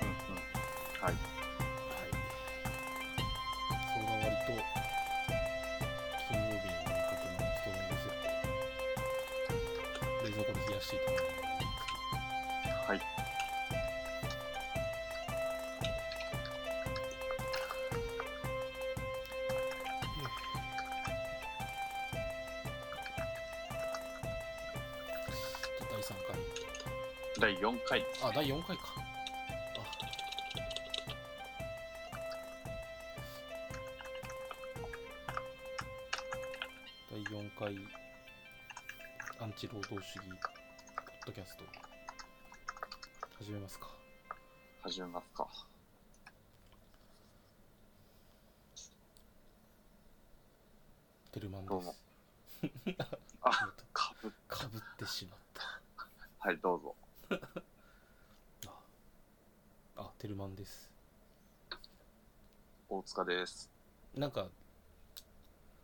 はい。そはい。れが割と金曜日に見かけのストロングスープ。冷蔵庫で冷やしていたものはい。第3回。第4回。あ、第4回か。あ。第4回アンチ労働主義ポッドキャスト始めますか。始めますか。テルマンどで うもす。あ、かぶ、かぶってしまった。はい、どうぞ。あ、あテルマンです。大塚です。なんか、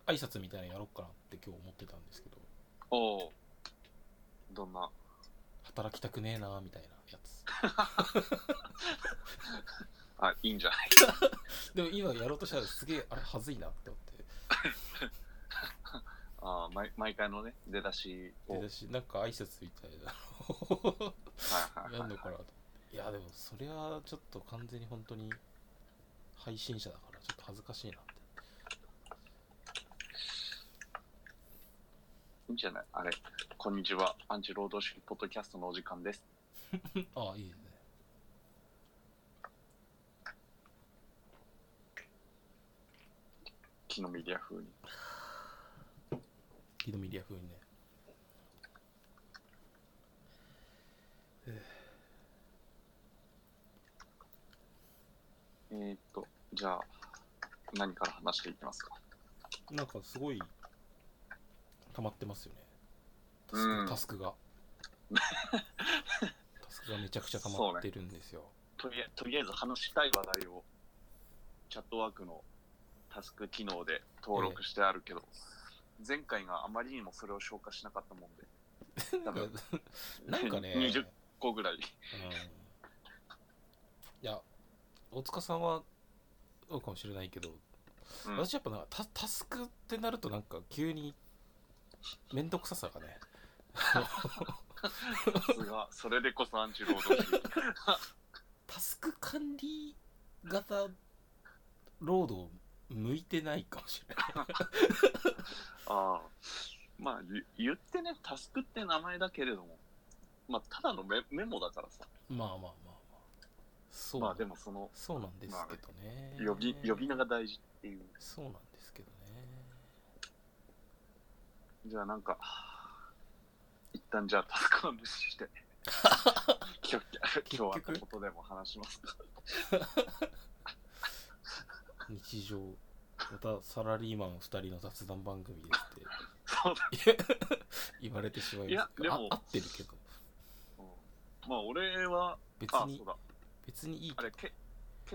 挨拶みたいなのやろうかなって今日思ってたんですけど、おお。どんな、働きたくねえなーみたいなやつ。あ、いいんじゃないでも今やろうとしたらすげえ、あれ、はずいなって思って。あー毎毎回のね、出だしを。ではい私なんか挨拶みたいなはいのやんのはかなと。いや、でもそれはちょっと完全に本当に配信者だからちょっと恥ずかしいなって。い。いいんじゃないあれ。こんにちは。アンチ労働主義ポッドキャストのお時間です。ああ、いいですね。木のメディア風に。ヒドミリア風にね。えー、っと、じゃあ、何から話していきますか。なんかすごい溜まってますよね。タスク,、うんタスク が。タスクがめちゃくちゃ溜まってるんですよ。とりあえとりあえず話したい話題を、チャットワークのタスク機能で登録してあるけど、前回があまりにもそれを消化しなかったもんで、 多分なんかね、 20個ぐらい。うんいや大塚さんはそうかもしれないけど、うん私やっぱなんかタタスクってなるとなんか急に面倒くささがねさすが、それでこそアンチ労働 主義。タスク管理型労働向いてないかもしれないああ。まあ、ゆ言ってね、タスクって名前だけれども、まあ、ただのメメモだからさ。まあまあまあまあそう,、まあ、でもその、そうなんですけどね、呼び、呼び名が大事っていう。そうなんですけどねじゃあなんか、一旦じゃあタスクを無視 して、今日、今日あったことでも話しますか。日常またサラリーマン2人の雑談番組ですってそうだ。言われてしまいますけどいやでもあ合ってるけどうんまあ俺は、別あ、にそうだ。別にいいあけれ、け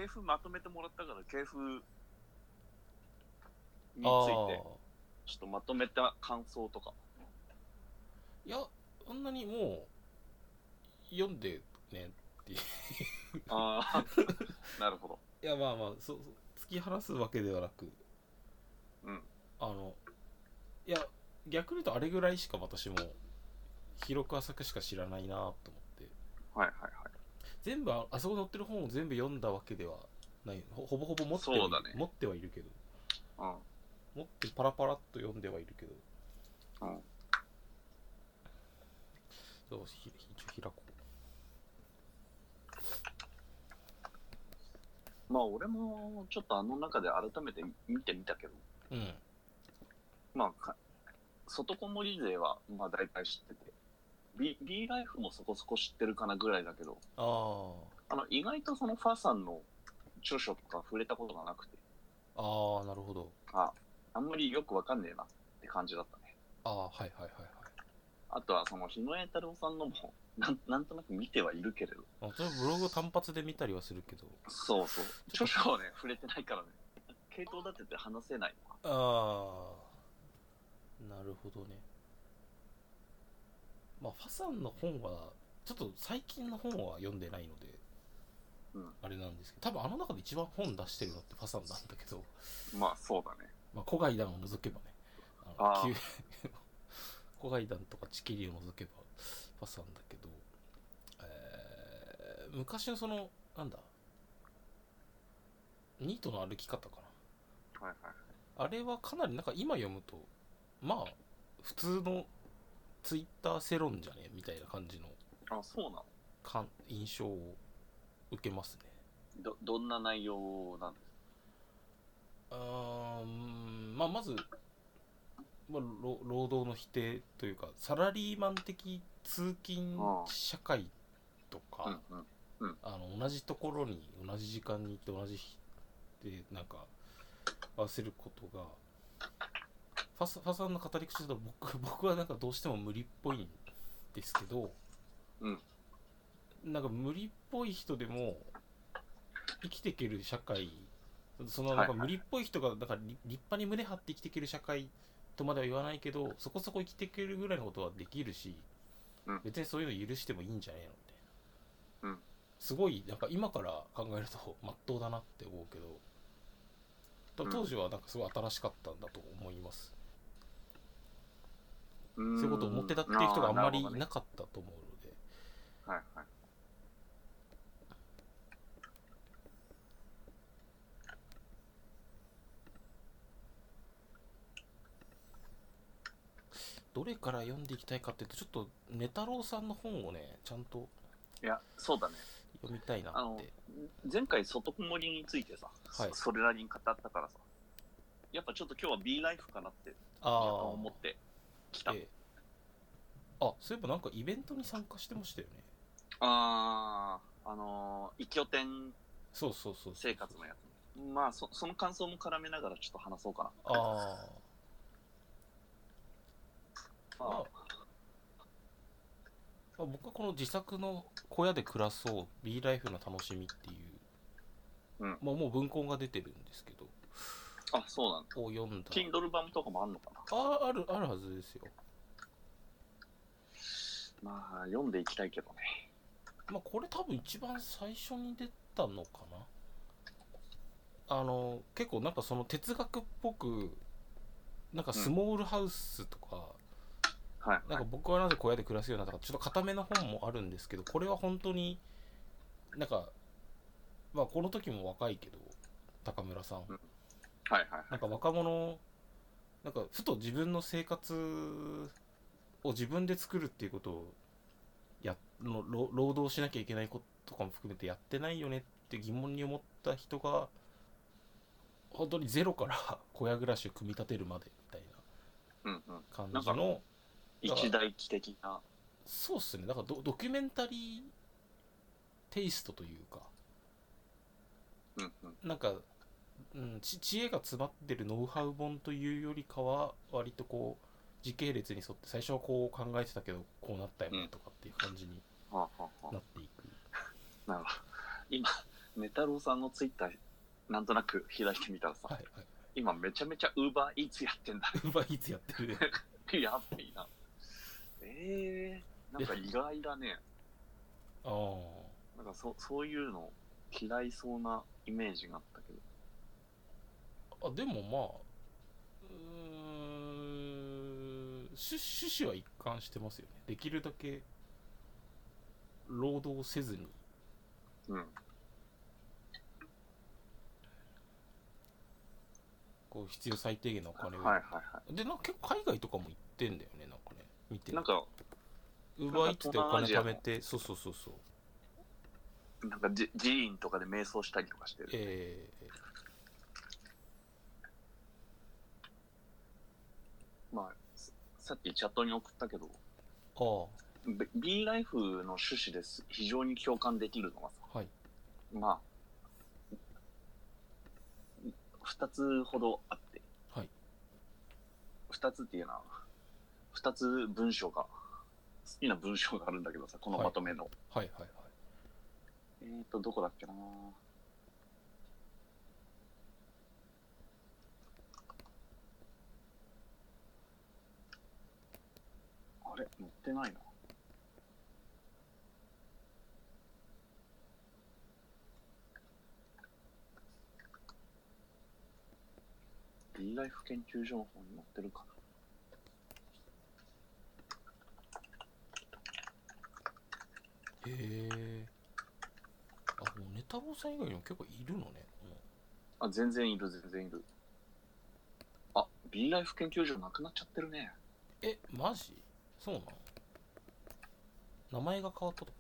系譜まとめてもらったから、系譜について、ちどょっとまとめた感想 とか。あーいやあんなにもう読んでねああ、なるほど。いやまあまあそそ突き放すわけではなくうんあのいや逆に言うとあれぐらいしか私も広く浅くしか知らないなと思ってはいはいはい。全部ああそこに載ってる本を全部読んだわけではないほほぼほぼ持ってはいるそうだね持ってはいるけどうん。持ってパラパラっと読んではいるけどうんそうひ一応開こうまあ俺もちょっとあの中で改めて見てみたけど、うんまあか、外こもり勢はまあ大体知ってて、B, B ライフもそこそこ知ってるかなぐらいだけど、あああの意外とそのファーさんの著書とか触れたことがなくて、ああなるほどあ、あんまりよくわかんねえなって感じだったね。ああはいはいはいはいあとはその日野栄太郎さんのもなん、なんとなく見てはいるけれど、私はブログを単発で見たりはするけどそうそう。著書はね、触れてないからね、系統立てて話せないな。ああなるほどねまあファさんの本はちょっと最近の本は読んでないのでうんあれなんですけど、多分あの中で一番本出してるのってパサンなんだけど、まあそうだね。まあ、古外団を除けばね、ああー急 古外団とか地切りを除けばパサンだけど、えー昔のその、なんだ、ニートの歩き方かな。はいはい。あれはかなりなんか今読むと、まあ、普通のツイッター世論じゃねみたいな感じのあ、そうなの感印象を受けますね。ど、どんな内容なんですうーん、まあ、まず、まあ、労労働の否定というか、サラリーマン的通勤社会とか、かうんうん。あの同じところに同じ時間に行って同じ日でなんか合わせることがファサファさんの語り口だと僕 僕はなんかどうしても無理っぽいんですけど、うんなんか無理っぽい人でも生きていける社会そのはないんか無理っぽい人がなんか立立派に胸張って生きていける社会とまでは言わないけどそこそこ生きていけるぐらいのことはできるし、うん別にそういうの許してもいいんじゃねえのみたいな。うんすごいなんか今から考えると まっとうだなって思うけど多分当時はなんかすごい新しかったんだと思います、そうそういうことを思ってたっていう人があんまりいいなかったと思うので、はいはい。どれから読んでいきたいかっていうとちょっと寝太郎さんの本をねちゃんといや、そうだね。読みたいなあっのて、前回外こもりについてさ、はいそそれなりに語ったからさ、やっぱちょっと今日は B ライフかなってああー思ってきた。ええあそういえばなんかイベントに参加してましたよねあー、あのー、一拠点そうそうそうそう生活のやつ。まあそ、その感想も絡めながらちょっと話そうかな。ああままあ、僕はこの自作の小屋で暮らそう B ライフの楽しみっていう、うんまあ、もう文庫が出てるんですけどあ、あ、そうなんだ。を読んだ Kindle 版とかもあんのかな。ああるあるはずですよまあ、読んでいきたいけどね。まあこれ多分一番最初に出たのかなあの結構なんかその哲学っぽくなんかスモールハウスとか、はい。なんか僕はなぜ小屋で暮らすようになったかちょっと固めの本もあるんですけどこれは本当になんかまあこの時も若いけど高村さんうんはいはいなはんい。か若者なんかふと自分の生活を自分で作るっていうことをやの労労働しなきゃいけないこととかも含めてやってないよねって疑問に思った人が本当にゼロから小屋暮らしを組み立てるまでみたいうんうん。な感じなんの一大期的な。そうっすねなんかドドキュメンタリーテイストというかうんうん。なんか、うん、ち知恵が詰まってるノウハウ本というよりかは割とこう時系列に沿って最初はこう考えてたけどこうなったようねんとかっていう感じにはあはあはあなっていく、なるほど。今、ネタロウさんのツイッター、なんとなく開いてみたらさ、はい はい今めちゃめちゃウーバーイーツやってんだ。ウーバーイーツやってるねやっべえな。えー、なんか意外だね。ああなんかそそういうの嫌いそうなイメージがあったけど。あでもまあうーん趣趣旨は一貫してますよねできるだけ労働せずにうん。こう必要最低限のお金を、はいはいはでなんか結構海外とかも行ってんだよねなんかね見てい。なんか、ウーバーイーツでお金貯なんか東南アジアのめてそうそうそうそうなんかじ寺院とかで瞑想したりとかしてる。ええまあ、ささっきチャットに送ったけど、あ B ライフの趣旨です。非常に共感できるのがさ、あはいまあ、2つほどあって、はい2つっていうのは、2つ文章が、好きな文章があるんだけどさ、このまとめの。はいはいはいえーと、どこだっけなあれ載ってないな。ライフ研究情報に載ってるかへえあもうネタボさん以外にも結構いるのねこのな。あ、全然いる、全然いる。あ、B ライフ研究所なくなっちゃってるね。えマジそうなの名前が変わったとか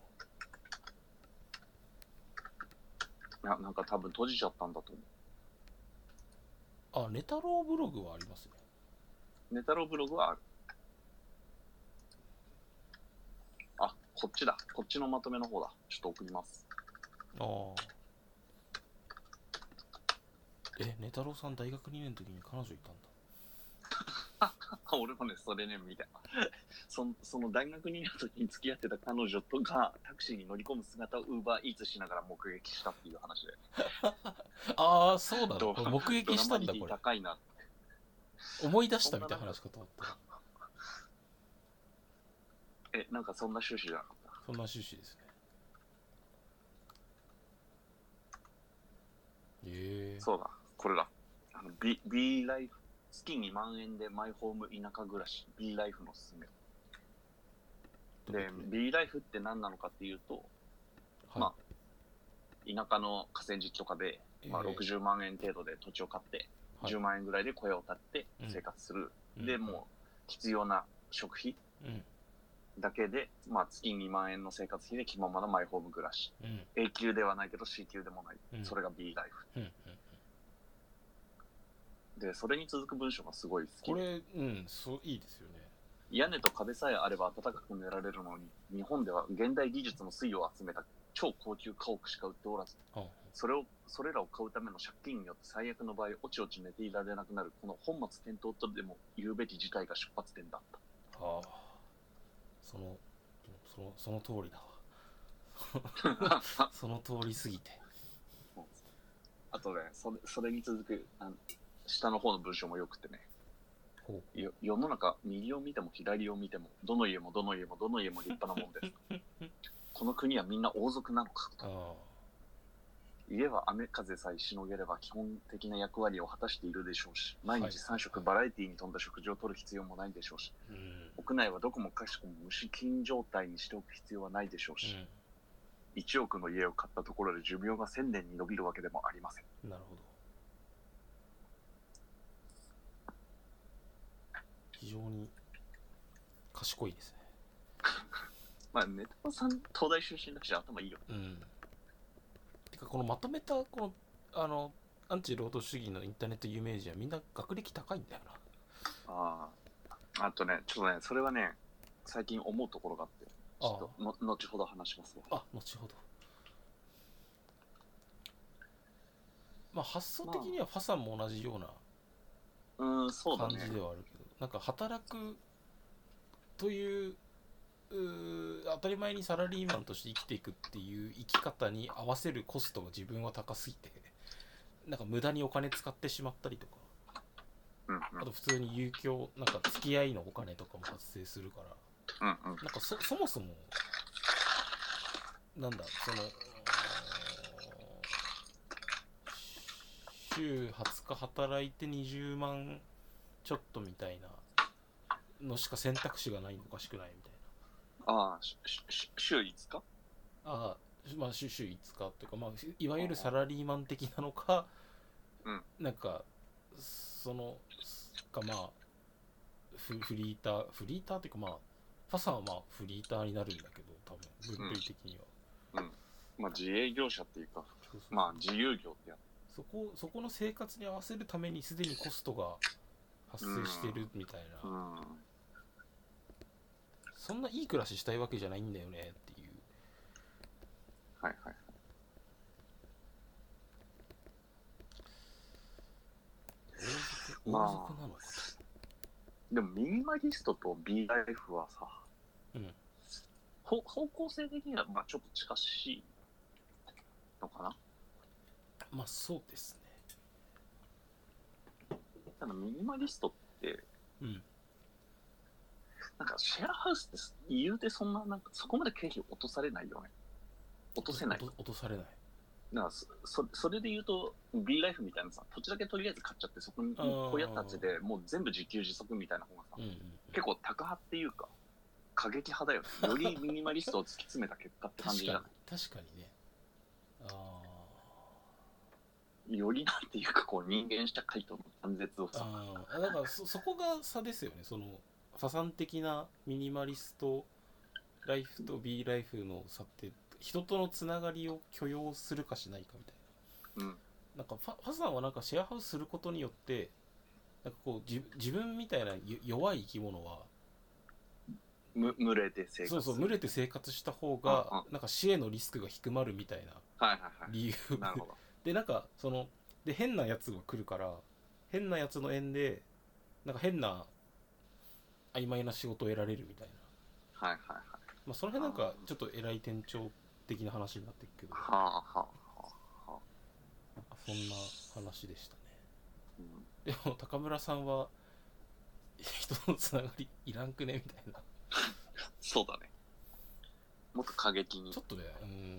ななんか多分閉じちゃったんだと思あネタローブログはありますねう。ネタロブログはある。あ、こっちだ。こっちのまとめの方だ。ちょっと送ります。 ああえネタローさん大学2年の時に彼女いたんだあ俺もね、それね、みたい な。そのその大学にいる時に付き合ってた彼女とがタクシーに乗り込む姿をウーバーイーツしながら目撃したっていう話で。ああそうなのどうこれ目撃したんだこドラマリティれ高いな。思い出したみたいな話かと思ったえ、なんかそんな趣旨じゃなかった。そんな趣旨ですねええそうだ、これだ。あの B, B ライフ、月2万円でマイホーム田舎暮らし、B ライフのすすめ。で、B ライフって何なのかっていうと、まあ田舎の河川敷とかで、まあ、60万円程度で土地を買って、はい10万円ぐらいで小屋を建ってうん生活する。うんで、もう必要な食費うんだけで、まあ、月2万円の生活費で気ままなマイホーム暮らし。うん、 A 級ではないけど C 級でもない。うん、それが B ライフ。うんうんで、それに続く文章がすごい好きでこれうんそういいですよね屋根と壁さえあれば暖かく寝られるのに、日本では現代技術の粋を集めた超高級家屋しか売っておらず、はそれを、それらを買うための借金によって最悪の場合、おちおち寝ていられなくなる、この本末転倒とでも言うべき事態が出発点だった。あはあそのそのその通りだ わその通りすぎてあとね、それ、それに続く、あの下の方の文章も良くてね、ほよ世の中、右を見ても左を見ても、どの家もどの家もどの家も立派なもんです。この国はみんな王族なのか。ああ家は雨風さえしのげれば基本的な役割を果たしているでしょうし、毎はい日3食バラエティに富んだ食事を取る必要もないでしょうし、うん屋内はどこもかしこも虫菌状態にしておく必要はないでしょうし、1億の家を買ったところで寿命が1000年に伸びるわけでもありません。うんなるほど非常に賢いですねまあ、ネタさん、東大出身だし頭いいよ。うんてかこのまとめたこのあのアンチ労働主義のインターネット有名人はみんな学歴高いんだよなああ。あとね、ちょっとね、それはね、最近思うところがあって、ちょっとの後ほど話しますわ。あ後ほどまあ発想的にはファさんも同じようなうーん、そうだ感ねじ。ではあるけど、なんか働くといううー当たり前にサラリーマンとして生きていくっていう生き方に合わせるコストが自分は高すぎて なんか無駄にお金使ってしまったりとかうんうん、あと普通に遊興なんか付き合いのお金とかも発生するからうん、うん。なんかそそもそも、なんだ、その、週20日働いて20万ちょっとみたいなのしか選択肢がないのおかしくないみたいああ、ししし週5日な。ああ、まあ週週5日というか、まあ、いわゆるサラリーマン的なのか、うんなんか、その、かまあ、フフリーター、フリーターというかまあ、ファさんはまあフリーターになるんだけど、多分、分類的には。まあ、自営業者っていうか、そうそうまあ、自由業ってやそこそこの生活に合わせるためにすでにコストが発生してるみたいつ。な、うん。そんないい暮らししたいわけじゃないんだよねっていうはいはい。王族まあ王族なのかでも、ミニマリストと B ライフはさ、うんほ方向性的には、まあ、ちょっと近しいのかな。とまあそうですただ、ミニマリストって、ねうんなんか、シェアハウスって言うてそんな、なんか、そこまで経費落とされないよね。落とせない落。と落とされないなんかそそそれで言うと、B ライフみたいなさ、土地だけとりあえず買っちゃって、そこにあー小屋建てで、もう全部自給自足みたいな方がさ、うんうん結構、高派っていうか、過激派だよね。よりミニマリストを突き詰めた結果って感じ確じゃかなに確かにねあいよりなんていうか、こう、人間社会との断絶をーさ、あーだからそそこが差ですよねそのファサン的なミニマリストライフと B ライフの差って人とのつながりを許容するかしないかみたいなうん、なんかファファさんはなんかシェアハウスすることによってなんかこうじ自分みたいなゆ弱い生き物はむ群れて生活そうそう群れて生活した方がなんか死へのリスクが低まるみたいなはいはいはい。理由なるほど。でなんかそので変なやつが来るから変なやつの縁でなんか変な曖昧な仕事を得られるみたいな、はいはいはい。まあ、その辺なんかちょっと偉い店長的な話になってるけどはあはあはあ。そんな話でしたねうんでも高村さんは人のつながりいらんくねみたいなそうだね。もっと過激にちょ。っとねうん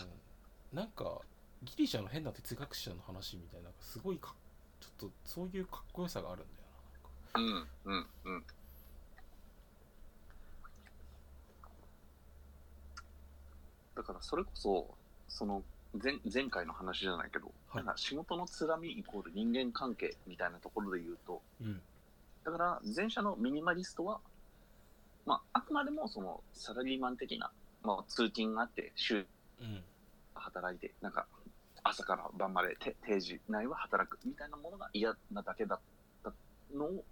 なんかギリシャの変な哲学者の話みたいななんかすごいかちょっとそういうかっこよさがあるんだよななんかうん、うん、うん。だからそれこそ、その前前回の話じゃないけど、はいなんか仕事のつらみイコール人間関係みたいなところで言うと、うんだから前者のミニマリストは、まあ、あくまでもそのサラリーマン的な、まあ、通勤があって、週うん働いて、なんか、朝から晩までて定時内は働くみたいなものが嫌なだけだったのを、よ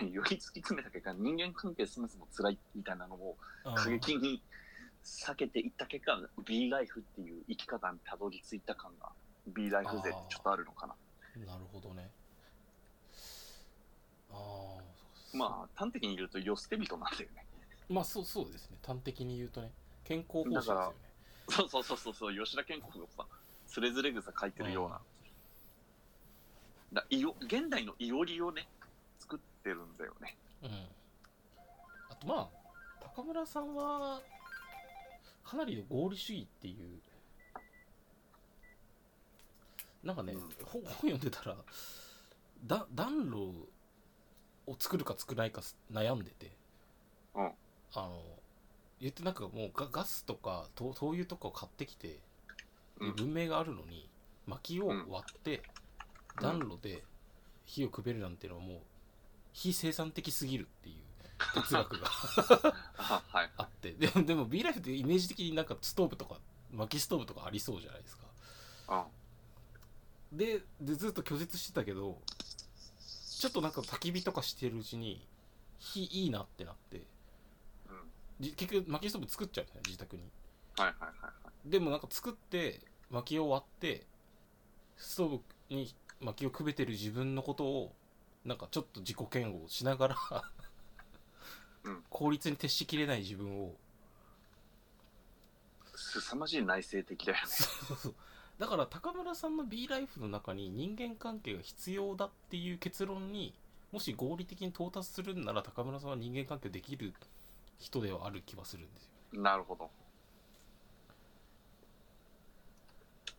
り突き詰めた結果、人間関係そもそも辛いみたいなのをあ過ー激に避けていった結果、B ライフっていう生き方にたどり着いた感が、B ライフ勢ってちょっとあるのかな。なるほどね。ああ、まあ、端的に言うと、世捨て人なんだよね。 あ、まあそうそうですね。端的に言うとね、健康方針ですだよからね。そうそうそうそうそう、吉田健吾がさ、つれづれ草書いてるような。だいお現代のいおりをね、作ってるんだよね。うん。あとまあ、高村さんは、かなりの合理主義っていう、なんかね、うん本本読んでたら、だ暖炉を作るか作らないかす悩んでて、うんあの、言ってなんかもうガガスとか灯灯油とかを買ってきて、うでん文明があるのに薪を割ってうん暖炉で火をくべるなんてのはもう非生産的すぎるっていう哲学 があはい。あってでもでも B ライフってイメージ的になんかストーブとか薪ストーブとかありそうじゃないですかうん。ででずっと拒絶してたけどちょっとなんか焚き火とかしてるうちに火いいなってなってうん。じ結局薪ストーブ作っちゃうんですね自宅にはいはいはいはい。でもなんか作って薪を割ってストーブに薪をくべてる自分のことをなんかちょっと自己嫌悪しながら、うん効率に徹しきれない自分を凄まじい内政的だよね。そうそうだから高村さんの B ライフの中に人間関係が必要だっていう結論にもし合理的に到達するんなら高村さんは人間関係できる人ではある気はするんですよ なるほど。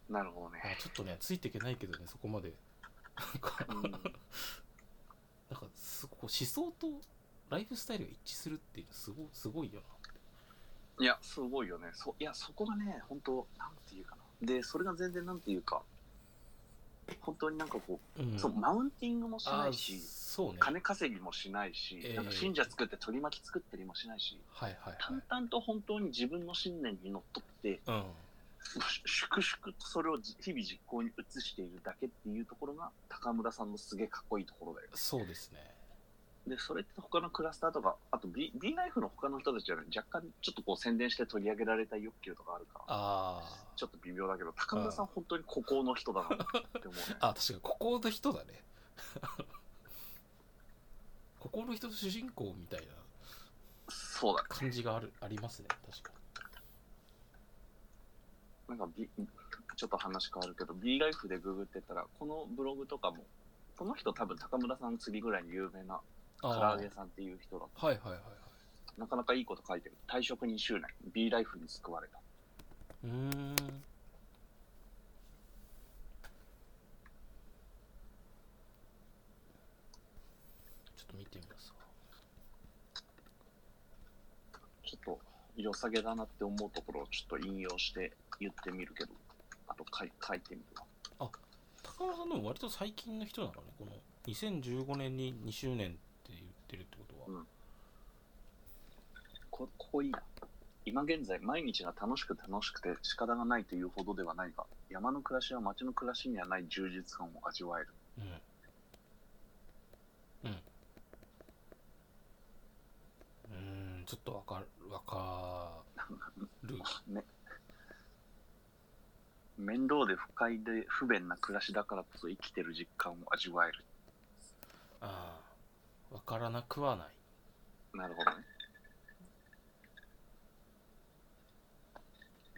なるほどあね。ちょっとねついていけないけどねそこまでなんかうん。なんかすごいこう思想とライフスタイルが一致するっていうのはすごすごいよいや、すごいよね。そいや、そこがね、本当なんていうかな。で、それが全然なんていうか、本当になんかこう、な。うん、そう、マウンティングもしあなーいし、そうね。はい金稼ぎもしないし、ええなんか信者作って取り巻き作ったりもしないし、はいはい。淡々と本当に自分の信念にのっとって、うん。粛々とそれをじ日々実行に移しているだけっていうところが、高村さんのすげえかっこいいところだよ。そうですね。で、それって他のクラスターとか、あと B, B ライフの他の人たちはね、若干ちょっとこう宣伝して取り上げられた欲求とかあるから、あちょっと微妙だけど、高村さん本当に孤高の人だなって思う ねあ。。あ、確かにここの人だね。 ここの人の主人公みたいなそうだ。感じがあるありますね。確かなんか、B、ちょっと話変わるけど、B ライフでググってたら、このブログとかも、この人多分高村さん次ぐらいに有名なに。唐あ揚げさんっていう人だあ。はいはいはいはなかなかいいこと書いてる。退職2周年、B ライフに救われた。い。うーん。ちょっと良さげだなって思うところをちょっと引用して言ってみるけど、あと書い書いてみるわ。高村さんでも割と最近の人なのねこの2015年に2周年って言ってるってことは、こここいいな。今現在、毎日が楽しく楽しくて仕方がないというほどではないが、山の暮らしは街の暮らしにはない充実感を味わえる。うんうんうーんちょっとわかるわかる面倒で不快で不便な暮らしだからこそ生きてる実感を味わえる。ああわからなくはないなるほどね。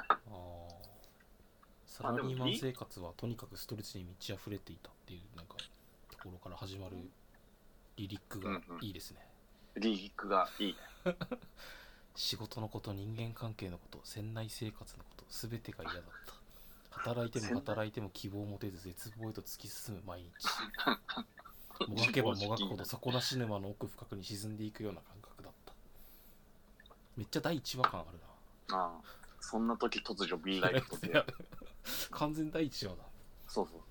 ああサラリーマン生活はとにかくストレスに満ち溢れていたっていうなんかところから始まるリリックがいいですね、リークがいいね。仕事のこと人間関係のこと船内生活のこと全てが嫌だった働いても働いても希望を持てず絶望へと突き進む毎日もがけばもがくほど底なし沼の奥深くに沈んでいくような感覚だっためっちゃ第1話感あるなああそんな時突如 B ライフと出会う。 完全第1話だそうそう。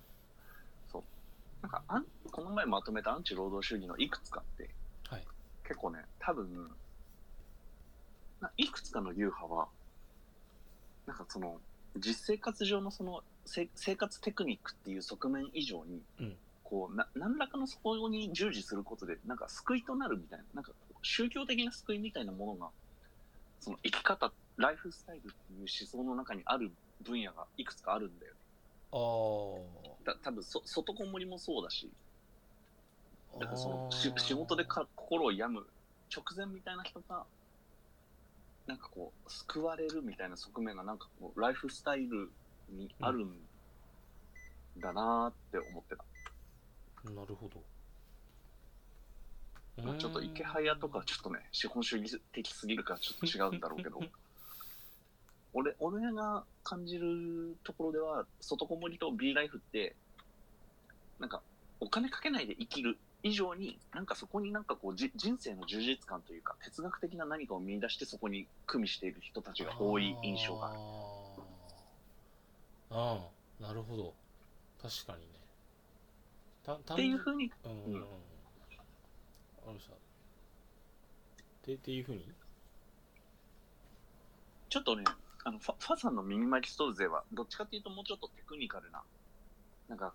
そう。なんかあん、この前まとめたアンチ労働主義のいくつかって、はい結構ね、多分、ないくつかの流派は、なんかその、実生活上のその、せ生活テクニックっていう側面以上に、うんこうな、何らかのそこに従事することで、なんか救いとなるみたいな、なんか宗教的な救いみたいなものが、その生き方、ライフスタイルっていう思想の中にある分野がいくつかあるんだよねあーた多分そ外こもりもそうだしあだからそのし仕事でか心を病む直前みたいな人がなんかこう救われるみたいな側面がなんかこうライフスタイルにあるんだなーって思ってた、なるほどまあちょっと池早とかちょっとね資本主義的すぎるからちょっと違うんだろうけど俺俺が感じるところでは外こもりと B ライフってなんかお金かけないで生きる以上になんかそこになんかこうじ人生の充実感というか哲学的な何かを見出してそこに組みしている人たちが多い印象があるあーあーなるほど確かにねたたっていうふうにうんうんうんわかりましたてっていうふうにちょっとね、あのファファさんのミニマリスト勢は、どっちかっていうともうちょっとテクニカルな、なんか、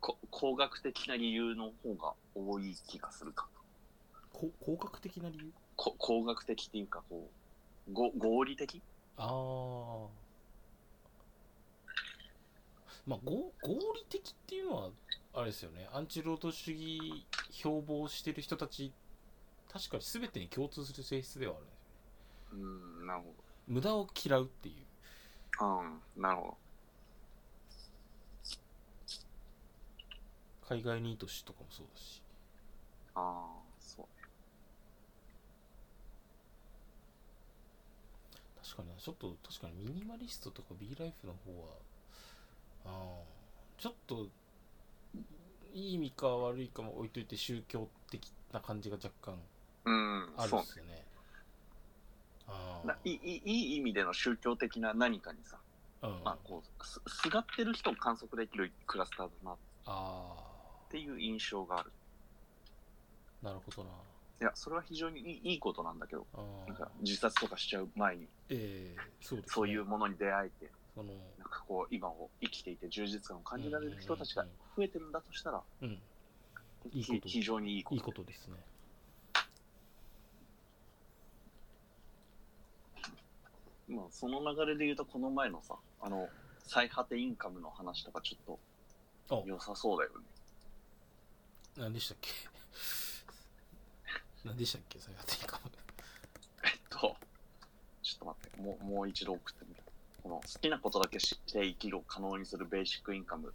こ工学的な理由の方が多い気がするか。こ広角的な理由こ工学的っていうか、こう、ご合理的ああまあ合合理的っていうのはあれですよねアンチ労働主義標榜してる人たち確かに全てに共通する性質ではあるんですよねうーん、なるほ無駄を嫌うっていうど。うん、なるほど。海外にいい年とかもそうだしああ、そう。確かになちょっと確かにミニマリストとか B ライフの方はあーちょっといい意味か悪いかも置いといて宗教的な感じが若干うんあ、るそんうで。すよねあだいいいいい意味での宗教的な何かにさ、あ、うん、まああこうす、すがってる人を観測できるクラスターだなっあていう印象がある。ーなるほどないや、それは非常にいいいいことなんだけど、あーなんか自殺とかしちゃう前に、ええそうです、ね、そういうものに出会えて、そのなんかこう、今を生きていて充実感を感じられる人たちが増えてるんだとしたら、うんいいことひ非常にいいこいいと。ことですねまあ、その流れで言うと、この前のさ、あの、最果てインカムの話とかちょっあと良さそうだよね。 何でしたっけ 何でしたっけ最後いいかもえっと、ちょっと待って、もうもう一度送ってみる。この好きなことだけして生きるを可能にするベーシックインカム。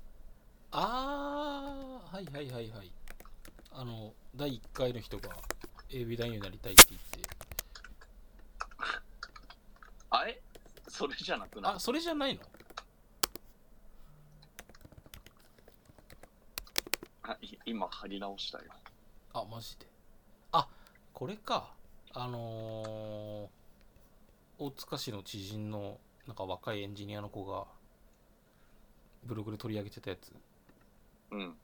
ああはいはいはいはいあの第1回の人が AB 男優になりたいって言ってあえそれじゃなくないあそれじゃないのあい今貼り直したよ。あマジであこれかあのー大塚市の知人のなんか若いエンジニアの子がブログで取り上げてたやつうん。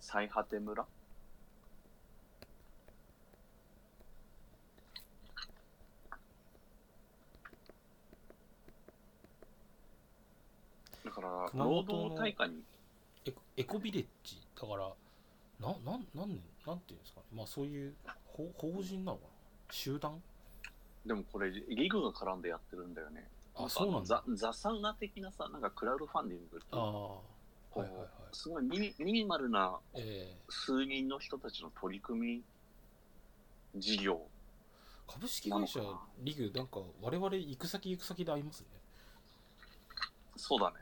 最果て村だから、熊本の労働大会に、エコエコビレッジだからななんなんなんていうんですかねまあそういう法法人なのかな集団でもこれ、リグが絡んでやってるんだよね。あそうなんだザザサウナ的なさ、なんかクラウドファンディングっていあうあはいこはういはいすごいミニミニマルなえ数人の人たちの取り組み事業ー、株式会社なのかなリグなんか我々行く先行く先で会いますね、そうだね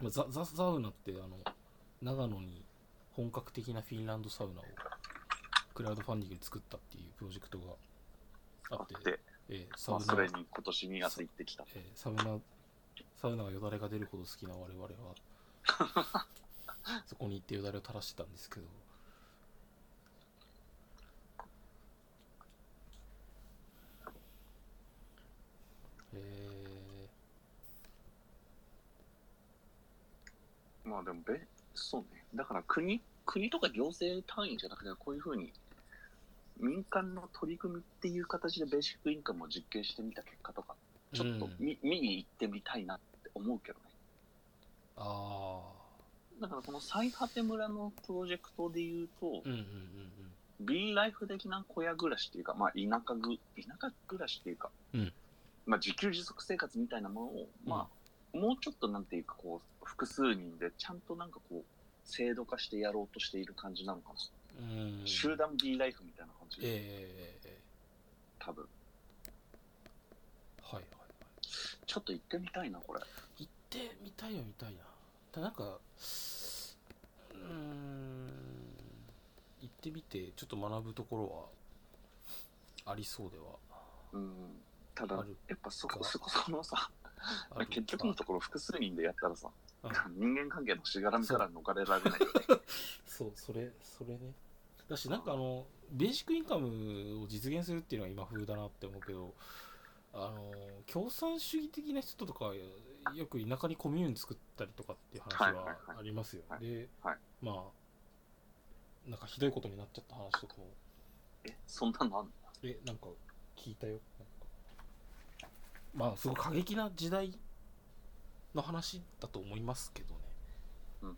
まあ、ザザサウナってあの長野に本格的なフィンランドサウナをクラウドファンディングで作ったっていうプロジェクトがああっってて、えーサまあ、ウそナれに今年2月行ってきたえーサウナサウナがよだれが出るほど好きな我々は そこに行ってよだれを垂らしてたんですけどえまあでもべそうねだから国国とか行政単位じゃなくてこういうふうに民間の取り組みっていう形でベーシックインカムを実験してみた結果とかー、ちょっとうん見,、見に行ってみたいなって思うけどねあだからこの最果て村のプロジェクトで言うと、あうんうんうんうんビーライフ的な小屋暮らしっていうか、まあ、田舎ぐ田舎暮らしっていうか、うんまあ、自給自足生活みたいなものを、まあ、もうちょっとなんていうかこう複数人でちゃんとなんかこう制度化してやろうとしている感じなのかうな、ん集団ビーライフみたいな感じ、ええ多分はいはいはいちょっと行ってみたいなこれ行ってみたいよみたいなただなんかうーん行ってみてちょっと学ぶところはありそうではうんただあるやっぱそこかそこそのさある結局のところ複数人でやったらさうん人間関係のしがらみから逃れられ ないよねそうそれそれねだしなんかあのベーシックインカムを実現するっていうのは今風だなって思うけどあの共産主義的な人とかよく田舎にコミューン作ったりとかっていう話はいははいはいありますよ、はいで、はいまあなんかひどいことになっちゃった話とかもえそんなのあんのえなんか聞いたよなんかまあすごい過激な時代の話だと思いますけどねうんうん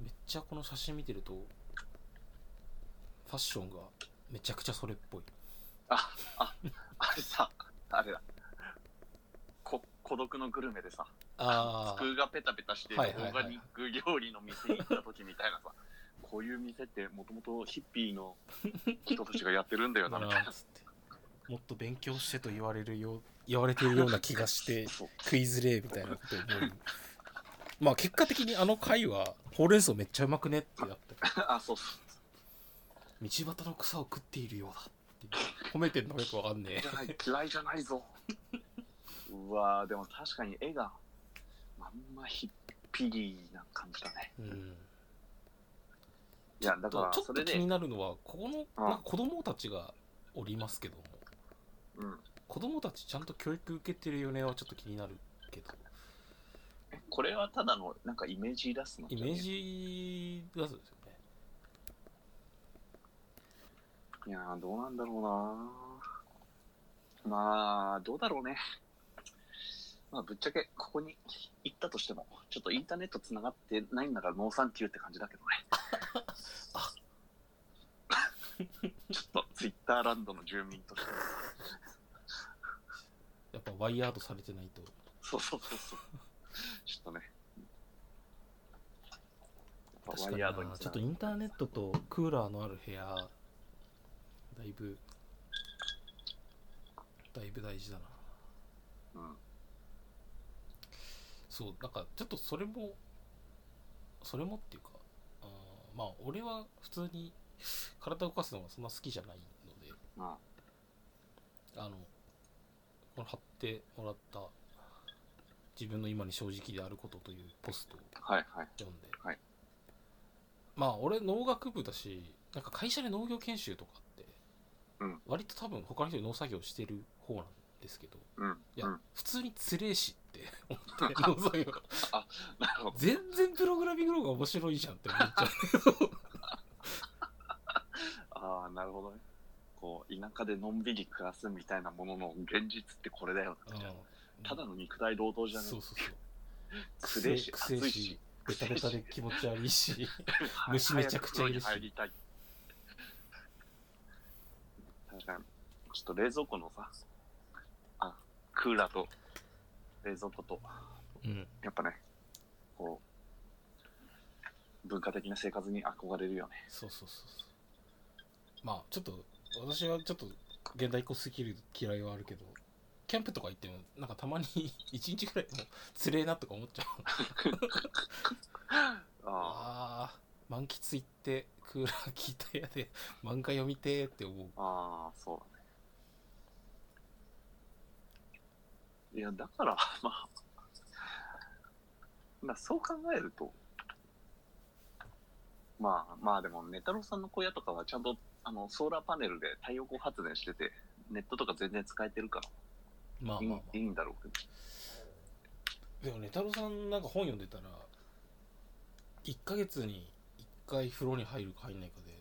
めっちゃこの写真見てるとファッションがめちゃくちゃそれっぽいあ、あ、あれさ、あれだ。こ孤独のグルメでさ、あ机がペタペタしてるオはいはいはいーガニック料理の店に行った時みたいなさ、こういう店ってもともとヒッピーの人たちがやってるんだよ な、みたいな。もっと勉強してと言われるよう言われてるような気がしてそうクイズ例みたいなこと思うまあ結果的にあの回はほうれん草めっちゃうまくねってなってあ、そ うそう。道端の草を食っているようだっていう褒めてんのかよくわかんねじゃない、嫌いじゃないぞ。うわーでも確かに絵が、まんまヒッピーな感じだね。え、うん、いや、だちかょら、っそとれ気にで、なるのはここのなんか子供たちがおりますけどもうん。子供たちちゃんと教育受けてるよねはちょっと気になるけどえこれはただの、なんかイメージイラストなんイじゃメねージだそうですよねいやー、どうなんだろうなーまあ、どうだろうね。まあ、ぶっちゃけ、ここに行ったとしても、ちょっとインターネット繋がってないんならノーサンキューって感じだけどね。あ ちょっと、ツイッターランドの住民として。やっぱワイヤードされてないとそうそうそうそう。ちょっとね。やっぱ確ワかイにヤードになちょ繋っがとインターネットとクーラーのある部屋だいぶだいぶ大事だなうん。そうなんかちょっとそれもそれもっていうかあーまあ俺は普通に体を動かすのがそんな好きじゃないのでまあのこの貼ってもらった自分の今に正直であることというポストをあ、はいはい。読んで、はいまあ俺農学部だしなんか会社で農業研修とかって、うん割と多分他の人に農作業してる方なんですけどうん。いや、うん普通に釣れえし って思って農作業がなるほど。全然プログラミングの方が面白いじゃんって思っち ゃうああ、なるほどね。こう、田舎でのんびり暮らすみたいなものの現実ってこれだよなみたいな。うんただの肉体労働じゃないそうそうそうくせえしくせえ暑いしベタベタで気持ち悪いしは い虫めちゃくちゃいるし早く風呂に入りたい。確かに、ちょっと冷蔵庫のさ、あ、クーラーと冷蔵庫と、うんやっぱね、こう、文化的な生活に憧れるよね。 そうそうそうそうまあちょっと私はちょっと現代っ子すぎる嫌いはあるけどキャンプとか行ってもなんかたまに 一日ぐらいもうつれえなとか思っちゃうああー満喫行ってクーラー聞いたやで漫画読みてーって思うあ、ああ、そうだね。いや、だから、 まあ、まあ、そう考えると、まあまあでも、ネタロウさんの小屋とかはちゃんとあのソーラーパネルで太陽光発電してて、ネットとか全然使えてるから、まあいいまあ、まいいんだろうけど。あ、でもね太郎さんなんか本読んでたら1ヶ月に1回風呂に入るか入んないかで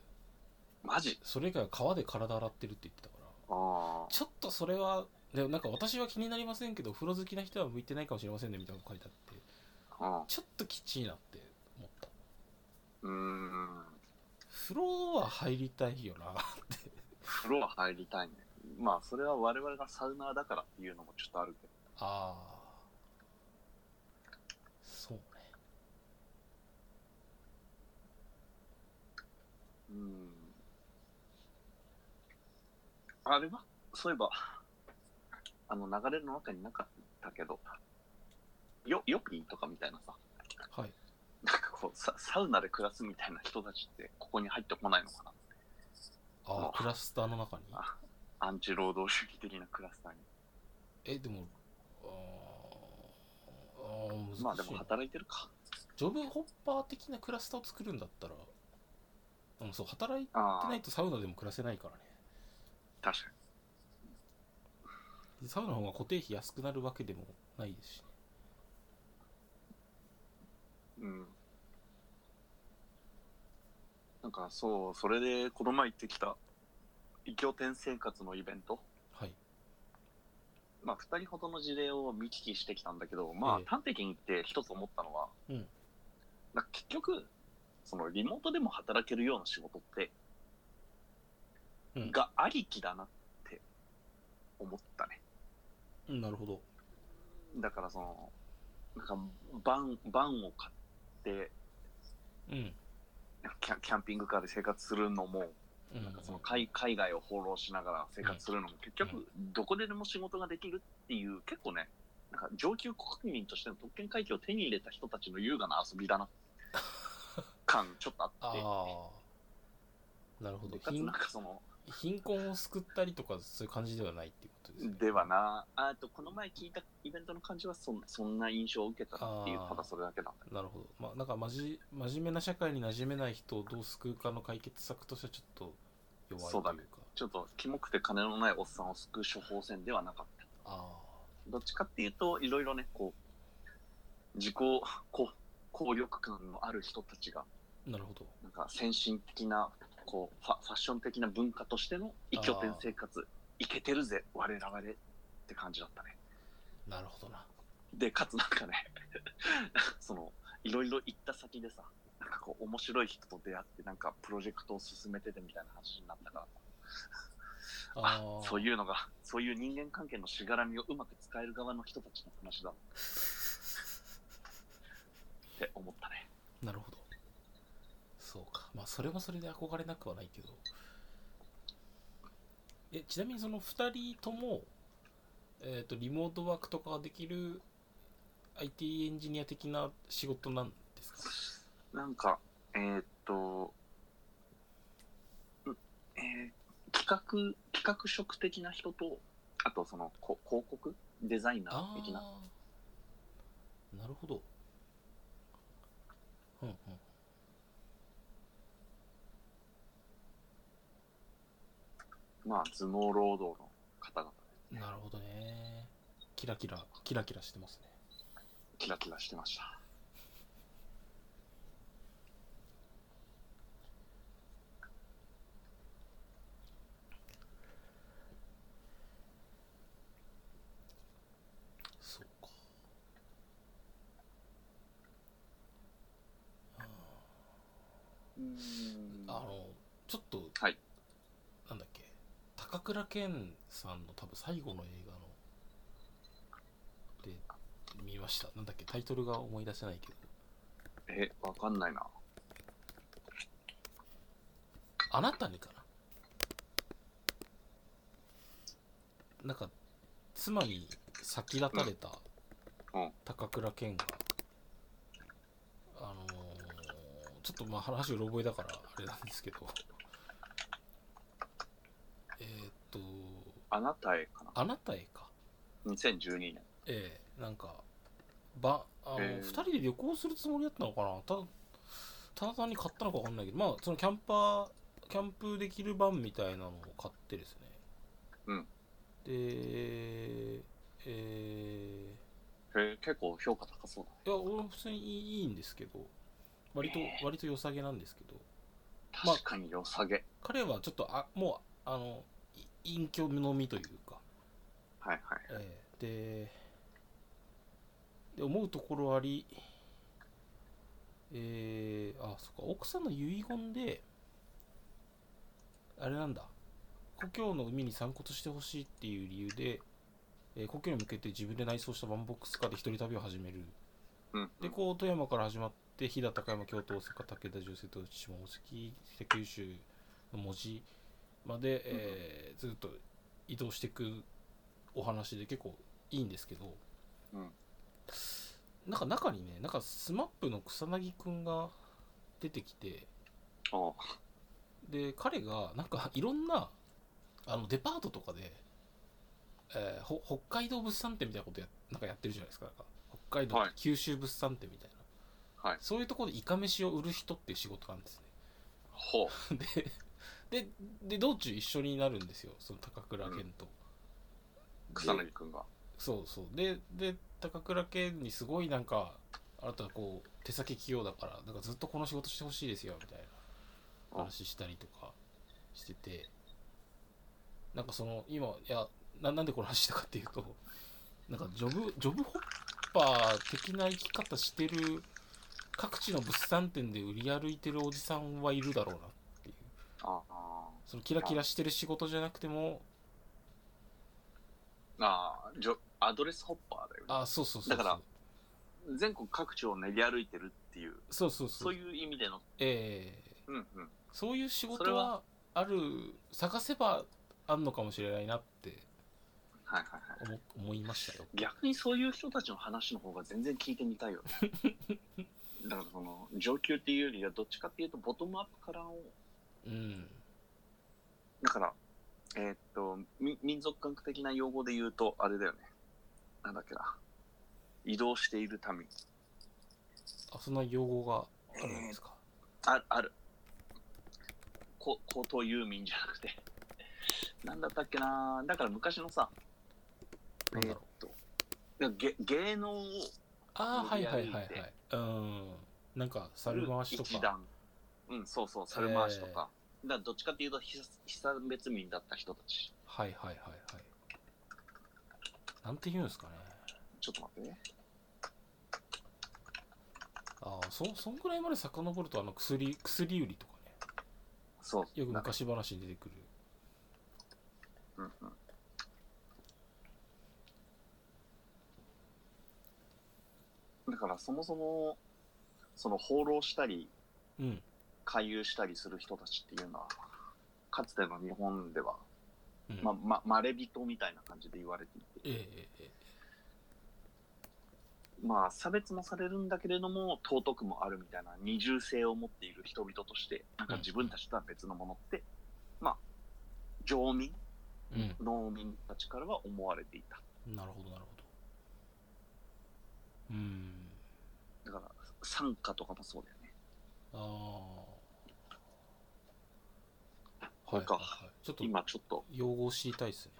マジそれ以外は川で体洗ってるって言ってたからああ、ちょっとそれはでもなんか私は気になりませんけど風呂好きな人は向いてないかもしれませんねみたいなこと書いてあってうん。ちょっときちいなって思ったうーん風呂は入りたいよな風呂は入りたいね。まあ、それは我々がサウナーだからっていうのもちょっとあるけど。ああそうねうーん。あれはそういえば、あの流れの中になかったけど、よ、よぴーとかみたいなさ、はいなんかこう、ササウナで暮らすみたいな人たちって、ここに入ってこないのかな。あああクラスターの中にあアンチ労働主義的なクラスターに。えでもあーあー難しいな、まあ、でも働いてるか。ジョブホッパー的なクラスターを作るんだったらうんそう働いてああない、とサウナでも暮らせないからね確かに。サウナの方が固定費安くなるわけでもないですしねうんなんかそう、それでこの前行ってきた、異教天生活のイベント、はいまあ2人ほどの事例を見聞きしてきたんだけど、まええあ端的に言って一つ思ったのは、うんなんか結局、そのリモートでも働けるような仕事って、うんがありきだなって思ったね。うんなるほどだからその、なんかバン、バンを買って、うんキャキャンピングカーで生活するのも、うんなんかその海海外を放浪しながら生活するのも結局どこででも仕事ができるっていう結構ねなんか上級国民としての特権階級を手に入れた人たちの優雅な遊び だな感ちょっとあってああなるほどでかつ貧なんかその貧困を救ったりとかそういう感じではないっていうことですねではなあとこの前聞いたイベントの感じはそんそんな印象を受けたなっていうあーただそれだけなんだなるほどまあなんかまじ真面目な社会に馴染めない人をどう救うかの解決策としてはちょっと弱いとそうだいねうかちょっとキモくて金のないおっさんを救う処方箋ではなかったあどっちかっていうと、いろいろね、こう、自己こ効力感のある人たちが、あなるほどなんか先進的な、こうファ、ファッション的な文化としての一拠点生活、いけてるぜ、我々って感じだったね。なるほどなで、かつなんかね、 その、いろいろ行った先でさ、なんかこう、面白い人と出会って、なんかプロジェクトを進めててみたいな話になったから、あああそういうのが、そういう人間関係のしがらみをうまく使える側の人たちの話だ。って思ったね。なるほどそうかまあそれもそれで憧れなくはないけどえちなみにその2人とも、えー、とリモートワークとかができる IT エンジニア的な仕事なんですかなんか、えーっと、んえー企画、企画職的な人と、あとその、こ広告デザイナあーあ的な。なるほどうんうんまあ、頭脳労働の方々、なるほどね。キラキラ、キラキラしてますね。キラキラしてました。そうか。あーあの、ちょっと、はいなんだっけ、高倉健さんの多分最後の映画の、で、見ました。なんだっけ、タイトルが思い出せないけど、え、わかんないな。あなたにかな。なんか、妻に先立たれたうんうん高倉健が、あのーちょっとまあ話が覚えだからあれなんですけど、えーっと、あなたへかな。あなたへか。 2012年。ええなんか、ば、あの、二、ええ人で旅行するつもりだったのかなただ、ただ単に買ったのかわかんないけど、まあ、そのキャンパー、キャンプできる版みたいなのを買ってですね。うんで、ええへえ結構評価高そうだね。いや、俺も普通にいいいいんですけど、割と、割と良さげなんですけど、まあ確かに良さげ。彼はちょっと、あ、もう、あの、い隠居のみというか、はいはい。ええでで思うところありえー、あそっか奥さんの遺言であれなんだ故郷の海に散骨してほしいっていう理由で、えー故郷に向けて自分で内装したワンボックスカーで一人旅を始めるうん。でこう富山から始まって飛騨高山京都大阪武田重瀬と下関北九州の文字まで、えーずっと移動していくお話で結構いいんですけど、うんなんか中にねなんかスマップの草薙くんが出てきてあで彼がなんかいろんなあのデパートとかで、えーほ北海道物産展みたいなことやなんかやってるじゃないですかなんか北海道、はい九州物産展みたいな、はいそういうところでイカ飯を売る人っていう仕事なんですほう。ね ででで道中一緒になるんですよその高倉健と、草薙くんが。そうそうでで高倉健にすごいなんかあなたはこう手先器用だからなんかずっとこの仕事してほしいですよみたいな話したりとかしててなんかその今いやななんでこの話したかっていうとなんかジョブジョブホッパー的な生き方してる各地の物産展で売り歩いてるおじさんはいるだろうなっていうああ。そのキラキラしてる仕事じゃなくてもああ、じょアドレスホッパーだよね。あそうそうそうだからそ全国各地を練り歩いてるっていう、うそうそそうそうういう意味での。ええうんうん。そういう仕それ事ははある探せばあんのかもしれないなってはいはいはい。思思いましたよ。逆にそういう人たちの話の方が全然聞いてみたいよね。だからその上級っていうよりはどっちかっていうとボトムアップからをうん。だからえーっとみ民族学的な用語で言うとあれだよねなんだっけな移動している民あそんな用語があるんですか。ああるこ高等遊民じゃなくてなんだったっけなだから昔のさなんだろう。いやげ芸能をああはいはいはいは無理やり言い。うん。なんか猿回しと一か。段うんそうそう猿回しとか、だからどっちかっていうと被被産別民だった人たちはいはいはいはい。なんて言うんですかね。ちょっと待ってね。ああそそんぐらいまで遡るとあの薬薬売りとかね。そう。よくなんか昔話に出てくる。うんうん。だからそもそも、その放浪したり、うん。回遊したりする人たちっていうのは、かつての日本では、うん、ま、ま、まれ人みたいな感じで言われていて、えええええまあ、差別もされるんだけれども、尊くもあるみたいな二重性を持っている人々として、なんか自分たちとは別のものって、まあ、常民、え農民たちからは思われていた。うん。なるほどなるほど。うん。だから、参加とかもそうだよね。ああ。これかはいはいはいちょっと今ちょっと用語を知りたいですね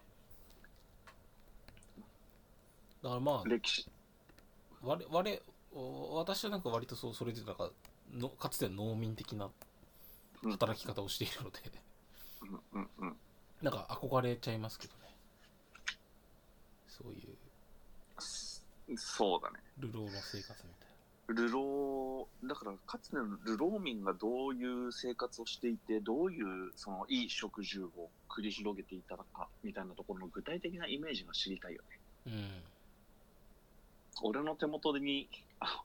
だからまあ歴史、我我お私はなんか割とそうそれでなんかのかつての農民的なうん働き方をしているので、 うんうんうん、なんか憧れちゃいますけどねそういうすそうだね。流浪の生活みたい流浪、だからかつての流浪民がどういう生活をしていて、どういうそのいい食住を繰り広げていたのかみたいなところの具体的なイメージが知りたいよね。なうん俺の手元にあ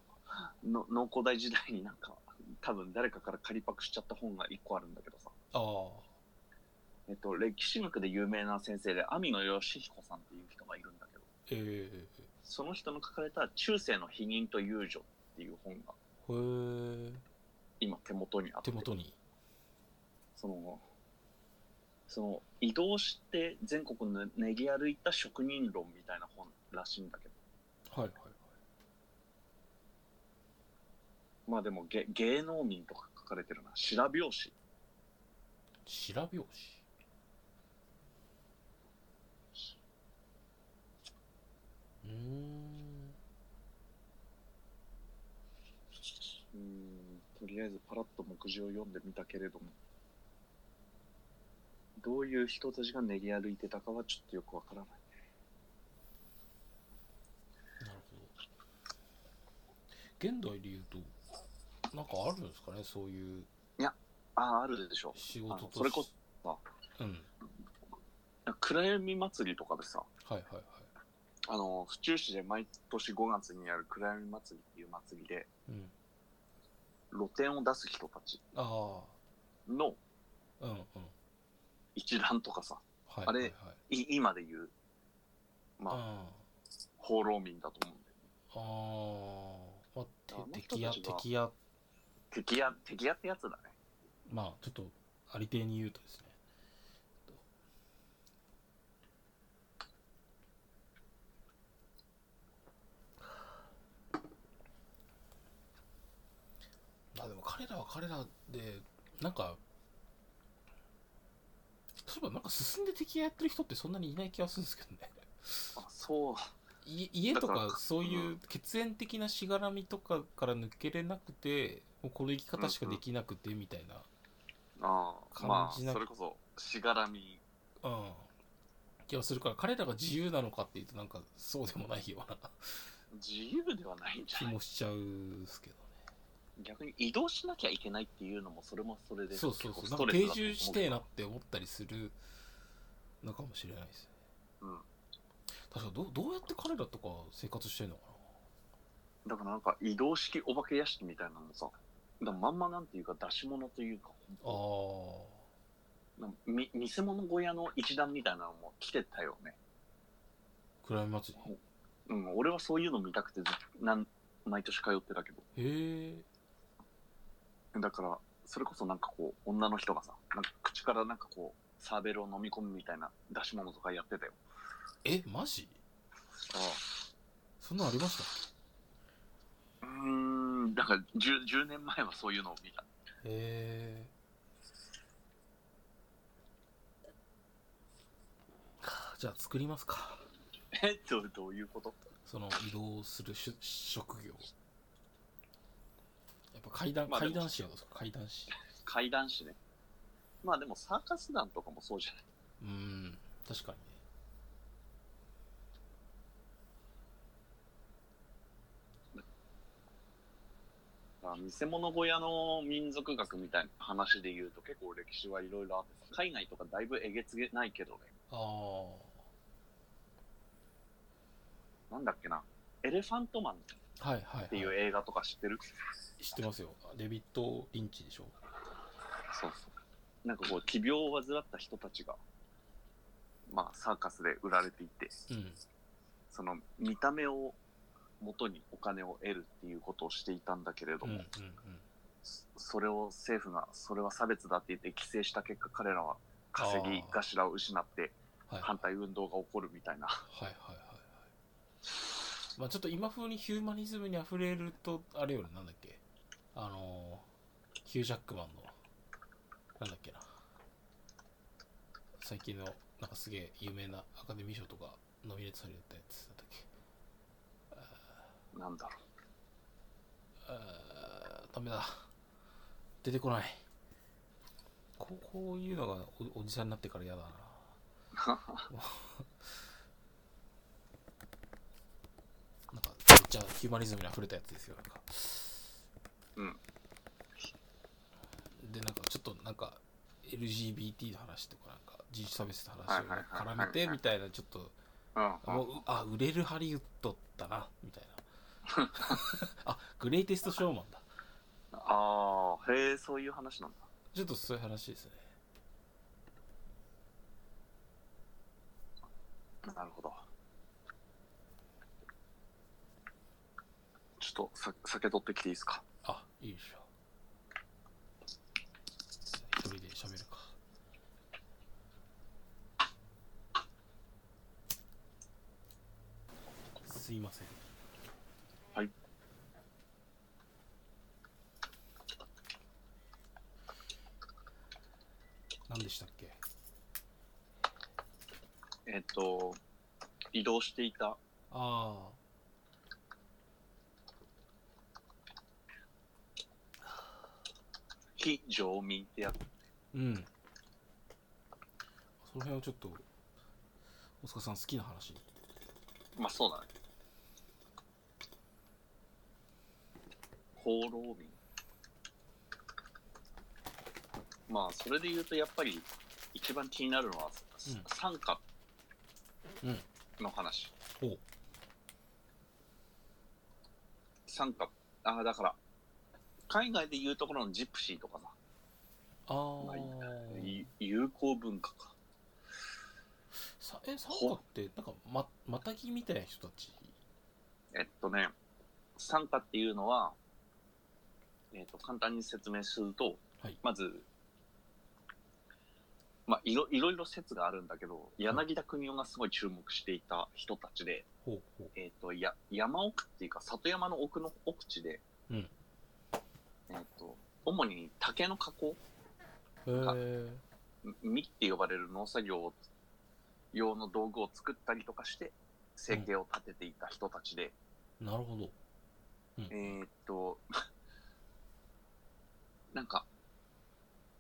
の農工大時代になんか多分誰かから借りパクしちゃった本が1個あるんだけどさ、ああえっと、歴史学で有名な先生で網野義彦さんっていう人がいるんだけどえその人の書かれた「中世の否認と遊女」っていう本がえへえ今手元にあって手元にそのその移動して全国の練り歩いた職人論みたいな本らしいんだけどはいはいまあでも芸芸能民とか書かれてるな白拍子白拍子うーんうーんとりあえずパラッと目次を読んでみたけれども、どういう人たちが練り歩いてたかはちょっとよくわからない。なるほど現代でいうとなんかあるんですかねそういうああ、あるでしょ。仕事あとのしそれこそさうん暗闇祭りとかでさ、はいはいはいあの、府中市で毎年5月にやる暗闇祭りっていう祭りで、うん露店を出す人たちあのあうんうん一覧とかさ、はいあれはいはいい今で言う、まあ、あ放浪民だと思うあーんだよ。まあてあの人敵やた敵ちがや敵屋、敵屋ってやつだね。まあちょっとありていに言うとですねあでも彼らは彼らでなんか例えばなんか進んで敵やってる人ってそんなにいない気がするんですけどねあ、そう。い 家とだかからそういう血縁的なしがらみとかから抜けれなくてもうこの生き方しかできなくてみたいなああ、ま感あ、じなくそれこそ、しがらみうん、気がするから彼らが自由なのかっていうとなんかそうでもないような自由ではないんじ気ゃないもしちゃうんですけど逆に移動しなきゃいけないっていうのもそれもそれでねそうそうそう結な構んかスト定レスだと思う住してえなって思ったりするのかもしれないですねうん確かどうどうやって彼らとか生活してんのかだからなんか移動式お化け屋敷みたいなのもさだからまんまなんていうか出し物というかなあーなんかみ見せ物小屋の一段みたいなのも来てたよね暗闇祭うん俺はそういうの見たくてずなん毎年通ってたけどりへえだからそれこそなんかこう女の人がさなんか口からなんかこうサーベルを飲み込むみたいな出し物とかやってたよえマジそんなんありましたっうーんだから 10, 10年前はそういうのを見た けへえじゃあ作りますかえどうどういうことその移動するし職業やっぱ階段、まあで階も段師やろそれ階段師階段師ねまあでもサーカス団とかもそうじゃないうーん確かにねまあ見せ物小屋の民族学みたいな話で言うと結構歴史はいろいろあってさ海外とかだいぶえげつげないけどねああなんだっけなエレファントマンっはいはい、ていうはい、映画とか知ってる、知ってますよデビッド・リンチでしょそうそうなんかこう奇病を患った人たちがまあサーカスで売られていてうんその見た目を元にお金を得るっていうことをしていたんだけれどうんうも、んうんそそれを政府が、それは差別だって言って規制した結果、彼らは稼ぎ頭を失ってはいはい反対運動が起こるみたいな。はいはいはいまあちょっと今風にヒューマニズムにあふれるとあれよねなんだっけあのーヒュージャックマンのなんだっけな最近のなんかすげえ有名なアカデミー賞とかノミネートされたやつだったっけなんだろあーダメだ出てこないここういうのがおおじさんになってから嫌だな なんかめっちゃヒューマニズムに溢れたやつですよなんかうんでなんかちょっとなんか LGBT の話とかなんか人種差別の話をはいはいはいは絡いめてみたいなちょっとう。うんもうあ売れるハリウッドだなみ たいなあグレイテストショーマンだああ、へえ、そういう話なんだ。ちょっとそういう話ですねなるほど。ちょっとさ酒取ってきていいですかあいいでしょ一人で喋るかすいませんはい何でしたっけえっ、と、移動していたああ非常民ってやつ。うん。その辺はちょっと、大塚さん好きな話に。まあそうだね。放浪民。まあそれで言うとやっぱり一番気になるのは、うん参加うんの話。ほう。参加、ああ、だから、海外で言うところのジプシーとかさ、ああ。い友好文化か。さえ、サンカって、なんか、ま、またぎみたいな人たち。えっとね、参加っていうのは、えっと、簡単に説明すると、はいまず、まあ、いろいろいろ説があるんだけど、柳田国男がすごい注目していた人たちで、ほうほう。えっとや山奥っていうか、里山の奥の奥地で、うんえっと主に竹の加工、へ実って呼ばれる農作業用の道具を作ったりとかして、生計を立てていた人たちで、え。なるほど。うん。えーっと、 なんか、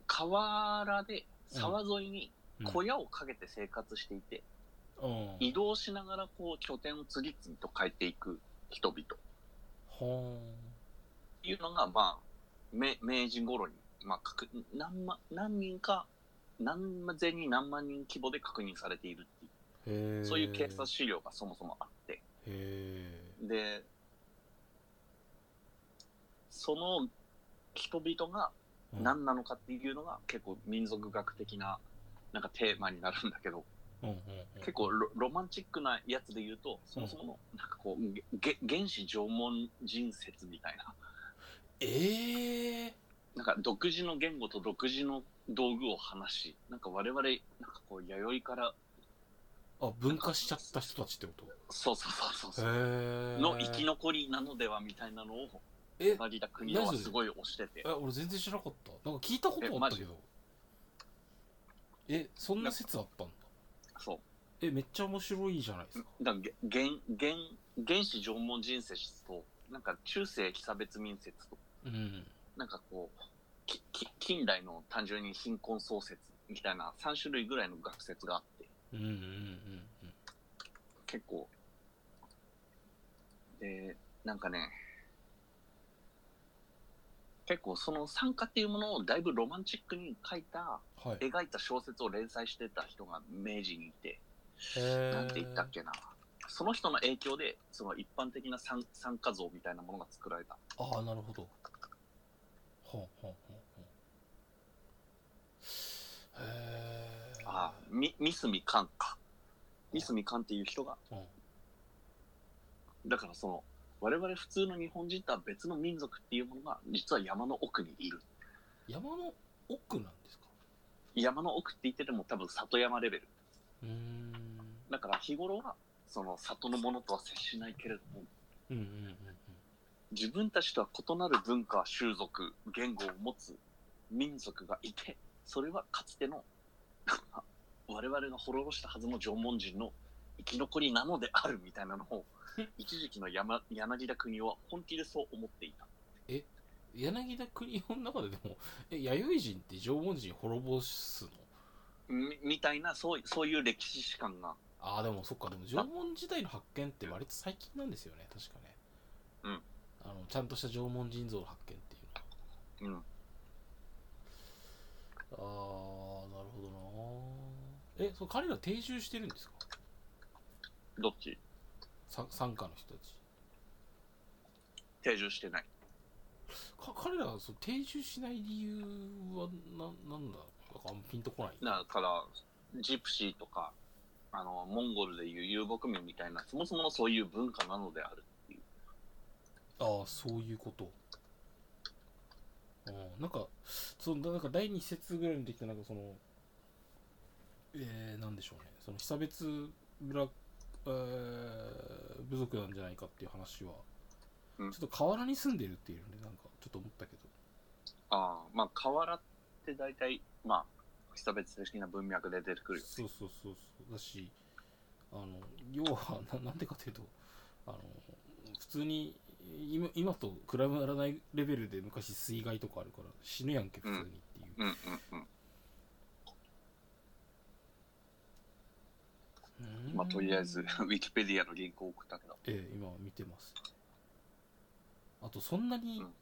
河原で沢沿いにうん小屋をかけて生活していて、うん、移動しながらこう拠点を次々と変えていく人々っはていうのが、まあ、め明治頃に、まあ、確何万何人か、何万千人何万人規模で確認されているっていーへえ。う、そういう警察資料がそもそもあって、へえ。で、その人々がうん何なのかっていうのが結構民族学的ななんかテーマになるんだけどうんうんうん、結構ロロマンチックなやつで言うとそもそものなんかこうげげ原始縄文人説みたいなええなんか独自の言語と独自の道具を話しなんか我々なんかこう弥生からあ分化しちゃった人たちってこそうそうそうとそうへそうえの生き残りなのではみたいなのをえ柳田国男はすごい推しててえ俺全然知らなかったなんか聞いたことあったけどえそんな説あったんだそうえめっちゃ面白いじゃないですかだからげ原原原始縄文人説となんか中世被差別民説とうんなんかこう、きき近代の単純に貧困創設みたいな3種類ぐらいの学説があって、うんうんうんうん結構、で、なんかね、結構その参加っていうものをだいぶロマンチックに書いた、はい描いた小説を連載してた人が明治にいて、へなんて言ったっけな。その人の影響で、その一般的な参参加像みたいなものが作られた。ああなるほどほうほうほうほうへえああ、み三角寛か。三角寛っていう人がうんだからその我々普通の日本人とは別の民族っていうものが実は山の奥にいる山の奥なんですか山の奥って言ってても多分里山レベルうーんだから日頃はその里のものとは接しないけれどもうんうんうんうん自分たちとは異なる文化習俗言語を持つ民族がいてそれはかつてのなんか我々が滅ぼしたはずの縄文人の生き残りなのであるみたいなのを一時期の山柳田国夫は本気でそう思っていた柳田国夫の中ででもえ弥生人って縄文人滅ぼすのみみたいなそうそういう歴史史観がああでもそっかでも縄文時代の発見って割と最近なんですよね確かねうんあのちゃんとした縄文人像の発見っていううんのああなるほどなえそう彼ら定住してるんですかどっちさ参加の人たち定住してないか彼らがそう定住しない理由はななんだなんかあんまピンとこないだからジプシーとかあのモンゴルでいう遊牧民みたいなそもそものそういう文化なのであるああそういうことうんなんかそのなんか第2節ぐらいにできたなんかそのえー、なんでしょうねその被差別村、えー部族なんじゃないかっていう話は、うんちょっと河原に住んでるっていうのでなんかちょっと思ったけどああまあ河原って大体まあ被差別的な文脈で出てくるよそうそうそうそうだしあの要はななんでかというとあの普通に今今と比べられないレベルで昔水害とかあるから死ぬやんけ普通にっていう、うんうんうんまあとりあえずウィキペディアのリンクを送ったけどええ今見てますあとそんなに、うん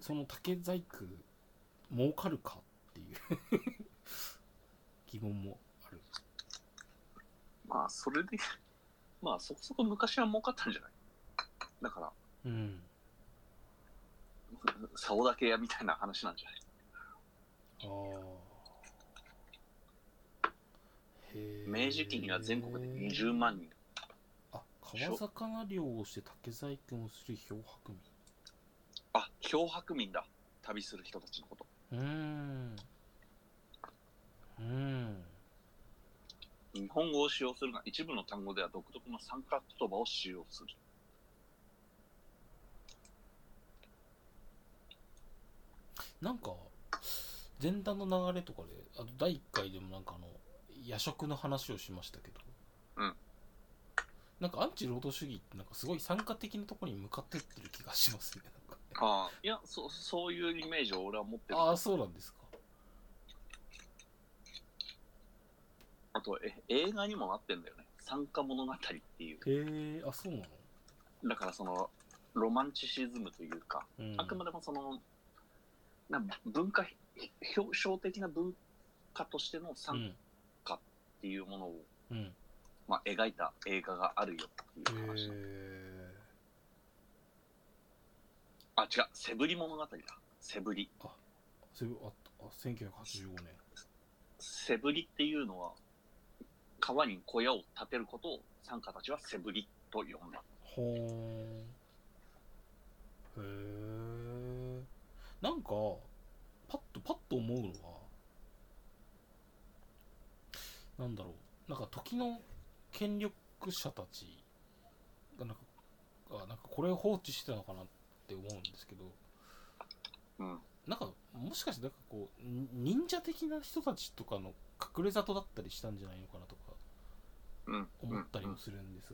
その竹細工儲かるかっていう 疑問もあるまあそれでまあそこそこ昔は儲かったんじゃないだからうん竿だけ屋みたいな話なんじゃないああへえ明治期には全国で20万人あ川魚漁をして竹細工をする漂白あ漂白民だ旅する人たちのこと民うーんうーん日本語を使用するが一部の単語では独特の三角言葉を使用するなんか前段の流れとかであと第1回でもなんかあの夜食の話をしましたけどうんなんかアンチ労働主義ってなんかすごい参加的なところに向かってってる気がしますねなんかああいやそそういうイメージを俺は持ってるあああそうなんですかとえ映画にもなってんだよね参加物語っていうへえあそうなの、だからそのロマンチシズムというかうん、あくまでもそのなんか文化表象的な文化としてのう参加んっていうものを、うんまあ、描いた映画があるよっていう話、えあ違うセブリ物語だセブリー、それああ1985年セブリっていうのは川に小屋を建てることを参加たちはセブリと呼んだほーんへえなんかパッとパッと思うのはなんだろうなんか時の権力者たちがなんかあなんかこれを放置してたのかなって思うんですけどうんなんかもしかしてなんかこうに忍者的な人たちとかの隠れ里だったりしたんじゃないのかなとかうん思ったりもするんです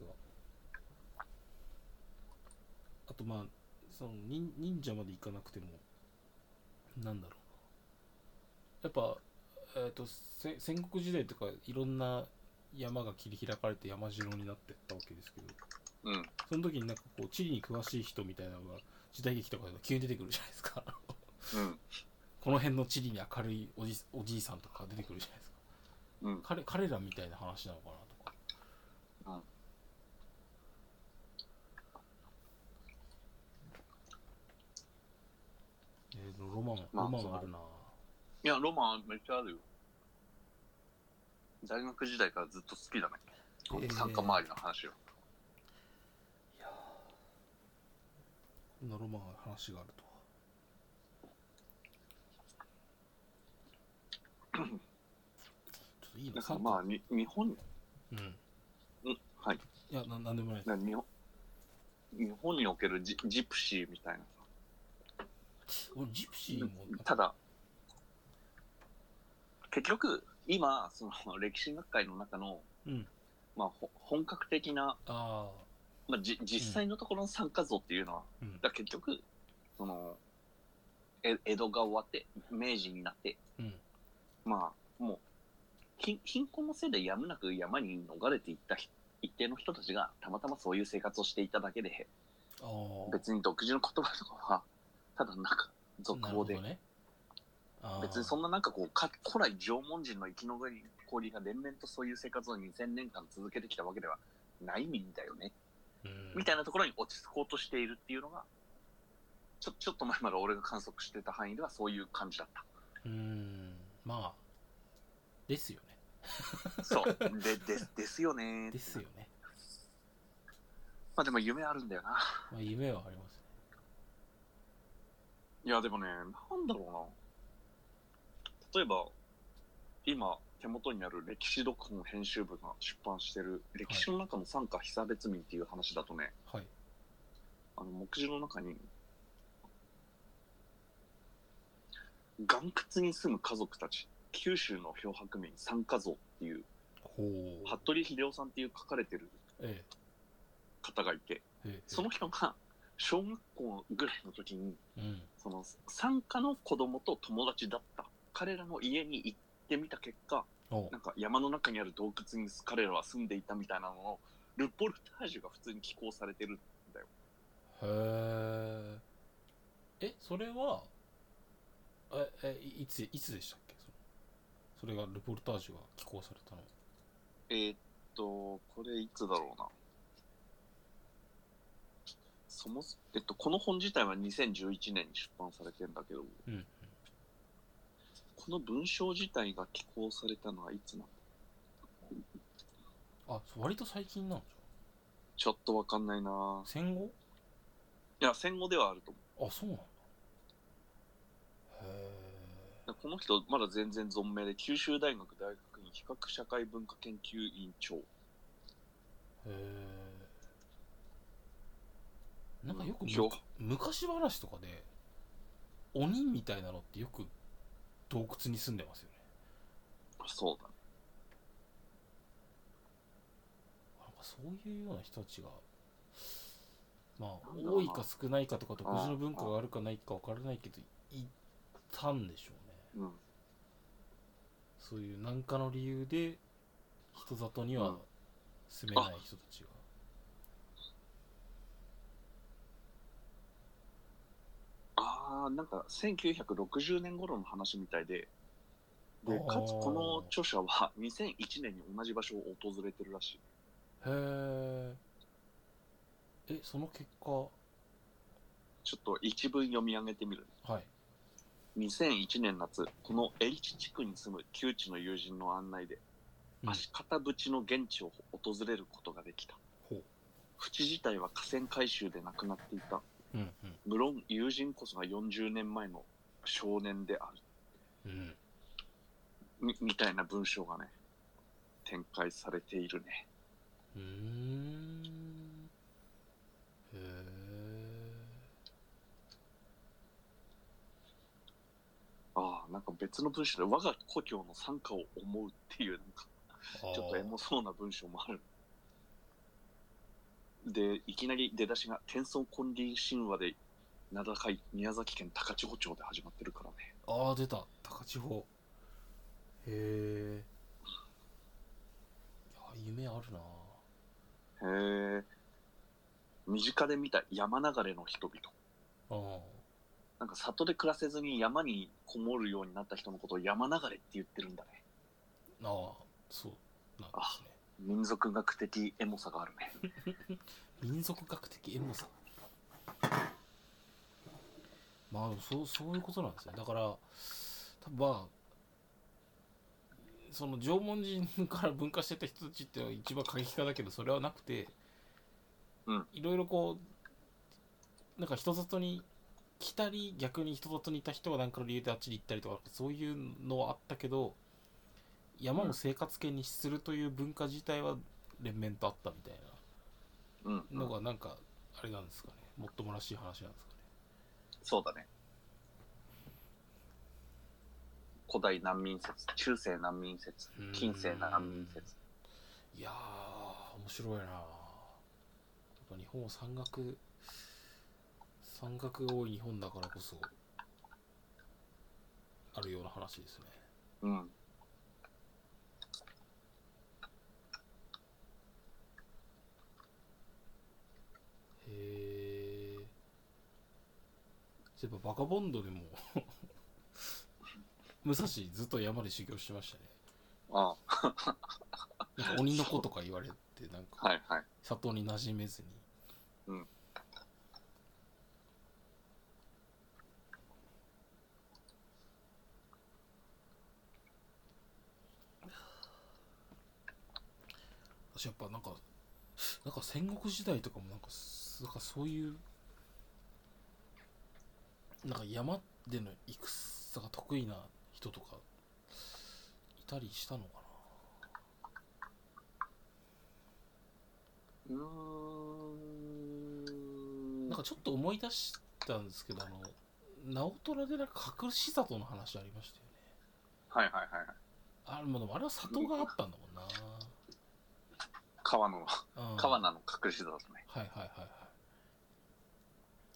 が、あとまあその忍忍者まで行かなくてもなんだろうなやっぱ、えー、とせ戦国時代とかいろんな山が切り開かれて山城になってったわけですけどうんうんその時になんかこう地理に詳しい人みたいなのが時代劇とかで急に出てくるじゃないですかうんこの辺の地理に明るいおじおじいさんとかが出てくるじゃないですかうん彼彼らみたいな話なのかなとかえー、ロマン、まあロマそうンだあるな。いやロマンめっちゃあるよ大学時代からずっと好きだねこの参加周りの話を、こんなロマンある話があるとは。ちょっといいだな、からまあに日う本ん。うんはいいや、ななんでもないです。な日本日本におけるジジプシーみたいな俺、ジプシーも、ただ結局今、その歴史学会の中の、うんまあ、ほ本格的な、ああまあ、じ実際のところの参加像っていうのは、うんだから結局、その、え江戸が終わって、明治になって、うんまあ、もう、貧貧困のせいでやむなく山に逃れていったひ一定の人たちが、たまたまそういう生活をしていただけで、ああ別に独自の言葉とかは、ただなんか、続なる報ほでど、ねああ別にそんななんかこう、か古来縄文人の生き残りが連綿とそういう生活を2000年間続けてきたわけではないんだよね、うんみたいなところに落ち着こうとしているっていうのが、ちょちょっと前まで俺が観測してた範囲ではそういう感じだっうーんまあですよねた。そう。で、でですよね。ですよ。ね、まあでも夢あるんだよな。まあ、夢はありますねいや、でもね、なんだろうな。例えば、今、手元にある歴史読本編集部が出版してる、歴史の中の参加被差別民っていう話だとね、はいあの、目次の中に、岩窟に住む家族たち、九州の漂白民三家像っていう、ほう服部秀夫さんっていう書かれてるえ方がいて、えええその人が小学校ぐらいの時に、うんその参加の子供と友達だった彼らの家に行ってみた結果おなんか山の中にある洞窟に彼らは住んでいたみたいなのをルポルタージュが普通に寄稿されてるへえ。え、それは、え、え、いいつ、いつでしたっけそれそれが、ルポルタージュが寄稿されたの。えーっとこれいつだろうなそもそえっとこの本自体は2011年に出版されてんだけどうん。この文章自体が寄稿されたのはいつなのあ、そう割と最近なんでしちょっとわかんないなょ戦後いや戦後ではあると思うあ、そうなんだ。へでこの人、まだ全然存命で、九州大学大学院比較社会文化研究院長。え。へえ。なんかよくむ今か、昔話とかで、鬼みたいなのってよく洞窟に住んでますよね。そうだね。なんかそういうような人たちが、まあなん、だろ多ういなか少ないかとか、独自の文化があるかないか分からないけど、いたんでしょうね。うん。そういう何かの理由で、人里にうはん住めない人たちが。あー、なんか、1960年頃の話みたいで、で、かつあーこの著者は2001年 に同じ場所を訪れてるらしい。へえ。え、その結果、ちょっと一文読み上げてみる。はい。 2001年夏、このエリチ地区に住む旧知の友人の案内で、うん足片淵の現地を訪れることができた。ほう。淵自体は河川改修でなくなっていた。うん、うん、無論友人こそが40年前の少年であるうん。みみたいな文章がね展開されているねうーん。へえ。ああなんか別の文章で我が故郷の参加を思うっていうなんかちょちょっとエモそうな文章もあるでいきなり出だしが「天孫金輪神話」で名高い宮崎県高千穂町で始まってるからねああ出た高千穂へえいや夢あるなへえ身近で見た山流れの人々あーなんか里で暮らせずに山にこもるようになった人のことを山流れって言ってるんだね。あーそうなんですね民族学的エモさがあるね。民族学的エモさまあそうそういうことなんですねだから多分まあその縄文人から分化してた人たちっていうのは一番過激化だけどそれはなくて、うんいろいろこうなんか人里に来たり逆に人里にいた人が何かの理由であっちに行ったりとかそういうのはあったけど山を生活圏にするという文化自体は連綿とあったみたいな。うん、のがなんかあれなんですかねもっともらしい話なんですかねそうだね。古代難民説、中世難民説、近世難民説。いやー面白いなやっぱ日本は山岳山岳が多い日本だからこそあるような話ですねうん。へえそういえばバカボンド でも武蔵ずっと山で修行してましたねああ、なんか鬼の子とか言われてなんかはいはい。里に馴染めずにうん私やっぱなんかなんか戦国時代とかもなんかすなんかそういうなんか山での戦が得意な人とかいたりしたのかうー。なんなんかちょっと思い出したんですけどあの直虎でなんか隠し里の話ありましたよねはいはいはいはい。あまあでもあれは里があったんだもんな川の、うん川名の隠し座ですね。はいはいはいはい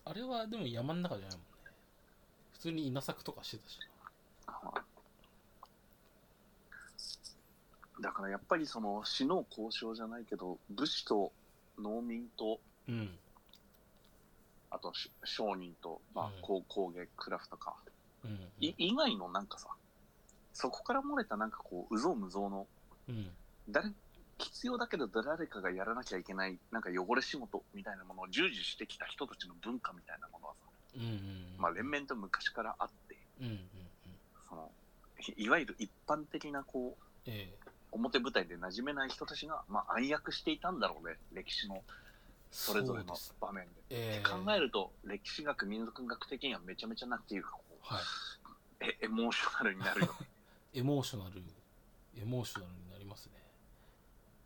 あれはでも山の中じゃないもんね普通に稲作とかしてたしはいだからやっぱりその死の交渉じゃないけど、武士と農民と、なうんあとし商人と、まあうん、こう工芸、クラフトか、うんい以外のなんかさ、そこから漏れたなんかこう、うぞうむぞうの、うん誰、必要だけど誰かがやらなきゃいけない、なんか汚れ仕事みたいなものを従事してきた人たちの文化みたいなものはさ、うんうんまあ連綿と昔からあって、うんうんうんその、いいわゆる一般的なこう、ええ表舞台で馴染めない人たちが、まあ、暗躍していたんだろうね、歴史のそれぞれそうのです場面で。ええ考えると、歴史学、民族学的にはめちゃめちゃなんていうかこう、はいえエモーショナルになるよ。 エモーショナルエモーショナルになりますね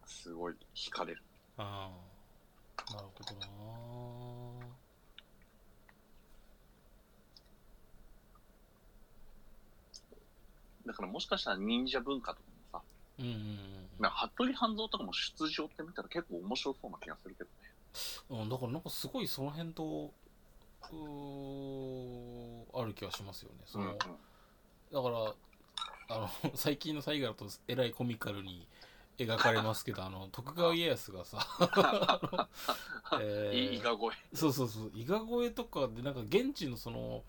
すごい惹かれる。ああなるほどなだからもしかしたら忍者文化とかもさ、うんうんうんなんか服部半蔵とかも出場って見たら結構面白そうな気がするけどね。うん、だからなんかすごいその辺と、うーある気はしますよね。その、うんうんだから、あの、 最近の大河だとえらいコミカルに描かれますけど、あの、徳川家康がさ、 あ のえーいいが声。そうそうそう、伊賀越えとかで、なんか現地のその、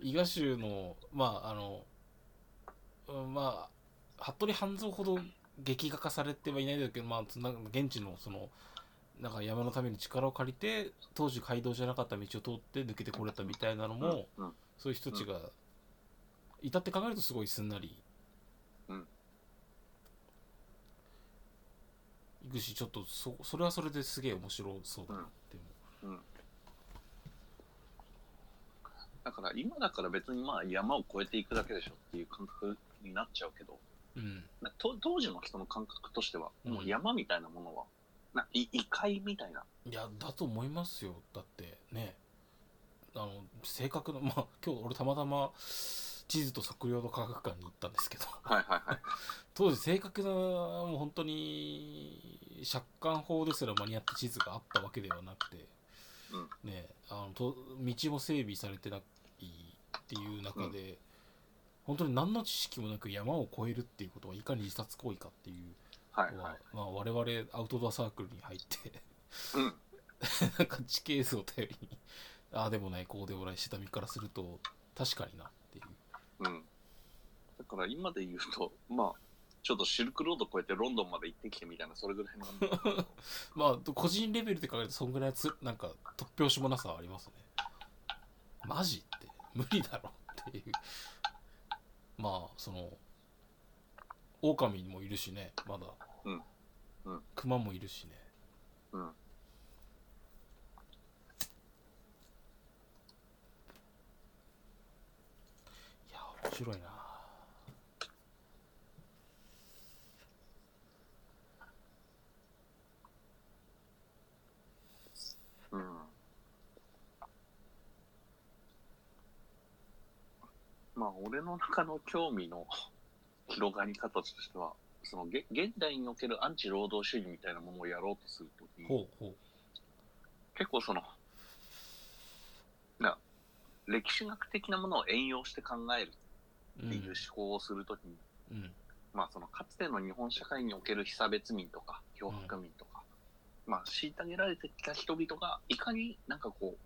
伊賀州の、まあ、あの、うんまあ、服部半蔵ほど劇画化されてはいないだろうけど、まあ、そのなんか現地のその、なんか山のために力を借りて、当時街道じゃなかった道を通って抜けてこれたみたいなのも、うん、そういう人たちが、いたって考えるとすごいすんなり。うんいくし、ちょっとそ、それはそれですげえ面白そうだなって思う。だから今だから別にまあ山を越えていくだけでしょっていう感覚になっちゃうけど、うん。なと当時の人の感覚としては、うんもう山みたいなものは、ない異界みたいな。いやだと思いますよだってねあの正確なまあ今日俺たまたま地図と測量の科学館に行ったんですけど はいはいはい。当時正確なもう本当に借款法ですら間に合った地図があったわけではなくて、ねあのと道も整備されてないっていう中で、本当に何の知識もなく山を越えるっていうことはいかに自殺行為かっていうはいのはは、い。まあ、我々アウトドアサークルに入ってうん。なんか地形図を頼りに、ああでもない、こうでもない、下見からすると、確かになっていう。うん。だから今で言うと、まあ、ちょっとシルクロード越えてロンドンまで行ってきてみたいな、それぐらいの。 まあ、個人レベルで考えると、そんぐらいつ、なんか、突拍子もなさはありますね。マジって、無理だろっていう。まあ、その、狼もいるしね、まだ。うんうん熊もいるしね。うん。いや、面白いなうん。まあ、まあ、俺の中の興味の広がり方としては、そのげ現代におけるアンチ労働主義みたいなものをやろうとするときに、ほうほう結構その、な歴史学的なものを援用して考えるうっんていう思考をするときに、うんまあそのかつての日本社会における被差別民とか脅迫民とか、まあ虐げられてきた人々がいかになんかこう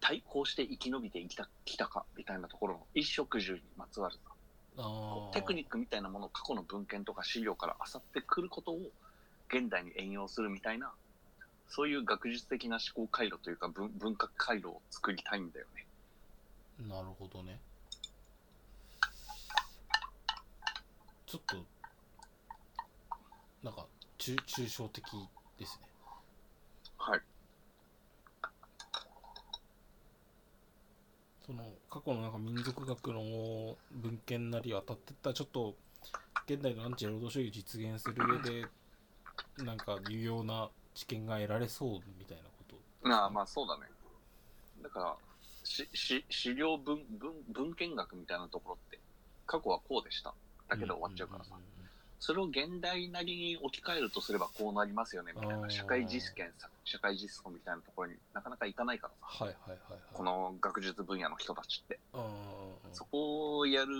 対抗して生き延びてきたきたかみたいなところの一食住にまつわるさあーテクニックみたいなものを過去の文献とか資料から漁ってくることを現代に援用するみたいなそういう学術的な思考回路というか文文化回路を作りたいんだよね。なるほどねちょっとなんか抽抽象的ですねはい、その過去のなんか民族学の文献なりを当たってったちょっと現代のアンチ労働主義を実現する上でなんか有用な知見が得られそうみたいなことまあまあそうだね。だから、しし資料文文文献学みたいなところって、過去はこうでした。だけど終わっちゃうからさ。んんうんそれを現代なりに置き換えるとすればこうなりますよね、みたいあーな。社会実験さ、社会実装みたいなところになかなかいかないからさ。はいはいはいはいこの学術分野の人たちって。うんうんうんそこをやる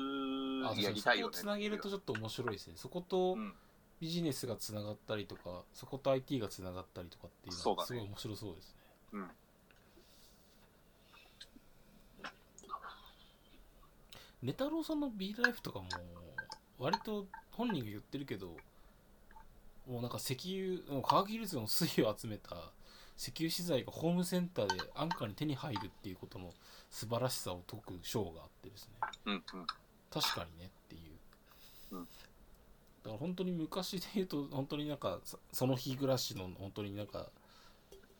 あ、やそうりそたいこよをね。つなげるとちょっと面白いですねそことうんビジネスがつながったりとかそこと IT がつながったりとかっていうそのうだはねすごい面白そうですねうんネタロウさんの B ライフとかも割と本人が言ってるけどもうなんか石油もう科学技術の水を集めた石油資材がホームセンターで安価に手に入るっていうことの素晴らしさを解く章があってですねうんうん。確かにねっていう、うんだから本当に昔で言うと本当になんかそその日暮らしの本当になんか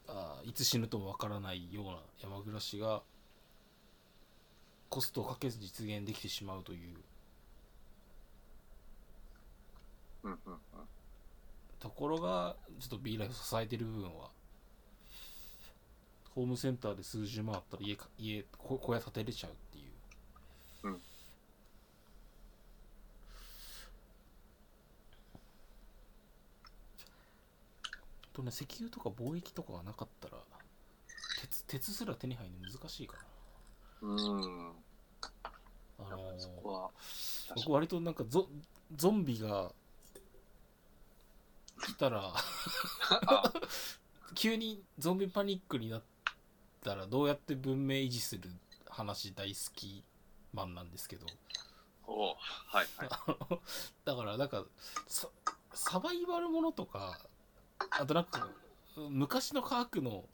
あーいつ死ぬともわからないような山暮らしがコストをかけず実現できてしまうといううんうんうん。ところがちょっと B ライフを支えてる部分はホームセンターで数十万あったら家か家小小屋建てれちゃうっていう、うんとね石油とか貿易とかがなかったら鉄鉄すら手に入るの難しいかうん。なあやのっぱーそこは、確か僕割となんかゾゾンビが来たらあ急にゾンビパニックになったらどうやって文明維持する話大好きマンなんですけど おうはいはい。だからなんかササバイバルものとかあとなんか昔の科学の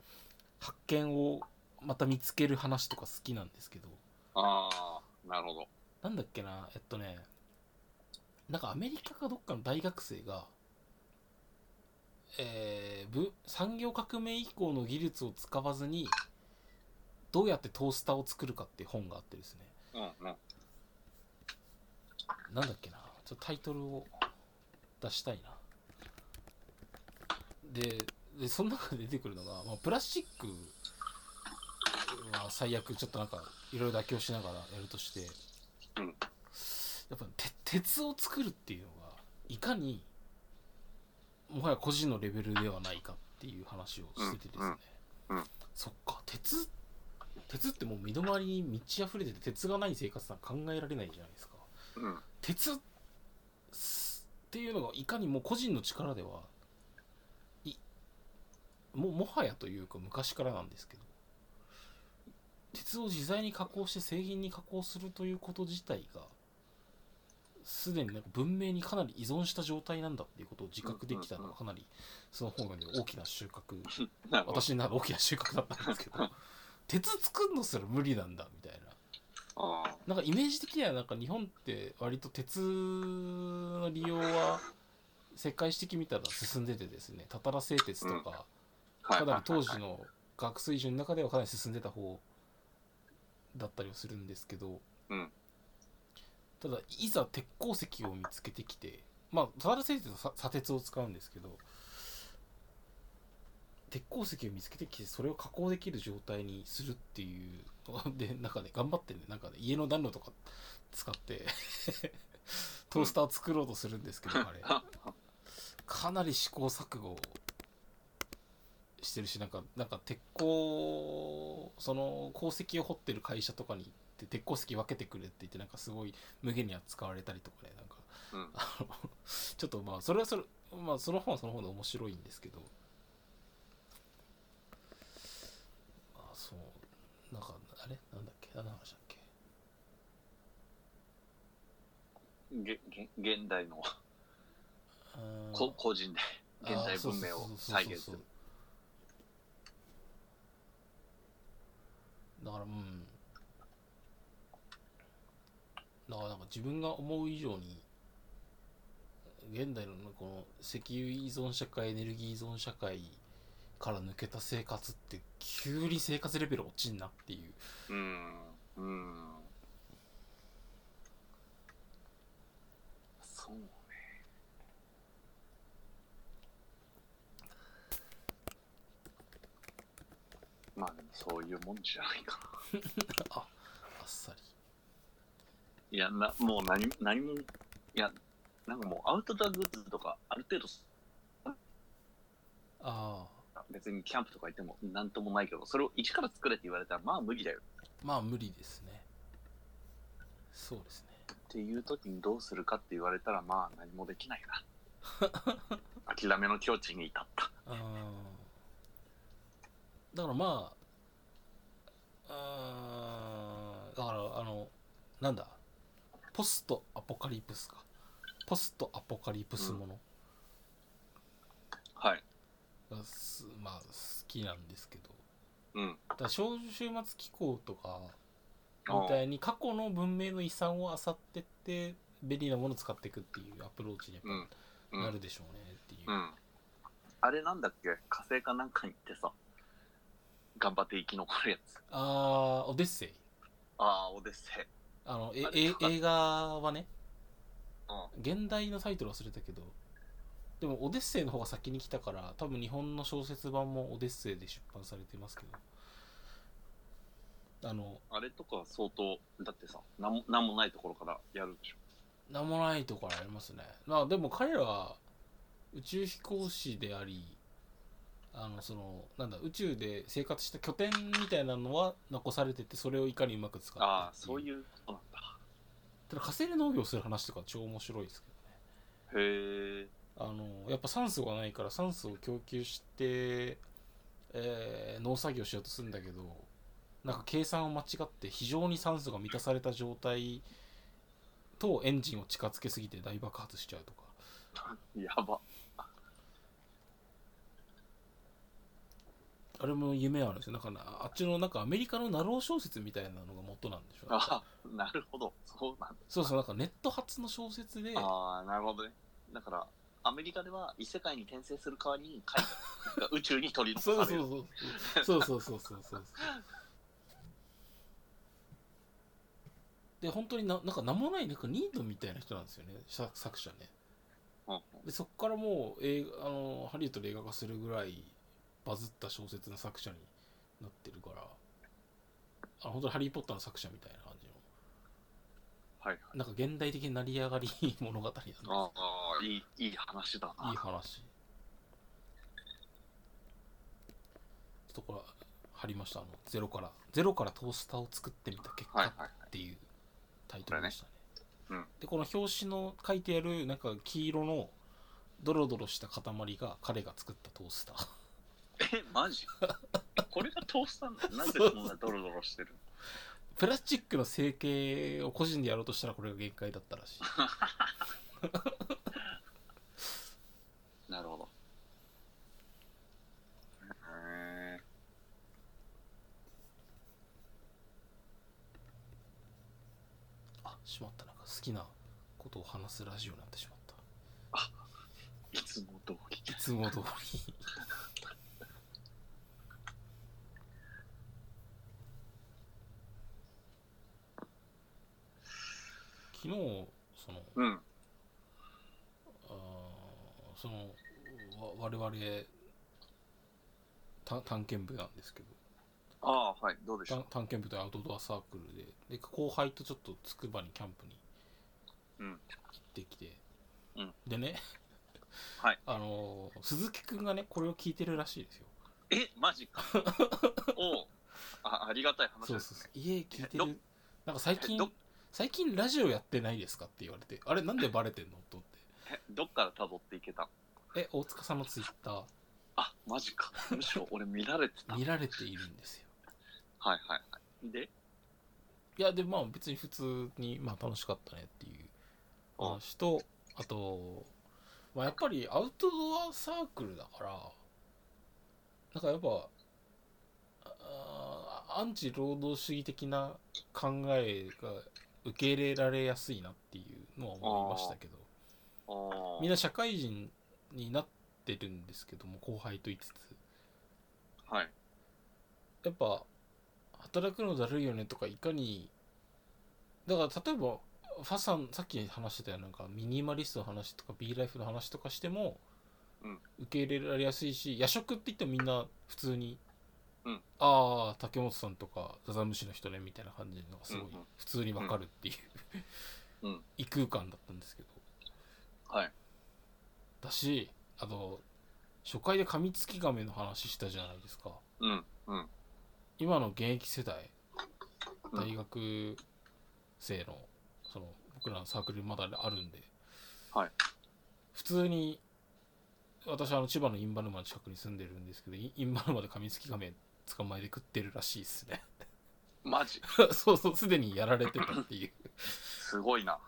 発見をまた見つける話とか好きなんですけどああ、なるほど。なんだっけな、えっとね、なんかアメリカかどっかの大学生が、えー、ぶ産業革命以降の技術を使わずに、どうやってトースターを作るかっていう本があってですね、うんうん。なんだっけな、ちょっとタイトルを出したいな。で、でその中で出てくるのが、まあ、プラスチックは最悪、ちょっとなんか、いろいろ妥協しながらやるとして、うんやっぱて鉄を作るっていうのが、いかに、もはや個人のレベルではないかっていう話をしててですね。うんうんうんそっか、鉄、鉄ってもう身の回りに満ち溢れてて、鉄がない生活なんか考えられないじゃないですか。うん鉄っていうのがいかにも個人の力ではいももはやというか昔からなんですけど鉄を自在に加工して製品に加工するということ自体がすでになんか文明にかなり依存した状態なんだっていうことを自覚できたのがかなりその本がね大きな収穫 なるほど。私になる大きな収穫だったんですけど鉄作るのすら無理なんだみたいなああ、なんかイメージ的にはなんか日本って割と鉄の利用は世界史的に見たら進んでてですねたたら製鉄とか、はいかなり当時はいの学水準の中ではかなり進んでた方だったりはするんですけど、うんただいざ鉄鉱石を見つけてきてまあただ製鉄は砂鉄を使うんですけど鉄鉱石を見つけてきてそれを加工できる状態にするっていうのがで中で頑張ってねなんかね家の暖炉とか使ってトースターを作ろうとするんですけど、あれかなり試行錯誤してるしなんかなんか鉄鋼その鉱石を掘ってる会社とかに行って鉄鉱石分けてくれって言ってなんかすごい無限に扱われたりとかねなんかうん。 あのちょっとまあそれはそれまあその本はその本で面白いんですけどまあそうなんかあれなんだっけ何の話だっけげげ現代のあーこ個人であー現代文明を再現すそうそうそうそうそうる。だからうんだからなんか自分が思う以上に現代のこの石油依存社会エネルギー依存社会から抜けた生活って急に生活レベル落ちんなっていううん。うん。そうね。まあでもそういうもんじゃないかな。あっさりいや、な、もう何、何も、いや、なんかもうアウトドアグッズとか、ある程度ああ別にキャンプとか行ってもなんともないけど、それを一から作れって言われたら、まあ無理だよまあ無理ですねそうですねっていう時にどうするかって言われたら、まあ何もできないな。諦めの境地に至った。あーだからまあ、あーだからあの、なんだ、ポストアポカリプスか。ポストアポカリプスものはい。がす、まあ好きなんですけど、うん。だから少女終末機構とかみたいに過去の文明の遺産を漁ってって、便利なものを使っていくっていうアプローチにやっうん。ぱう。なんるでしょうねっていう。うん。あれなんだっけ火星かなんかに行ってさ、頑張って生き残るやつ。あー、オデッセイ。ああ、オデッセイ。あの、えあれえ映画はね、う現代のタイトル忘れたけど、でも、オデッセイの方が先に来たから、多分日本の小説版もオデッセイで出版されてますけど、あの、あれとか相当、だってさ、なんもなんもないところからやるでしょ。なんもないとこからありますね。まあ、でも彼らは宇宙飛行士であり、あの、その、なんだ、宇宙で生活した拠点みたいなのは残されてて、それをいかにうまく使ってってああ、そう。ういうことなんだ。ただ、火星で農業する話とか超面白いですけどね。へえ。あのやっぱ酸素がないから酸素を供給して、えー農作業しようとするんだけどなんか計算を間違って非常に酸素が満たされた状態とエンジンを近づけすぎて大爆発しちゃうとかやば。あれも夢あるんですよなんかなあっちのなんかアメリカのナロー小説みたいなのが元なんでしょああ、なるほど。そうなんだ。そうそうなんかネット発の小説でああ、なるほどね。だから、アメリカでは異世界に転生する代わりに海外が宇宙に取りそ残うされそる。うそうそうそうそうそうそうそうで本当にななんか名もないなんかニードみたいな人なんですよね作作者ねうんでそこからもう映画あのハリウッドで映画化するぐらいバズった小説の作者になってるからあの本当に「ハリー・ポッター」の作者みたいな感じのはいはい。なんか現代的に成り上がり物語なんですよああ、いい、いい話だな。いい話ちょっとこれ貼りましたあのゼロからゼロからトースターを作ってみた結はい果はいはい。っていうタイトルでしたねこれねでこの表紙の書いてあるなんか黄色のドロドロした塊が彼が作ったトースター え、マジ これがトースターなのなんでそんなドロドロしてるプラスチックの成形を個人でやろうとしたらこれが限界だったらしいのなるほど。へえ。あしまったなんか好きなことを話すラジオになってしまったいつも通り。いつも通り。昨日、その、うん。あーその、わ我々、た探検部なんですけどああ、はい、どうでしたた探検部とアウトドアサークルでで後輩とちょっとつくばにキャンプにうん行ってきて、うんでね、はい、あのー鈴木くんがねこれを聞いてるらしいですよえ、マジ か。おうあありがたい話そうですそうね。そう家聞いてどるなんか最え近ど最近ラジオやってないですかって言われてあれなんでバレてんのと思えどっから辿っていけたってえ大塚さんのツイッターあ、マジか。むしろ俺見られてた。はい見られているんですよはいはい。で、いやでまあ別に普通にまあ楽しかったねっていう話とあと、まあ、やっぱりアウトドアサークルだからなんかやっぱあーアンチ労働主義的な考えが受け入れられやすいなっていうのは思いましたけどおーみんな社会人になってるんですけども後輩と言いつつはい。やっぱ働くのだるいよねとかいかにだから例えばファさんさっき話してたようななんかミニマリストの話とか B ライフの話とかしても、うん受け入れられやすいし夜食って言ってもみんな普通に、うんああ竹本さんとかザザムシの人ねみたいな感じのがすごいうんうん普通にわかるっていう、うん 異空間だったんですけどはい。だしあと初回でカミツキガメの話したじゃないですかうん、うん。今の現役世代うん大学生のその僕らのサークルまだあるんで、はい普通に私はあの千葉のインバルマの近くに住んでるんですけどイインバルマでカミツキガメ捕まえて食ってるらしいですね マジ。そうそうすでにやられてたって いうすごいな。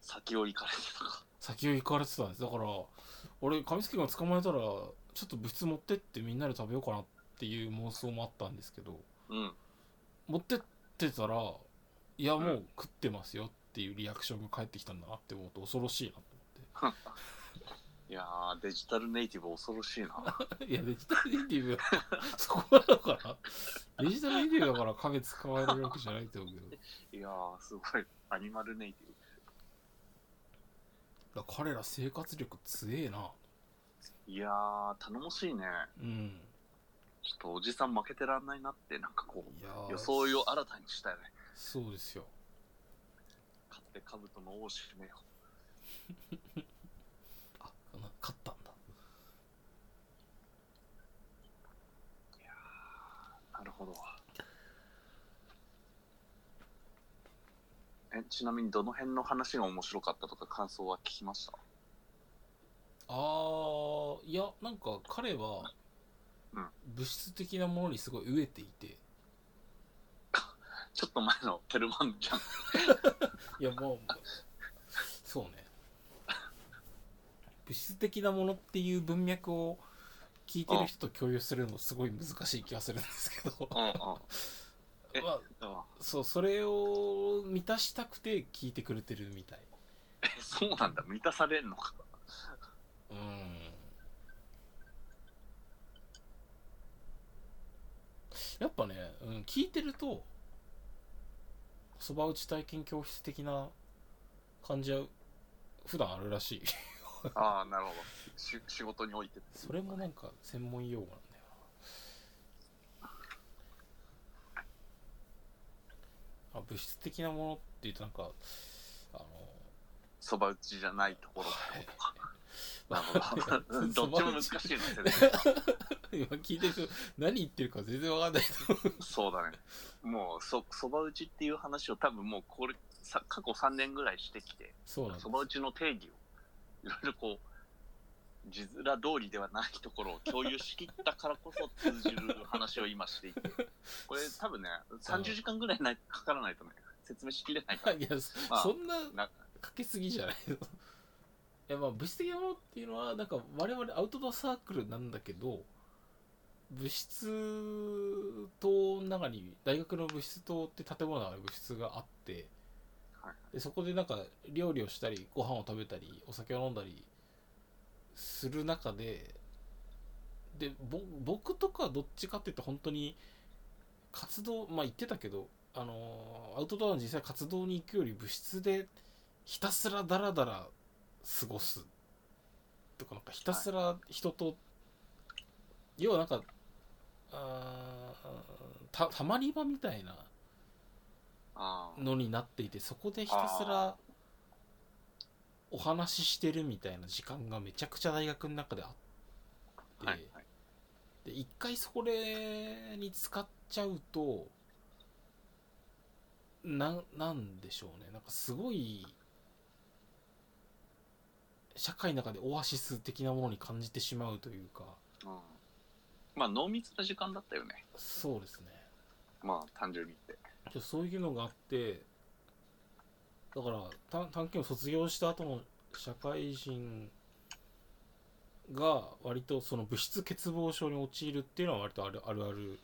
先を行かれてたか。先を行かれてたんですだから俺カミツキが捕まえたらちょっと物質持ってってみんなで食べようかなっていう妄想もあったんですけどうん。持ってってたらいやもうう食ってますよっていうリアクションが返ってきたんだなって思うと恐ろしいなといやー、デジタルネイティブ恐ろしい な。思っていやデジタルネイティブ そこはだからデジタルネイティブだから亀捕まえられるわけじゃないと思うけどいやー、すごい。アニマルネイティブ。だから彼ら生活力強えないやー、頼もしいね。うんちょっとおじさん負けてらんないなって、なんかこいやう、ー装いを新たにしたよね。そうですよ勝って兜の尾を締めよう。あな勝ったんだなるほど。え、ちなみにどの辺の話が面白かったとか感想は聞きましたあーいやなんか彼はうん物質的なものにすごい飢えていて、ちょっと前のテルマンじゃん。いやもうそうね物質的なものっていう文脈を聞いてる人と共有するのすごい難しい気がするんですけどうんうん。えまああそうそれを満たしたくて聞いてくれてるみたい え、そうなんだ。満たされんのか。うんやっぱね、うん、聞いてるとそば打ち体験教室的な感じは普段あるらしいああ、なるほど。し仕事において。それもなんか専門用語なんだよなあ物質的なものっていうとなんかあのそば打ちじゃないところってことか。 なるほど。どっちも難しいな、説今明聞いてる人何言ってるか全然わかんないと思うそうだね。もう、そ、そば打ちっていう話を多分もうこれ、さ過去3年ぐらいしてきて、そうなんですそば打ちの定義を、いろいろこう、字面通りではないところを共有しきったからこそ通じる話を 今していて、これ多分ね、30時間ぐらいないかからないとね、説明しきれないから。 いや、そまあそんななかけすぎじゃないの いやまあ物質的なものっていうのはなんか我々アウトドアサークルなんだけど物質棟の中に大学の物質棟って建物の中に物質があってはいでそこでなんか料理をしたりご飯を食べたりお酒を飲んだりする中ででぼ僕とかどっちかって言って本当に活動まあ言ってたけどあのーアウトドアの実際活動に行くより物質でひたすらダラダラ過ごすとかなんかひたすら人と要はなんかあーたたまり場みたいなあーのになっていてそこでひたすらお話ししてるみたいな時間がめちゃくちゃ大学の中であって、はいはいで一回それに使っちゃうとななんでしょうねなんかすごい社会の中でオアシス的なものに感じてしまうというかうんまあ濃密な時間だったよねそうですねまあ単純に言ってでそういうのがあってだからた探検を卒業した後の社会人が割とその物質欠乏症に陥るっていうのは割とあるあるある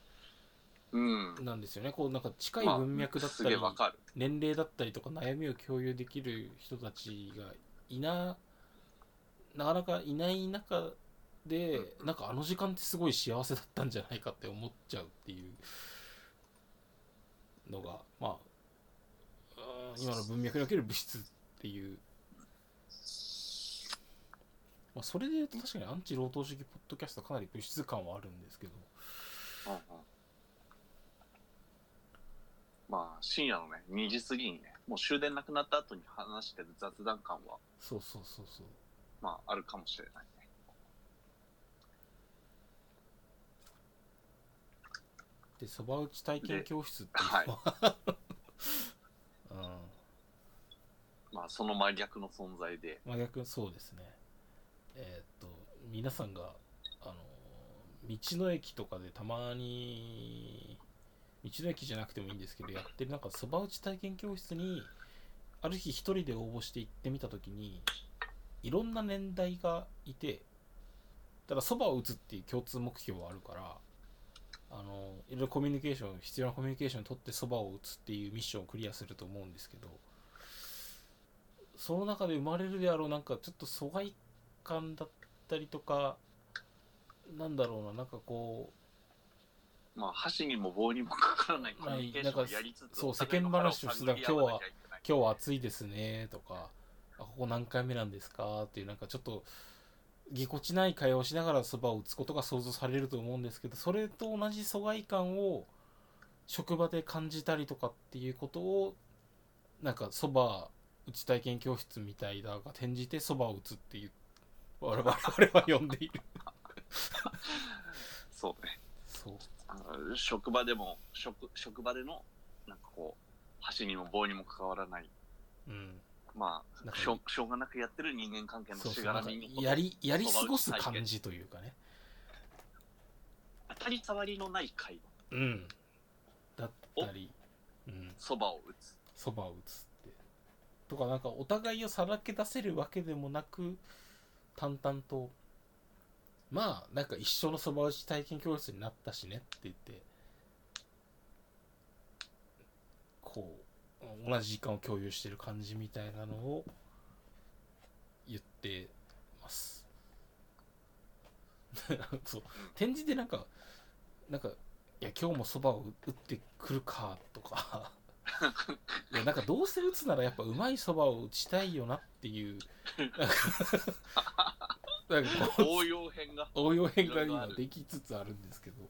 うんなんですよねこうなんか近いまあ文脈だっすたげえり、わかる年齢だったりとか悩みを共有できる人たちがいななかなかいない中でうんなんかあの時間ってすごい幸せだったんじゃないかって思っちゃうっていうのがまあうーん今の文脈における物質っていう、まあ、それで言うと確かにアンチ労働主義ポッドキャストはかなり物質感はあるんですけどうんうんまあ深夜のね2時過ぎにねもう終電なくなった後に話してる雑談感はそうそうそうそうまああるかもしれないねでそば打ち体験教室ってはいいうのは、 うんまあその真逆の存在で真逆にそうですねえーっと皆さんがあの道の駅とかでたまに道の駅じゃなくてもいいんですけどやってるなんかそば打ち体験教室にある日一人で応募して行ってみた時にいろんな年代がいてただそばを打つっていう共通目標はあるからあのいろいろコミュニケーション必要なコミュニケーションを取ってそばを打つっていうミッションをクリアすると思うんですけどその中で生まれるであろうなんかちょっと疎外感だったりとかなんだろうななんかこまあ箸にも棒にもかからないコミュニケーションをやりつつそうお互いの腹探り合わなきゃいけないう今日は暑いですねとかあここ何回目なんですかっていうなんかちょっとぎこちない会話をしながらそばを打つことが想像されると思うんですけどそれと同じ疎外感を職場で感じたりとかっていうことをなんかそば打ち体験教室みたいだが転じてそばを打つっていう我々は呼んでいるそうねそうあの職場でも職職場でのなんかこう箸にも棒にもかわらないうんまなんあかしょしょうがなくやってる人間関係のそうそしうがならんかみにやりやり過ごす感じというかね当たり障りのない会う話んだったりうんそばを打つそばを打つってとかなんかお互いをさらけ出せるわけでもなく淡々とまあなんか一緒のそば打ち体験教室になったしねって言ってこう同じ時間を共有してる感じみたいなのを言ってます。 そう展示でなんかなんかいや今日もそばを打ってくるかとかいやなんかどうせ打つならやっぱうまいそばを打ちたいよなっていうなんかなんかこう応用編が応用編が今できつつあるんですけど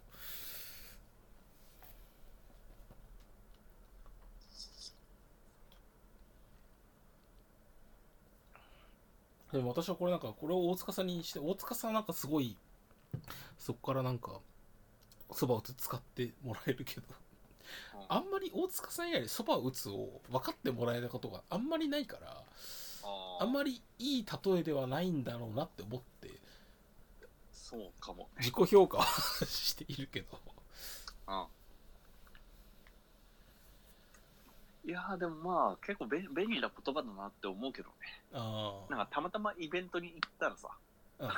でも私はこれなんかこれを大塚さんにして大塚さんはなんかすごいそこからなんかそば打つ使ってもらえるけどうんあんまり大塚さん以外でそば打つを分かってもらえたことがあんまりないからあーあんまりいい例えではないんだろうなって思ってそうかも自己評価は しているけどいやーでもまあ結構べ便利な言葉だなって思うけどねあなんかたまたまイベントに行ったらさ、うん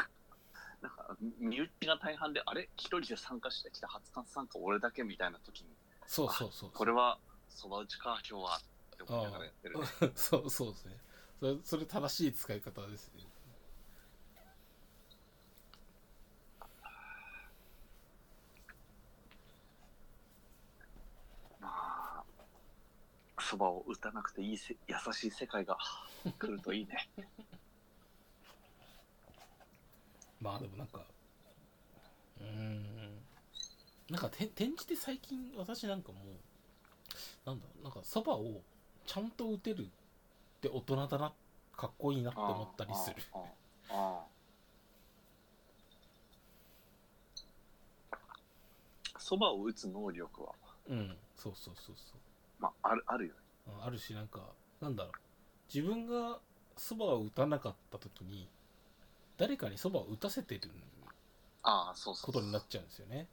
なんか身内が大半であれ一人で参加してきた初参参加俺だけみたいな時にそうそうそうこれはそば打ちか今日はって思いながらやってるね、 そうそうですねそれそれ正しい使い方ですねまあそばを打たなくていいせ優しい世界が来るといいねまあでもなんかうんなんかて転じて最近私なんかもうなんだろうなんかそばをちゃんと打てるって大人だなかっこいいなって思ったりするああああそばを打つ能力は、うんそうそうそうそうまあ、あるあるよね。あるしなんかなんだろう自分がそばを打たなかった時に誰かにそばを打たせてるああ、そうそうそうことになっちゃうんですよね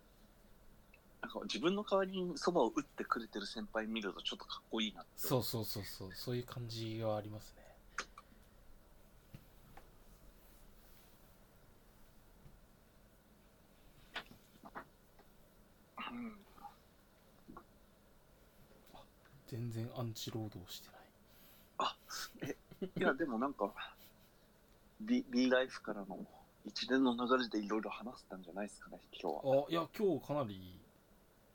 なんか自分の代わりにそばを打ってくれてる先輩見るとちょっとかっこいいなって思うそうそうそうそうそういう感じはありますねうん全然アンチ労働してないいや、でもなんか、B, B ライフからの一連の流れでいろいろ話せたんじゃないですかね、今日あは。いや今日かなり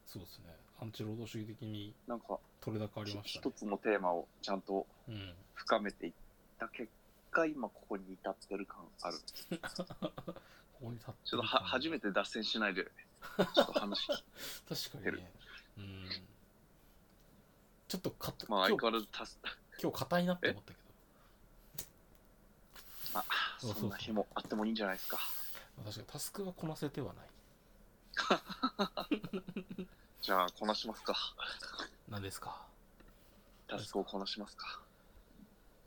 そうですねアンチ労働主義的になんか、取れ高ありひました一ねつのテーマをちゃんとうん深めていった結果、今ここに至ってる感ある。ここに立ってちょっとは初めてて脱線しない で、ちょっと話聞いて、確かにねうんちょっとかたまあ今相日変わらずたす、 今日硬いなって思ったけどまあ、そうそうそうそんな日もあってもいいんじゃないですか。まあ確かにタスクはこなせてはないじゃあ、こなしますか。なんですかタスクをこなしますか。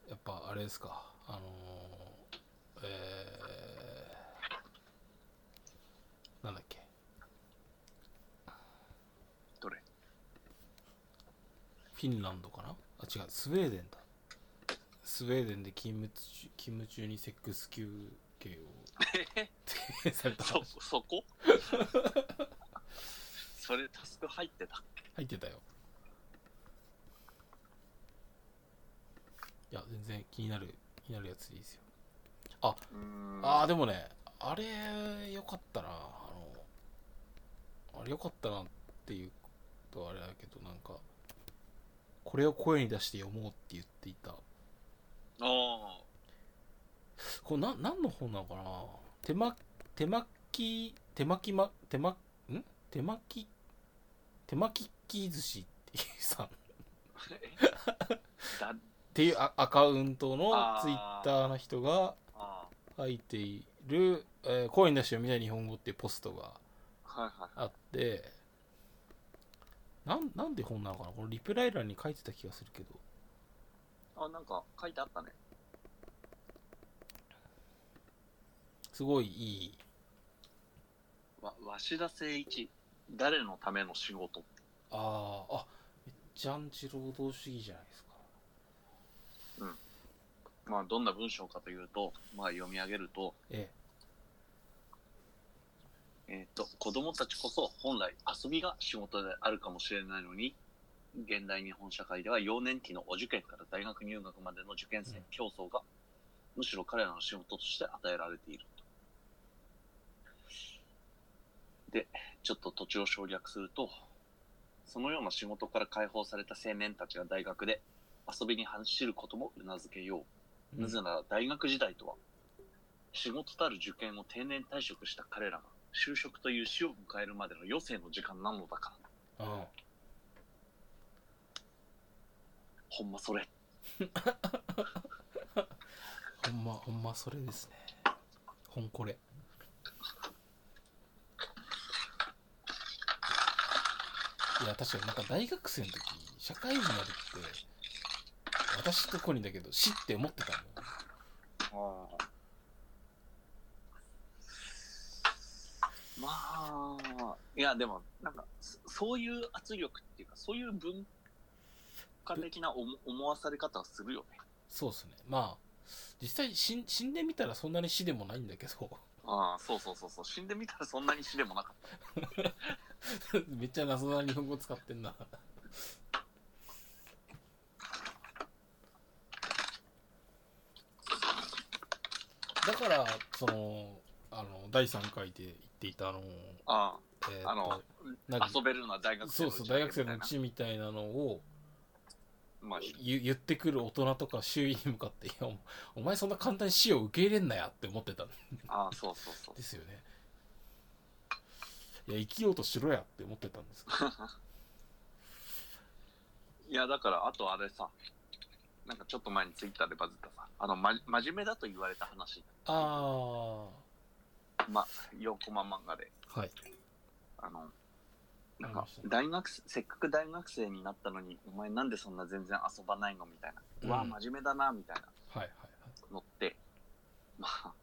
やっぱあれですかあのー、えー、なんだっけどれフィンランドかなあ違うスウェーデンだスウェーデンで勤務中勤務中にセックス休憩を提案されたそ話、そこそれタスク入ってた。入ってたよいや全然気になる気になるやつでいいですようーんああでもねあれよかったなあのあれよかったなっていうとあれだけどなんかこれを声に出して読もうって言っていたあこれな何の本なのかな手巻手巻き手巻きま手巻ん手巻き手巻き寿司っていうさんっあ。だ ていうアアカウントのあーツイッターの人があ書いている「えー声に出して読みたい日本語」っていうポストがあ。はいはい。あってなんなんで本なのかなこのリプライ欄に書いてた気がするけどあ、なんか書いてあったね。すごいいいわ、鷲田誠一、誰のための仕事あーあめっちゃアンチ労働主義じゃないですかまあ、どんな文章かというと、まあ、読み上げると、ええっ、と、子供たちこそ本来遊びが仕事であるかもしれないのに、現代日本社会では幼年期のお受験から大学入学までの受験生うん競争が、むしろ彼らの仕事として与えられていると。で、ちょっと土地を省略すると、そのような仕事から解放された青年たちが大学で遊びに走ることもうなずけよう。えなぜなら大学時代とは、仕事たる受験を定年退職した彼らが、就職という死を迎えるまでの余生の時間なのだから、うんほんまそれ。ほんま、ほんまそれですね。ほんこれ。いや、確かになんか大学生の時、社会人になるって、私とこにだけど、死って思ってたまあ、いや、でも、なんか、そそういう圧力っていうか、そういう文化的な思思わされ方はするよね。そうっすね。まあ、実際死ん死んでみたらそんなに死でもないんだけど、 ああ、そうそうそうそう。死んでみたらそんなに死でもなかった。めっちゃ謎な日本語使ってんな。だから、その、あの、第3回で言っていた、あの、あえーっとあ、あの、なんか遊べるのは大学生そのううちそだう、け大学生のうみたいちみたいなのをなまあ、ゆ言ってくる大人とか周囲に向かって、いやおお前そんな簡単に死を受け入れんなやって思ってたんああ、そうそうそうで。すよね。いや生きようとしろやって思ってたんですけどいや、だから、あとあれさ、なんかちょっと前にツイッターでバズったさ、あの、ま、真面目だと言われた話、あま、洋コマ漫画で、あはいあの、なんありかまし、たね大学生、せっかく大学生になったのに、お前なんでそんな全然遊ばないのみたいな。ううんわ、真面目だな、みたいなはいはいのって、まあ、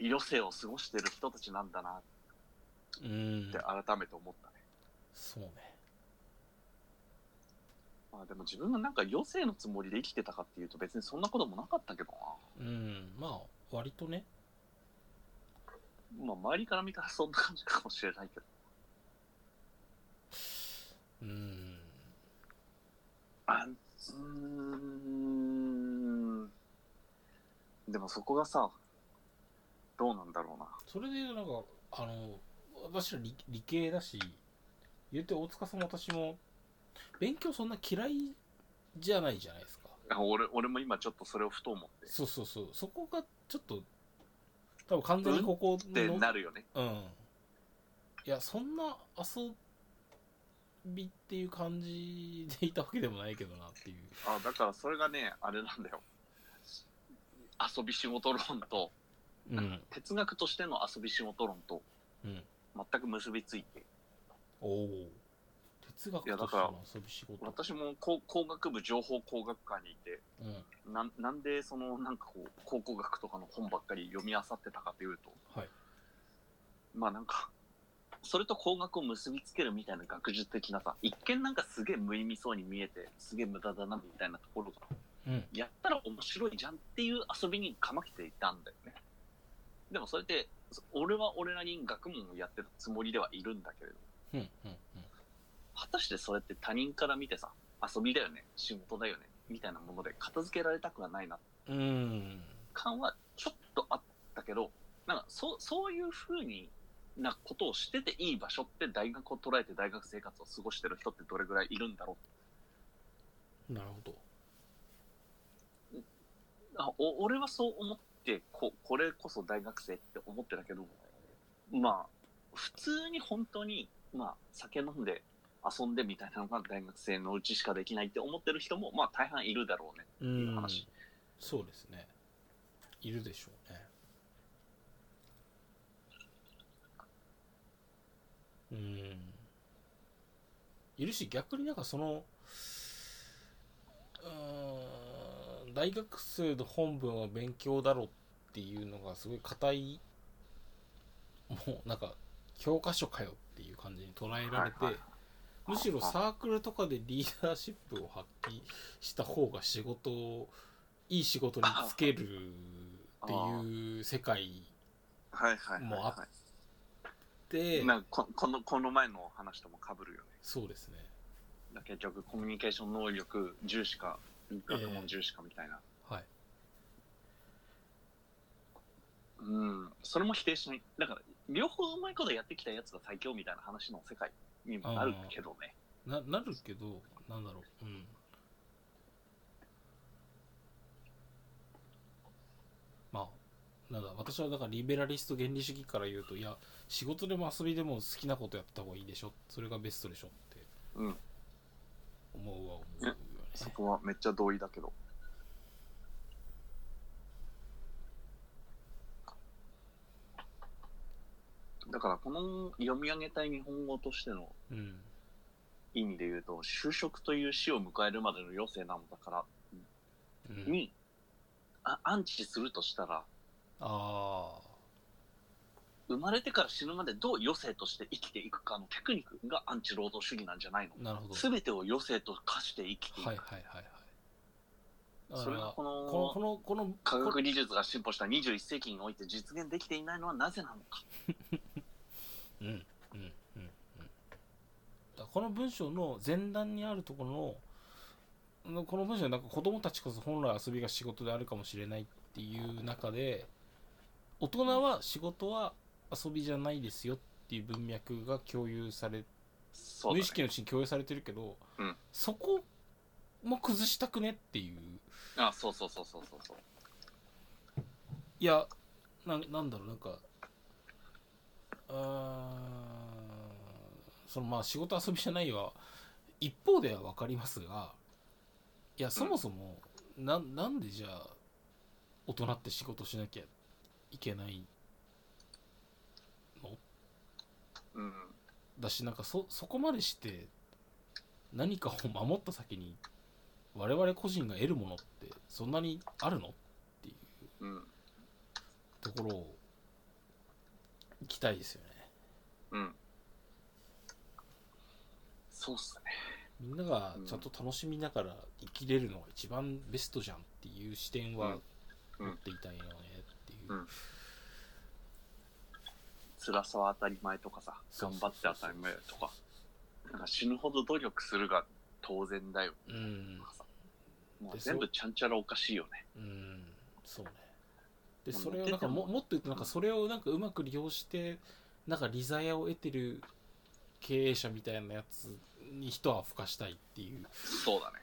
い余生を過ごしてる人たちなんだなはいうんって改めて思ったね。そうねまあでも自分がなんか余生のつもりで生きてたかっていうと別にそんなこともなかったけどうんまあ割とねな。まあ周りから見たらそんな感じかもしれないけど。うんあうーん。でもそこがさ、どうなんだろうな。それで言うとなんかあの私は理理系だし言うて大塚さんも私も勉強そんな嫌いじゃないじゃないですかあ俺俺も今ちょっとそれをふと思って。そうそうそうそこがちょっと多分完全にここっての、なるよね。うんいやそんな遊びっていう感じでいたわけでもないけどなっていうあだからそれがね、あれなんだよ。遊び仕事論と、うん哲学としての遊び仕事論とうん全く結びついて、おお哲学いやとだしてからの遊び仕事私も工工学部情報工学科にいて、うんはいなんなんでそのなんかこう考古学とかの本ばっかり読み漁ってたかというとまあなんかそれと工学を結びつけるみたいな学術的なさ一見なんかすげえ無意味そうに見えてすげえ無駄だなみたいなところがうんやったら面白いじゃんっていう遊びにかまけていたんだよねでもそれってそ俺は俺なりに学問をやってたつもりではいるんだけれどうんうん果たしてそれって他人から見てさ遊びだよね仕事だよねみたいなもので片付けられたくはないなうんうん感はちょっとあったけど、なんかそうそういうふうになことをしてていい場所って大学を捉えて大学生活を過ごしてる人ってどれぐらいいるんだろなるほどうあお俺はそう思ってここれこそ大学生って思ってたけどまあ普通に本当に、まあ、酒飲んで遊んでみたいなのが大学生のうちしかできないって思ってる人もまあ大半いるだろうねうっていうん話。そうですねいるでしょうねうんいるし逆になんかそのうーん大学生の本文は勉強だろっていうのがすごい硬いもうなんか教科書かよっていう感じに捉えられて、はいはいむしろサークルとかでリーダーシップを発揮した方が仕事をいい仕事につけるっていう世界はいはいはい、もうあはでい、なんかここのこの前の話ともかぶるよねそうですね結局コミュニケーション能力重視か学問重視かみたいな、はいうんそれも否定しないだから両方うまいことやってきたやつが最強みたいな話の世界にもなるけどねななるけどなんだろううんまあなんだ私はだからリベラリスト原理主義から言うといや仕事でも遊びでも好きなことやった方がいいでしょそれがベストでしょってうん思うは思うよねそこはめっちゃ同意だけどだからこの読み上げたい日本語としてのうん意味で言うと就職という死を迎えるまでの余生なのだからうんに、あアンチするとしたらああ生まれてから死ぬまでどう余生として生きていくかのテクニックがアンチ労働主義なんじゃないのなるほど。全てを余生と化して生きていく、はいはいはいはい。だからそれがこのこのこのこ科のこ学技術が進歩した21世紀において実現できていないのはなぜなのかうんうんうんうん。だからこの文章の前段にあるところののこの文章でなんか子供たちこそ本来遊びが仕事であるかもしれないっていう中で大人は仕事は遊びじゃないですよっていう文脈が共有され、そう無だ、意ね、識のうちに共有されてるけど、うんそこも崩したくねっていうあそうそうそうそうそうそういやななんだろうなんかううーんそのまあ仕事遊びじゃないは一方では分かりますがいやそもそも、ななんでじゃあ大人って仕事しなきゃいけないうん。だしなんかそそこまでして何かを守った先に我々個人が得るものってそんなにあるのっていううん。ところを行きたいですよねうん。そうっすね。みんながちゃんと楽しみながら生きれるのが一番ベストじゃんっていう視点はうん持っていたいよねっていう、うん辛さは当たり前とかさ、そう頑そう張そうって当たり前とか、なんか死ぬほど努力するが当然だようんとかさ、もうで全そ部うちゃんちゃらおかしいよね。うんそうねでまあそれをなんかももっと言うとなんかそれをなんかうまく利用してなんか利ざやを得てる経営者みたいなやつに一泡吹かしたいっていうそうだね。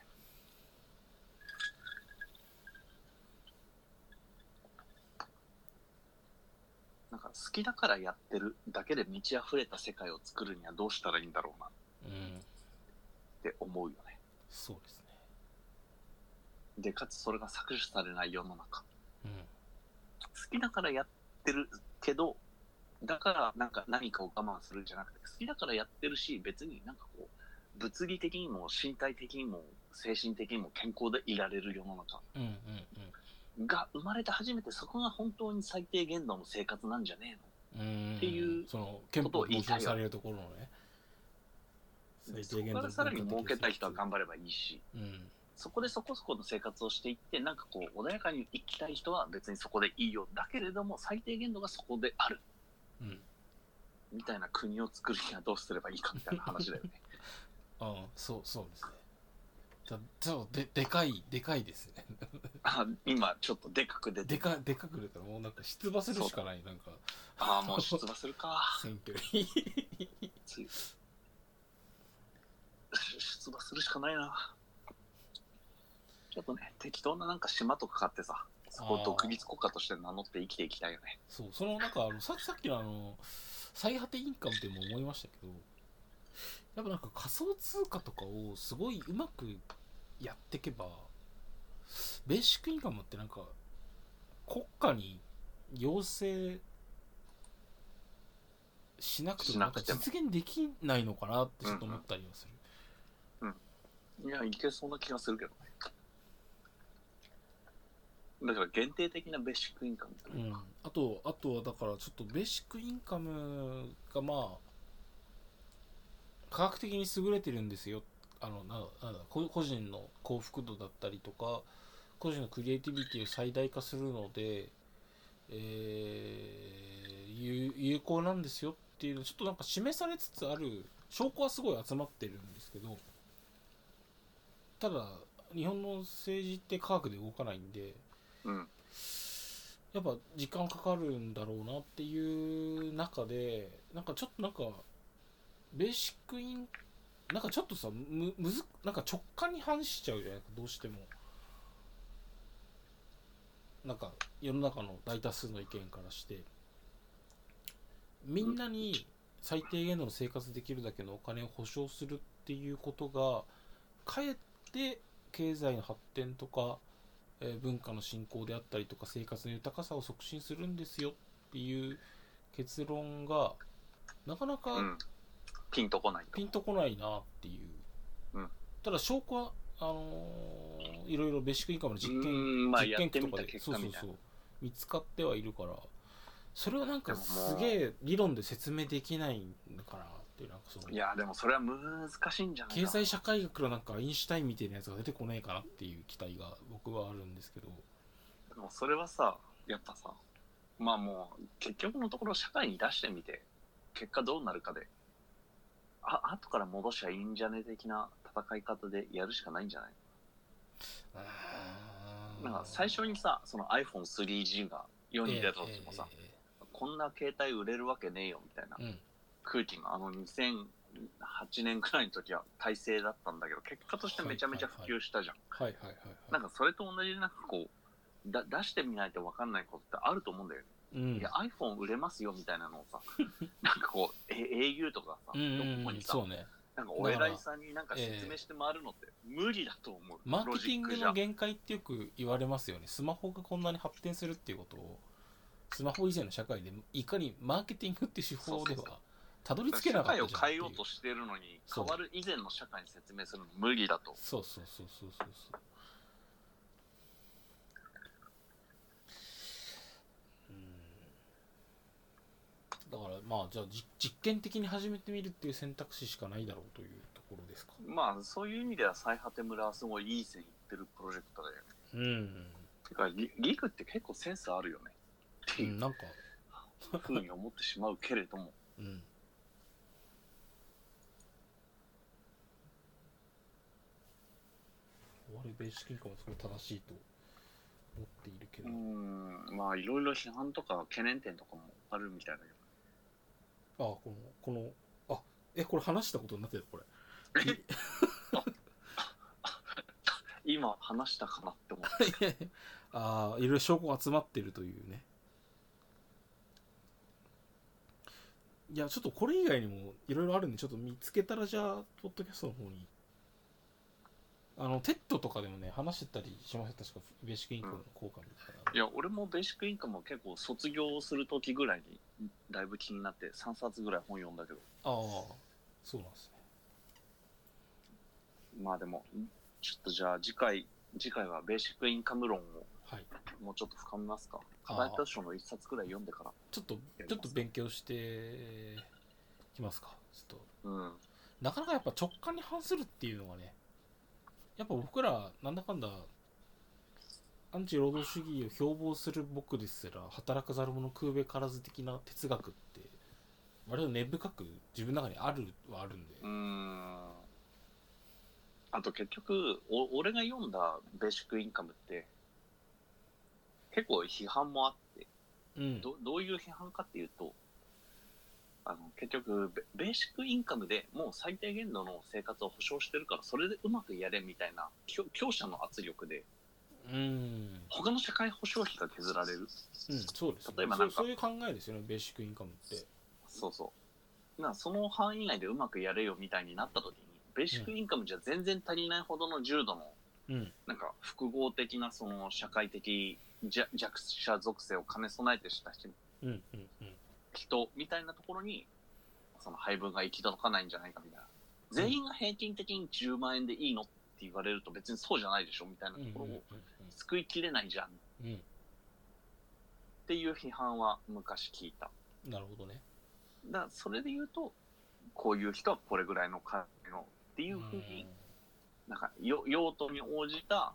なんか好きだからやってるだけで満ち溢れた世界を作るにはどうしたらいいんだろうなっうんて思うよね。そうですねで、かつそれが搾取されない世の中。うん好きだからやってるけど、だからなんか何かを我慢するんじゃなくて、好きだからやってるし、別になんかこう、物理的にも身体的にも精神的にも健康でいられる世の中うんうんが生まれて初めてそこが本当に最低限度の生活なんじゃねうんうんっていうその憲こと法を言にいた保障いよされるところのねえの。最でそ低限こ度かのらさらに文化儲的けたい人は生活頑張ればいいし、うんそこでそこそこの生活をしていって、なんかこう、穏やかに生きたい人は別にそこでいいよ。だけれども、最低限度がそこである。うんみたいな国を作るにはどうすればいいかみたいな話だよね。うん、そう、そうですね。だそうででかい、でかいですね。あ今ちょっとでかく出てでか、でかく出たらもうなんか出馬するしかない、なんか、ああもう出馬するか選挙に。つい出馬するしかないなちょっとね適当ななんか島とか買ってさそこを独立国家として名乗って生きていきたいよねそう、そのなんかあの、ささっきのあの、最果てインカムっても思いましたけど、やっぱなんか仮想通貨とかをすごいうまくやっていけば、ベーシックインカムってなんか、国家に要請しなくてもなんかしなくても実現できないのかなってちょっと思ったりはする。いやいけそうな気がするけどねだから限定的なベーシックインカムとういうんか、、あとあとはだからちょっとベーシックインカムがまあ科学的に優れてるんですよあのなんだなんだこ個人の幸福度だったりとか個人のクリエイティビティを最大化するので、えー有有効なんですよっていうのちょっとなんか示されつつある証拠はすごい集まってるんですけどただ日本の政治って科学で動かないんでうんやっぱ時間かかるんだろうなっていう中でなんかちょっとなんかベーシックインなんかちょっとさむむずなんか直感に反しちゃうじゃないかどうしてもなんか世の中の大多数の意見からしてみんなに最低限度の生活できるだけのお金を保証するっていうことがかえって経済の発展とかえー文化の振興であったりとか生活の豊かさを促進するんですよっていう結論がなかなうかん、ピンとこないとピンとこないなっていう、うんただ証拠はあのーいろいろベーシックインカムの実うー験んまあ実やっ験てとみかたで結果みたいなそうそうそう見つかってはいるからそれをなんかでももうすげえ理論で説明できないのかなっていうなんかそのいやでもそれは難しいんじゃないか経な済社会学のなんかアインシュタインみたいなやつが出てこないかなっていう期待が僕はあるんですけどでもそれはさやっぱさまあもう結局のところ社会に出してみて結果どうなるかであ後から戻しゃいいんじゃね的な戦い方でやるしかないんじゃないなんか最初にさその iPhone3G が世に出た時もさ、ええええこんな携帯売れるわけねえよみたいなええうん空気があの2008年くらいの時は体制だったんだけど結果としてめちゃめちゃ普及したじゃん、はいはいはいはい。なんかそれと同じでなんかこうだ出してみないと分かんないことってあると思うんだよねうんいや iPhone 売れますよみたいなのを さなんかこうえ au とかさうんうんどこうにんさそうねなんかお偉いさんになんか説明して回るのって無理だと思う、マーロケジティンックグじゃの限界ってよく言われますよねスマホがこんなに発展するっていうことをスマホ以前の社会でいかにマーケティングって手法でそうそうそはたどり着けなかったじゃん社会を変えようっていとしてるのにそ変うわる以前の社会に説明するの無理だとそうそうそうそうそうそううんだからまあじゃあじ実験的に始めてみるっていう選択肢しかないだろうというところですかまあそういう意味では最果て村はすごいいい線いってるプロジェクトだよねうん、てかリリグって結構センスある よねってう、いうんなんかふうに思ってしまうけれ どもうん我々ベーシックインカムはすごい正しいと思っているけうど、んまあいろいろ批判とか懸念点とかもあるみたいだけどあこのこのあえこれ話したことになってるこれ今話したかなって思うああいろいろ証拠が集まってるというねいやちょっとこれ以外にもいろいろあるんでちょっと見つけたらじゃあポッドキャストの方にあのテッドとかでもね話してたりしました確かベーシックインカムの効果みたいな、いや俺もベーシックインカムは結構卒業する時ぐらいにだいぶ気になって3冊ぐらい本読んだけどああそうなんですねまあでもちょっとじゃあ次回次回はベーシックインカム論をはいもうちょっと深めますかあ課題図書の一冊くらい読んでからちょっとちょっと勉強してきますかちょっとうんなかなかやっぱ直感に反するっていうのがね、やっぱ僕ら、なんだかんだ、アンチ労働主義を標榜する僕ですら、働かざる者食うべからず的な哲学って、割と根深く自分の中にあるはあるんで、うーんあと結局お俺が読んだベーシックインカムって結構批判もあってうん。どどういう批判かっていうとあの結局ベベーシックインカムでもう最低限度の生活を保障してるからそれでうまくやれみたいな強強者の圧力でうん。うん、他の社会保障費が削られるそうです、ね。例えばなんかそうそういう考えですよね、ベーシックインカムって。そうそう。なその範囲内でうまくやれよみたいになった時に、ベーシックインカムじゃ全然足りないほどの重度の、うん。なんか複合的なその社会的弱弱者属性を兼ね備えてした人うん、うん、うん。人みたいなところに、その配分が行き届かないんじゃないかみたいな。全員が平均的に10万円でいいのって言われると別にそうじゃないでしょみたいなところを救いきれないじゃんっうん、うん。ていう批判は昔聞いた。うん。なるほどね。だからそれで言うと、こういう人はこれぐらいの感じのっていうふうになんかよ用途に応じた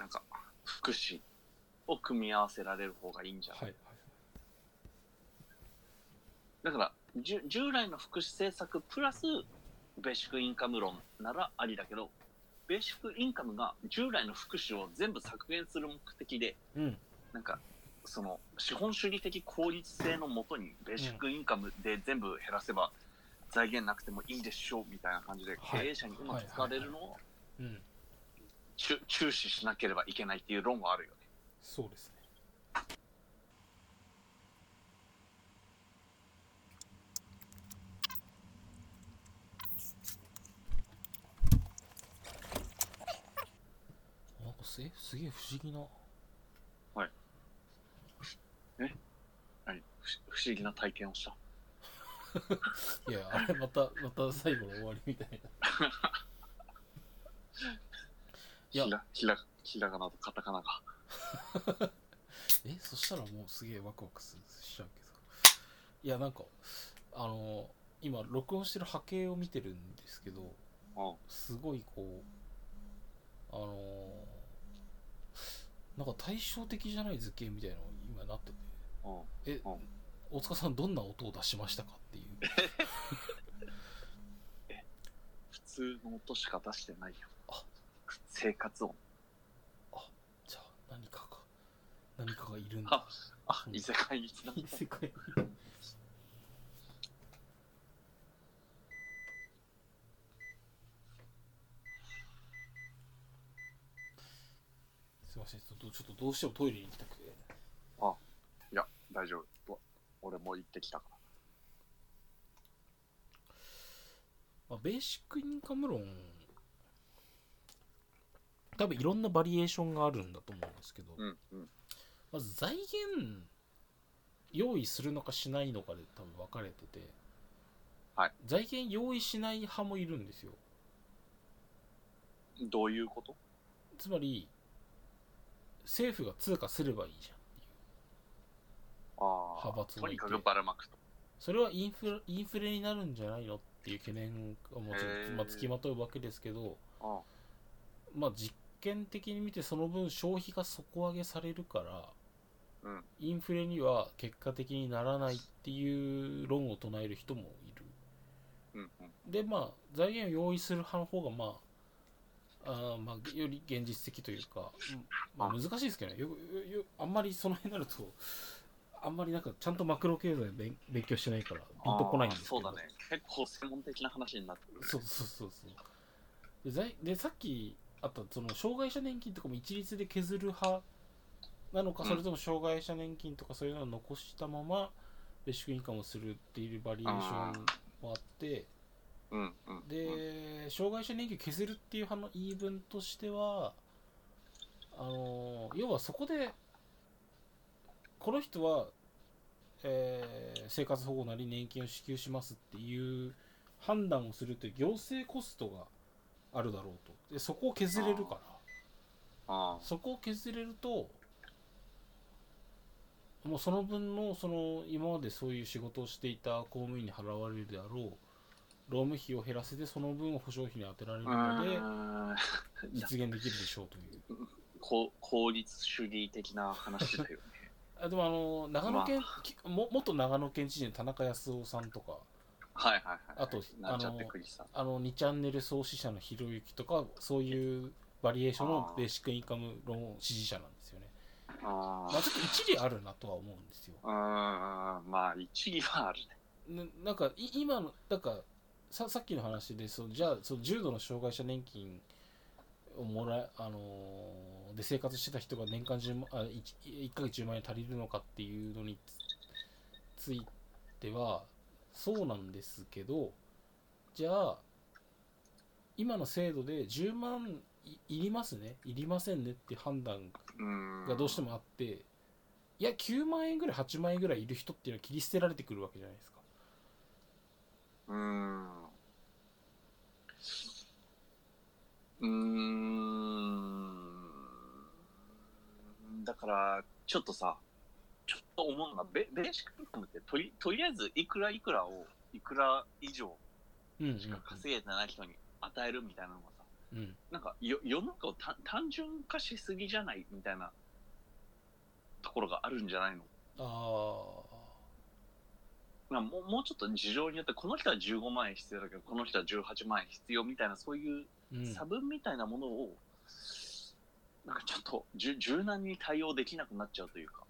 なんか福祉を組み合わせられる方がいいんじゃない、はい、はい。だからじゅ従来の福祉政策プラスベーシックインカム論ならありだけどベーシックインカムが従来の福祉を全部削減する目的でうん。なんかその資本主義的効率性のもとにベーシックインカムで全部減らせば財源なくてもいいでしょうみたいな感じではい経営者にうまく使われるのをうん。注注視しなければいけないっていう論はあるよね。そうですね。なんかすえすげえ不思議な。何不不思議な体験をした。いや、あれまた、また最後の終わりみたいな。いひやら、ひら、ひらがなとカタカナが。え、そしたらもうすげえワクワクすしちゃうけど。いや、なんか、あの、今、録音してる波形を見てるんですけど、うん。すごいこうあのーなんか対照的じゃない図形みたいなのが今なっててうん。え、うん大塚さんどんな音を出しましたかっていう普通の音しか出してないよ。あ生活音。じゃあ何かが何かがいるんだあ、あう、ん 異世界につなが 異った。世界すいませんちょっとちょっとどうしてもトイレに行きたくてあ大丈夫。俺もう行ってきたから。まあ、ベーシックインカム論多分いろんなバリエーションがあるんだと思うんですけど、うんうん。まず財源用意するのかしないのかで多分分かれてて、はい財源用意しない派もいるんですよどういうことつまり政府が通貨すればいいじゃんあ派閥あ、がといにてかくばらまくと。それはインフラインフレになるんじゃないのっていう懸念がもちへろん、ーまあ、付きまとうわけですけど、あまあ、実験的に見てその分消費が底上げされるからあうん。インフレには結果的にならないっていう論を唱える人もいるうんうん。でまあ財源を用意する派の方がまああーまあ、より現実的というか、うんまあ、難しいですけどねよくよよあんまりその辺になるとあんまりなんかちゃんとマクロ経済勉勉強してないからピンとこないんですけどああそうだね。結構専門的な話になってくる。そうそうそうそうで財でさっきあったその障害者年金とかも一律で削る派なのか、うんそれとも障害者年金とかそういうのを残したままベーシックインカムをするっていうバリエーションもあってうんうん。うん、で障害者年金削るっていう派の言い分としてはあの要はそこでこの人は、えー生活保護なり年金を支給しますっていう判断をするという行政コストがあるだろうとでそこを削れるからあそこを削れるともうその分のその今までそういう仕事をしていた公務員に払われるであろう労務費を減らせてその分を保証費に充てられるあ。のでうーん。いや実現できるでしょうというこう効率主義的な話 だよね。あでもあの長野県、きも元長野県知事の田中康夫さんとかはいはいはい。あとなっちゃってくりさん。あの2チャンネル創始者のひろゆきとかそういうバリエーションのベーシックインカム論支持者なんですよね、まああ、ちょっと一理あるなとは思うんですよあ。うーん。まあ、一義はあるね。ななんかい今のなんかささっきの話でそうじゃあその重度の障害者年金をもらえあのーで生活してた人が年間10万あ 1, 1ヶ月10万円足りるのかっていうのにつついてはそうなんですけどじゃあ今の制度で10万いいりますねいりませんねって判断うーん。がどうしてもあって、いや9万円ぐらい8万円ぐらいいる人っていうのは切り捨てられてくるわけじゃないですか。うーん。うーん。だから、ちょっとさ、ちょっと思うのが、ベベーシックインカムってとり、とりあえずいくらいくらを、いくら以上うんうんしか稼げてない人に与えるみたいなのがさ、うんなんかよ世の中を単単純化しすぎじゃないみたいなところがあるんじゃないのあまあ、もうもうちょっと事情によってこの人は15万円必要だけどこの人は18万円必要みたいなそういうーうん差分みたいなものを、なんかちょっとじゅ柔軟に対応できなくなっちゃうというか、うん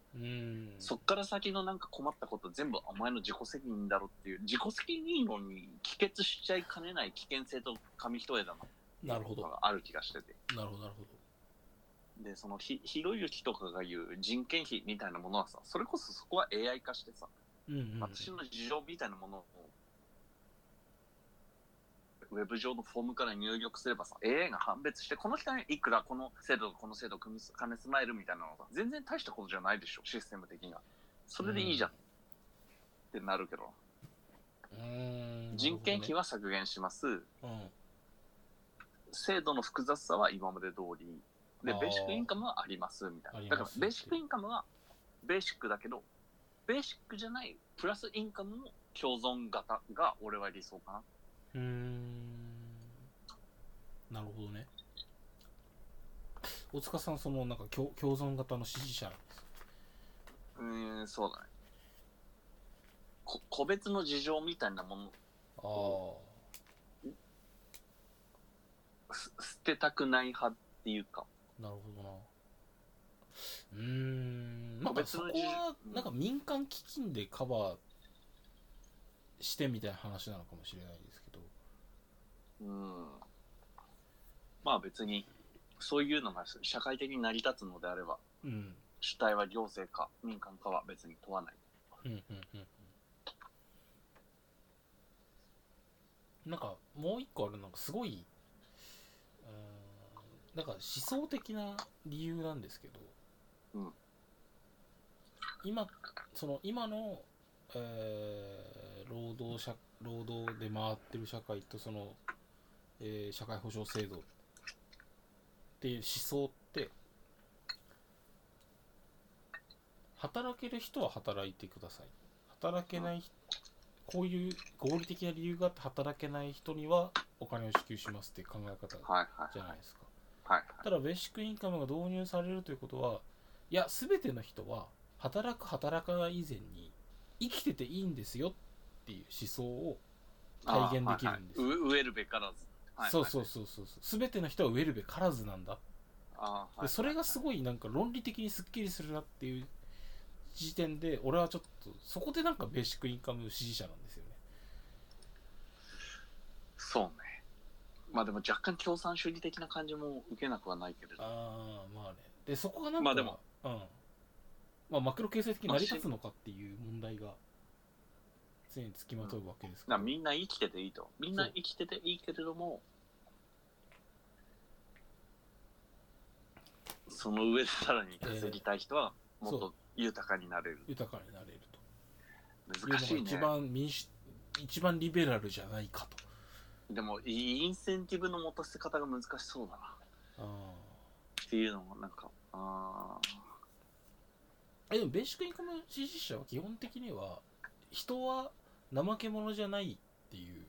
そっから先のなんか困ったこと全部お前の自己責任だろっていう自己責任論に帰結しちゃいかねない危険性と紙一重だなっていうなるほどのがある気がしててなるほどなるほでそのひひろゆきとかが言う人件費みたいなものはさそれこそそこは AI 化してさどうんうん私の事情みたいなものを、ウェブ上のフォームから入力すればさ、AI が判別して、この人はいくらこの制度、この制度を組み兼ね備えるみたいなのが、全然大したことじゃないでしょ、システム的には。それでいいじゃん、ってなるけど、うーん人件費はは削減します、うん制度の複雑さは今まで通り、で、あーベーシックインカムはあります、みたあいな。りだますから、ベーシックインカムは、ベーシックだけど、ベーシックじゃない、プラスインカムの共存型が、俺は理想かな。うーんなるほどね大塚さんそのなんか共共存型の支持者うーん、そうだね。こ個別の事情みたいなものああす捨てたくない派っていうか。なるほどなうーんなん個か別そこの事情はうんなんか民間基金でカバーしてみたいな話なのかもしれないですけどうん。まあ別に、そういうのが社会的に成り立つのであれば、うん主体は行政か民間かは別に問わない。うんうんうんうんなんかもう一個あるなんかすごい、うーん、なんか思想的な理由なんですけど、うん今その今の、えー労働者労働で回ってる社会とその、えー社会保障制度っていう思想って働ける人は働いてください働けない人こういう合理的な理由があって働けない人にはお金を支給しますっていう考え方はいはいじゃはいないですかはいただベーシックインカムが導入されるということはいや全ての人は働く働かない以前に生きてていいんですよっていう思想をあー。体現できるんですよはいはい、う植えるべからず。はいはいそうそうそうそうそう全ての人はウェルベからずなんだあーはいでそれがすごごいなんか論理的にすっきりするなっていう時点で俺はちょっとそこでなんかベーシックインカム支持者なんですよねそうね。まあでも若干共産主義的な感じも受けなくはないけれど。ああまあねでそこがなんかまあでもうんまあ、マクロ経済的に成り立つのかっていう問題が常につきまとうわけですだからどみんな生きてていいと。みんな生きてていいけれども、その上でさらに稼ぎたい人はもっそと豊かになれる。豊かになれるという難しいのがね一。番民主、一番リベラルじゃないかとでも、いいインセンティブの持たせ方が難しそうだな。あっていうのも、なんか、あーえでもベーシックインカム支持者は基本的には人は怠け者じゃないっていう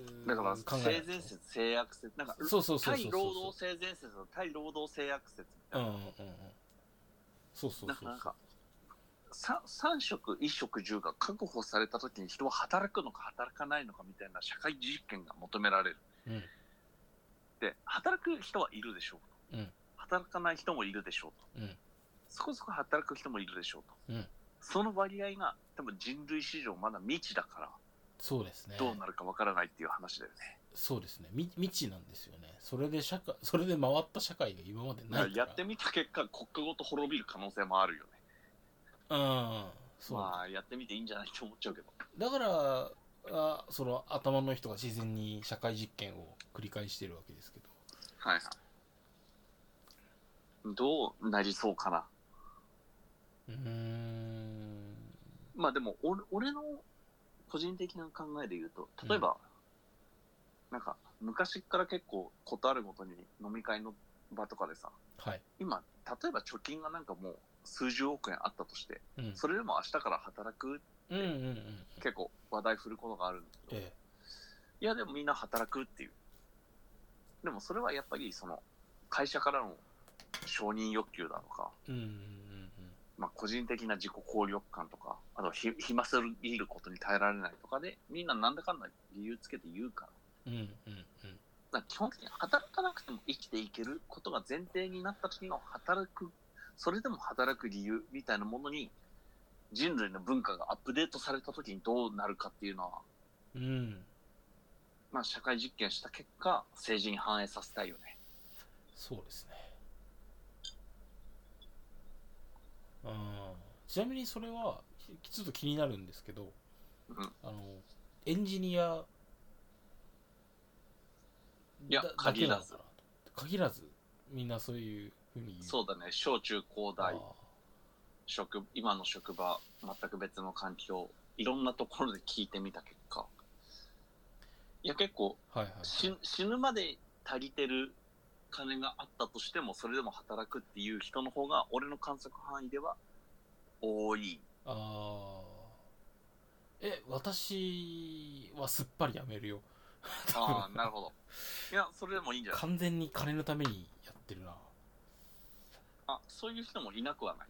うーーだから、考え性なん善です説よ、性悪説、なんか、そうそうそうそうそ対う労働性善説と対労働性悪説みたういんうんな。うんうんそうそうそうだかそらうなんか、さ三食、一食十が確保された時に人は働くのか働かないのかみたいな社会実験が求められる。うんで、働く人はいるでしょうと。うん働かない人もいるでしょうと。うんそこそこ働く人もいるでしょうと。うんその割合が多分人類史上まだ未知だからそうですねどうなるかわからないっていう話だよね。そうですねみ未知なんですよねそれで社会それで回った社会が今までないからやってみた結果、国家ごと滅びる可能性もあるよね。うんそう、まあ、やってみていいんじゃないと思っちゃうけど。だからあその頭の人が自然に社会実験を繰り返してるわけですけどはいはい。どうなりそうかな。うーんまあでも、俺俺の個人的な考えで言うと、例えば、なんか、昔から結構、ことあるごとに飲み会の場とかでさ、はい、今、例えば貯金がなんかもう数十億円あったとして、うん、それでも明日から働く、うんうんうん結構話題振ることがあるんだけど、えいや、でもみんな働くっていう。でもそれはやっぱり、その、会社からの承認欲求だとか、えうんうんうんうんまあ、個人的な自己効力感とか、あとひ、暇すぎることに耐えられないとかで、みんななんだかんだ理由つけて言うから。うんうんうんだから基本的に働かなくても生きていけることが前提になった時の働く、それでも働く理由みたいなものに、人類の文化がアップデートされた時にどうなるかっていうのは、うんまあ、社会実験した結果、政治に反映させたいよね。そうですねあーちなみにそれはきちょっと気になるんですけど、うんあのエンジニアいやだ限らずだけなのかなと限らずみんなそういうふうに言うそうだね、小中高あ大、職、今の職場、全く別の環境、いろんなところで聞いてみた結果、いや、結構ーはいはい死、死ぬまで足りてる金があったとしても、それでも働くっていう人の方が、俺の観測範囲では 多い。あーえ私はすっぱりやめるよああ、なるほど。いや、それでもいいんじゃない完全に金のためにやってるなあ、そういう人もいなくはない。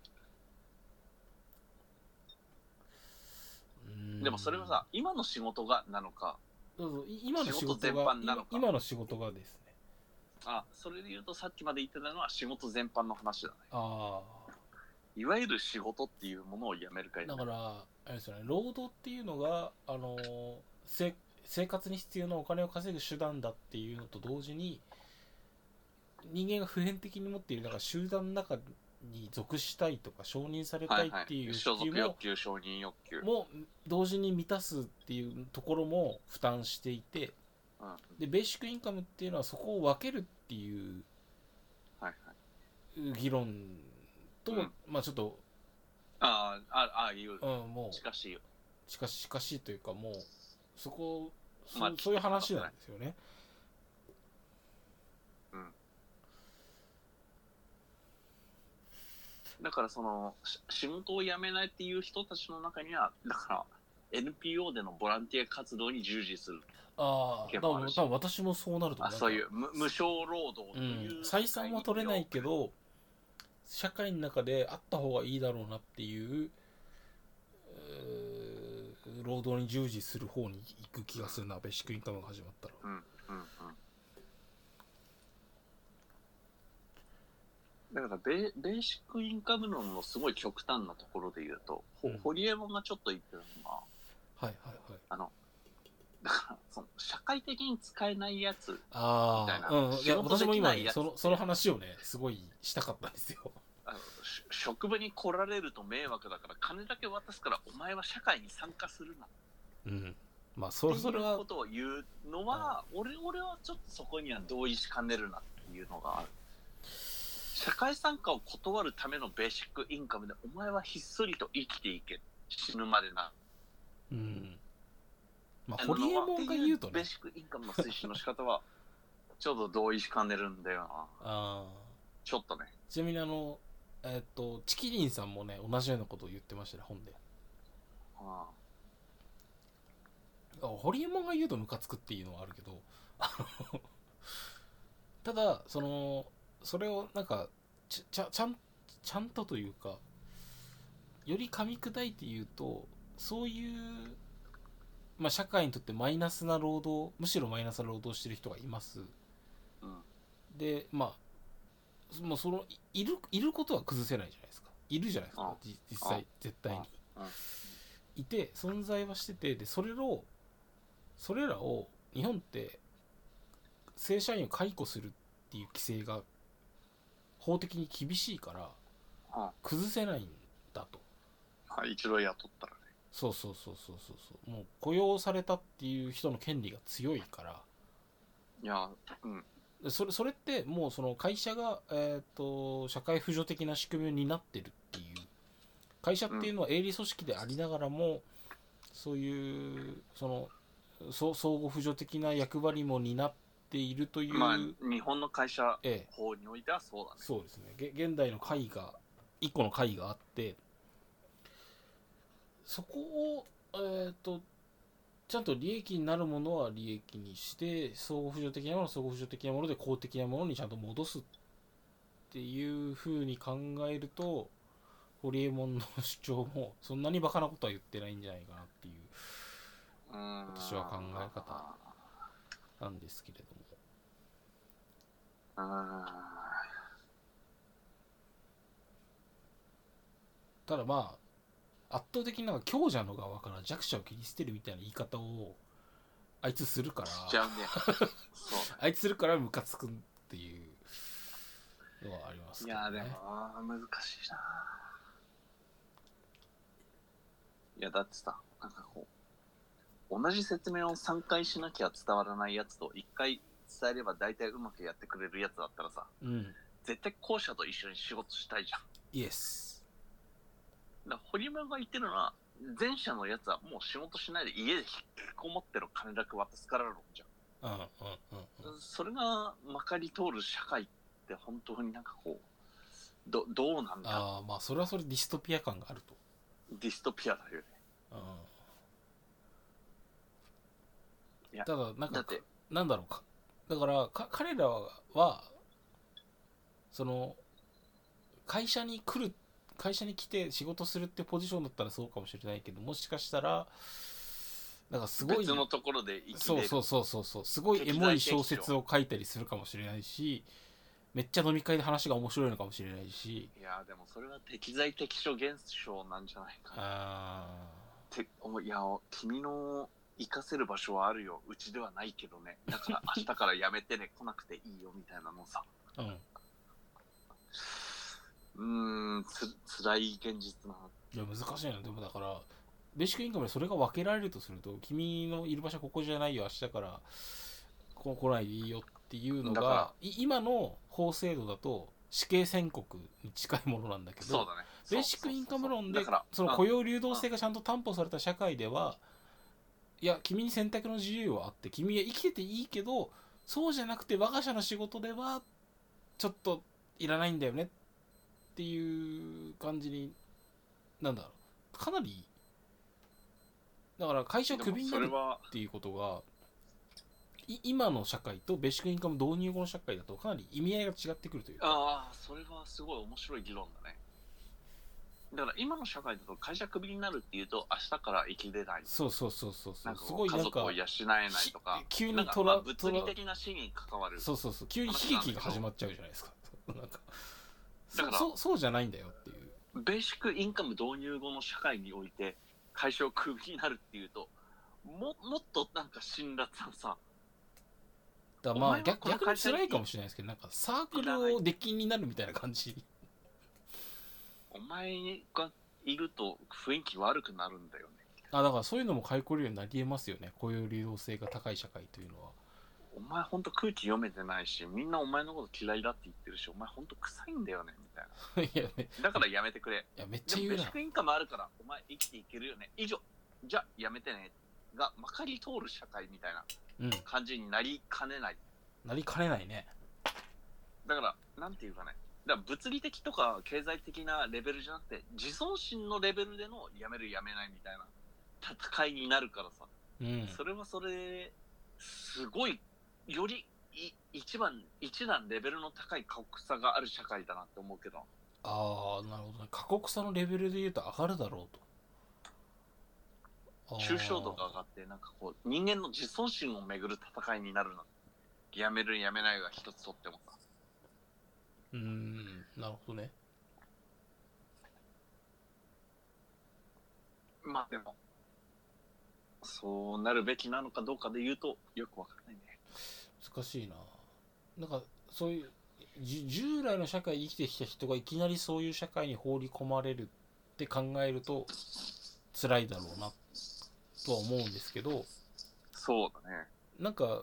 うーんでもそれはさ、今の仕事がなのか、そうそうい今の仕事が仕事全般なのか今今の仕事がですねあ、それで言うとさっきまで言ってたのは仕事全般の話だね。あいわゆる仕事っていうものをやめるかあやめだないからあれですよね労働っていうのがあのーせ生活に必要なお金を稼ぐ手段だっていうのと同時に人間が普遍的に持っているなんか集団の中に属したいとか承認されたいっていう所属欲求も欲求、承認欲求。も同時に満たすっていうところも負担していてうん、はいでベーシックインカムっていうのはそこを分けるっていうはい。議論と、うんまあちょっと、ああ、ああ、いううん、。もうしかし、近し近しいというかもうそこそ,、まあそういう話なんですよね。だからその、し仕事を辞めないっていう人たちの中には、だから、NPO でのボランティア活動に従事する。ああ意多見もあ分るし多分私もそうなると思あうそういう無無償労働とういんう、採算は取れないけど社会の中であった方がいいだろうなっていううー労働に従事する方に行く気がするなベーシックインカムが始まったらうんうんうんだからベ、ベーシックインカム論のすごい極端なところで言うと、ほうん堀江門がちょっと言ってるのは、はいはいはいだからその社会的に使えないやつ、みたいあなあうんいや仕事私でもき今ないやつそのその話をねすごいしたかったんですよあのし職場に来られると迷惑だから、金だけ渡すから、お前は社会に参加するなっうんまあてそいれそれうはことを言うのは、俺俺はちょっとそこには同意しかねるなっていうのがある。社会参加を断るためのベーシックインカムで、お前はひっそりと生きていけ、死ぬまでな。うんまああの堀江門が言うとベーねシックインカムの推進の仕方は、ちょっと同意しかねるんだよな。ああちょっとね。ちなみにあのえっとチキリンさんもね同じようなことを言ってましたね本でああホリエモンが言うとムカつくっていうのはあるけどあのただそのそれをなんかちゃちゃちゃんちゃんとというかより噛み砕いて言うとそういう、まあ、社会にとってマイナスな労働むしろマイナスな労働してる人がいますあうん。でまあもうそのいいるいることは崩せないじゃないですかいるじゃないですかあじ実際あ絶対にあいて存在はしててでそれをそれらを日本って正社員を解雇するっていう規制が法的に厳しいからあ崩せないんだとあ一度雇ったらね。そうそうそうそうそうそうもう雇用されたっていう人の権利が強いからいや、うん。でそれそれってもうその会社が、えー、と社会扶助的な仕組みになってるっていう会社っていうのは営利組織でありながらも、そういうそのそ相互扶助的な役割も担っているという、まあ、日本の会社ええ、法においてはそうだね。そうですねげ現代の会が一個の会があってそこを、えー、とちゃんと利益になるものは利益にして相互扶助的なものは相互扶助的なもので公的なものにちゃんと戻すっていうふうに考えるとホリエモンの主張もそんなにバカなことは言ってないんじゃないかなっていう私私は考え方なんですけれどもうーんただまあ圧倒的な強者の側から弱者を切り捨てるみたいな言い方をあいつするからしちゃう ねそうだねあいつするからムカつくっていうのはありますいけど、ね、やでもあー難しいないやだってさなんかこう同じ説明を3回しなきゃ伝わらないやつと1回伝えれば大体うまくやってくれるやつだったらさうん絶対後者と一緒に仕事したいじゃんイエスだから堀間が言ってるのは前者のやつはもう仕事しないで家で引きこもってる金だけ渡すから論じゃんうんうんうんうんそれがまかり通る社会って本当になんかこう、どどうなんだああまあそれはそれディストピア感があるとディストピアだよね。ういんやただなんだかってなんだろうかだからか彼らはその会社に来る会社に来て仕事するってポジションだったらそうかもしれないけどもしかしたらなんかすごい別のところで生きそれうるそうそうそうそうすごいエモい小説を書いたりするかもしれないしめっちゃ飲み会で話が面白いのかもしれないしいやでもそれは適材適所現象なんじゃないかな。あておいや君の活かせる場所はあるようちではないけどねだから明日からやめてね来なくていいよみたいなのさーうん。うーん、つ、辛い現実な。いや、難しいな。でもだから、ベーシックインカムでそれが分けられるとすると、君のいる場所ここじゃないよ、明日から、ここ来ないでいいよっていうのだかが、い今の法制度だと、死刑宣告に近いものなんだけど、そうだね。ベーシックインカム論でだから、その雇用流動性がちゃんと担保された社会では、いや、君に選択の自由はあって、君は生きてていいけど、そうじゃなくて我が社の仕事では、ちょっといらないんだよねっていう感じに、なんだろう、かなり、だから会社うんをクビになるでもそれは、っていうことが、い今の社会とベーシックインカム導入後の社会だとかなり意味合いが違ってくるというか。ああ、それはすごい面白い議論だね。だから今の社会だと会社クビになるっていうと、明日から生きれない。そうそうそうそうそなんう。かすこごうい家なん族かを、養えないとかひ、急になんかトまラあ物理トラ的な死に関わる。そうそうそう急に悲劇が始まっちゃうじゃないですかなんかだからそそうそうじゃないんだよっていうベーシックインカム導入後の社会において、会社をクビになるっていうと、ももっとなんか辛辣なさ、だからおまあ前は逆この逆に会社に辛いかもしれないですけどなんかサークルを出禁になるみたいな感じお前がいると雰囲気悪くなるんだよね。 あだからそういうのも買いこれるようになりえますよね雇用流動性が高い社会というのは お前ほんと空気読めてないし、みんなお前のこと嫌いだって言ってるし、お前ほんと臭いんだよね、みたいいやめいな。だからやめてくれ。やめっちゃでも言ベうーシなックインカムあるから、お前生きていけるよね。以上。じゃあやめてね。が、まかり通る社会みたいなうん感じになりかねない。なりかねないねだから、なんていうかね。だから物理的とか経済的なレベルじゃなくて、自尊心のレベルでのやめるやめないみたいな戦いになるからさ。うんそれはそれですごいよりい一番一段レベルの高い過酷さがある社会だなって思うけどああなるほどね過酷さのレベルで言うと上がるだろうとあー抽象度が上がってなんかこう人間の自尊心をめぐる戦いになるなやめるやめないが一つとってもうーんなるほどねまあでもそうなるべきなのかどうかで言うとよくわからないね難しいななんかそういうじ従来の社会で生きてきた人がいきなりそういう社会に放り込まれるって考えると辛いだろうなとは思うんですけどそうだねなんか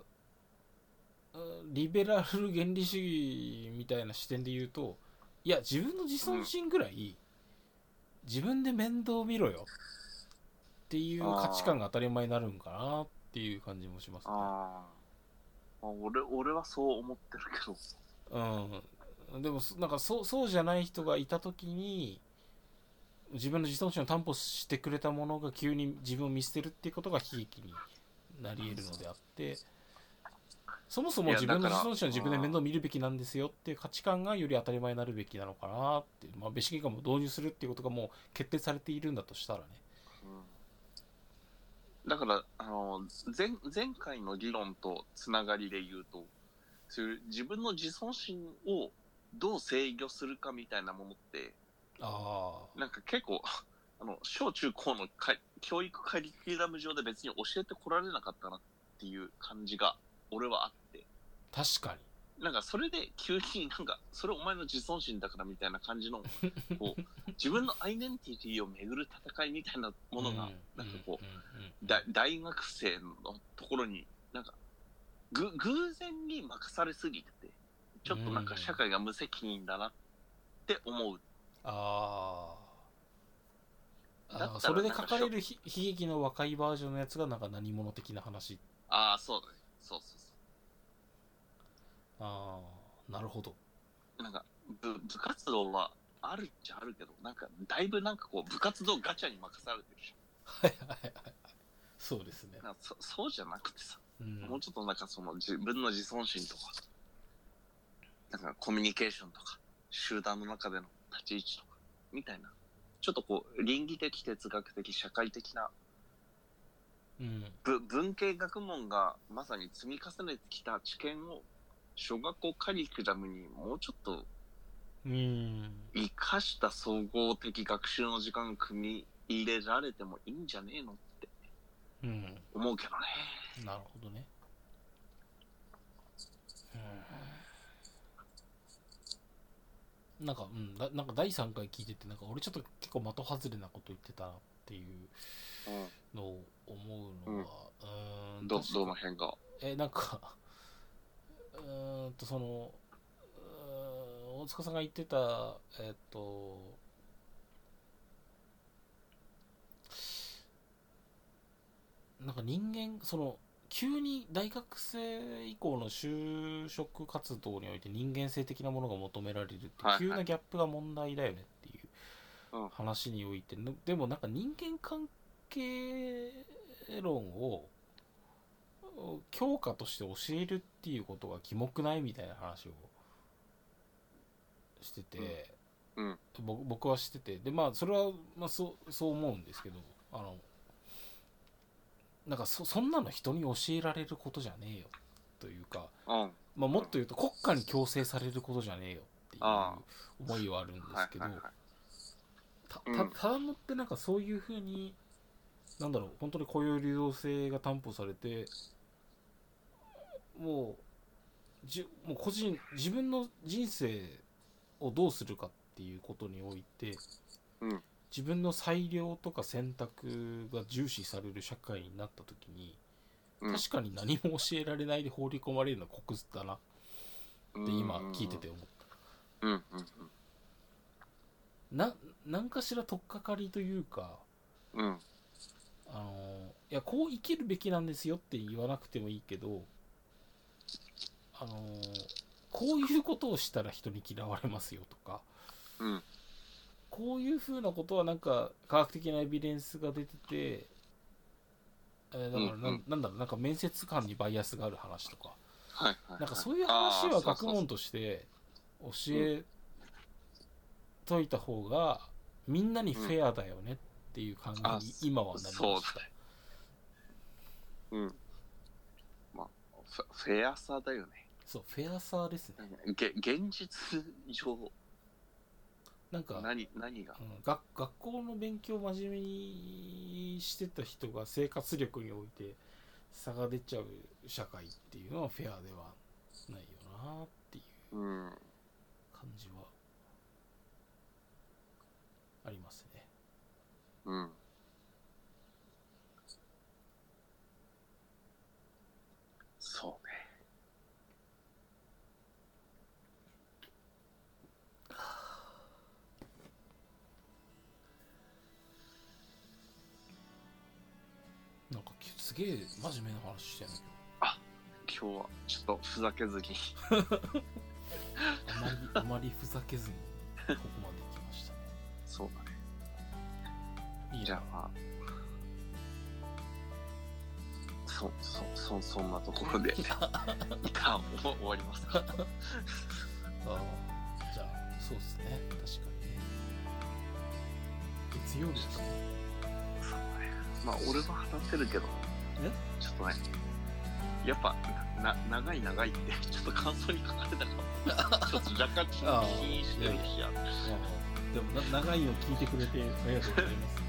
うんリベラル原理主義みたいな視点で言うといや自分の自尊心ぐらい自分で面倒見ろよっていう価値観が当たり前になるんかなっていう感じもしますね。あーまあ俺俺はそう思ってるけどうん、でもそなんかそうそうじゃない人がいた時に自分の自尊心を担保してくれたものが急に自分を見捨てるっていうことが悲劇になり得るのであってそもそもいや自分のだか自ら尊心は自分で面倒を見るべきなんですよっていう価値観がより当たり前になるべきなのかなってまあベシキンカムを導入するっていうことがもう決定されているんだとしたらねうんだからあの前前回の議論とつながりで言うとそういう自分の自尊心をどう制御するかみたいなものってあなんか結構あの小中高のか教育カリキュラム上で別に教えてこられなかったなっていう感じが俺はあってあ確かになんかそれで急になんかそれお前の自尊心だからみたいな感じのこう自分のアイデンティティをめぐる戦いみたいなものが、なんかこうだ大学生のところになんかぐ偶然に任されすぎててちょっとなんか社会が無責任だなって思う、あーあだだったらそれで書なんかかしょれるひ悲劇の若いバージョンのやつがなんか何者的な話ああそうだねそうそうそああなるほど うなんか部部活動はあるっちゃあるけどなんかだいぶなんかこう部活動ガチャに任されてるじはいはいはいはいそうですねゃん、なんかそそうじゃなくてさ、うんもうちょっとなんかその自分の自尊心とかなんかコミュニケーションとか集団の中での立ち位置とかみたいなちょっとこう倫理的哲学的社会的なうんぶ文系学問がまさに積み重ねてきた知見を小学校カリキュラムにもうちょっとうん生かした総合的学習の時間を組み入れられてもいいんじゃねえのってうん思うけどね。なるほどねうんなんか、うん、だなんか第3回聞いてて、なんか俺ちょっと結構的外れなこと言ってたなっていううのを思うのは、うーん、ん、ど確かどの辺がえ、なんか、うーんと、その、うーん大塚さんが言ってた、えっと、なんか人間、その、急に大学生以降の就職活動において人間性的なものが求められるってはいは、い急なギャップが問題だよねっていううん話において、のでもなんか人間関係論を教科として教えるっていうことがキモくないみたいな話をしてて、うんうん僕僕はしててでまあそれは、まあ、そうそう思うんですけどあのなんかそそんなの人に教えられることじゃねえよというか、うんはいまあ、もっと言うと国家に強制されることじゃねえよっていうあ思いはあるんですはいけど、はいたうんたただもってなんかそういうふうになんだろう本当に雇用流動性が担保されてもうじもう個人自分の人生をどうするかっていうことにおいて、うん自分の裁量とか選択が重視される社会になった時に、うん確かに何も教えられないで放り込まれるのは酷だなって今聞いてて思った。うんうんうんな何かしら取っかかりというかうんあのいやこう生きるべきなんですよって言わなくてもいいけどあのこういうことをしたら人に嫌われますよとかうんこういうふうなことはなんか科学的なエビデンスが出てて、えーだからな,、うんんうんなんだろうなんか面接官にバイアスがある話とかはいはいなんかそういう話は学問ととして教えといた方がみんなにフェアだよねっていう感あじに今はなりました。そうだうんまあフェフェアさだよねそう、フェアさですね。げ現実上なんか、何何がうん、が学校の勉強を真面目にしてた人が生活力において差が出ちゃう社会っていうのはフェアではないよなっていううん感じはありますね。うんそうねなんかきすげえ真面目な話してる今日はちょっとふざけずにあまり、 あまりふざけずにここまで来ましたね。そうだねいいじゃなあ。まあそそそそんなところで 一旦終わりますかあーじゃあ、そうですね。確かにね。月曜日だったねそうねまあ俺も話せるけどえちょっとねやっぱな長い長いって ちょっと感想に書かれたから ちょっと若干気あーにしてるしやでもな長いの聞いてくれてありがとうございます。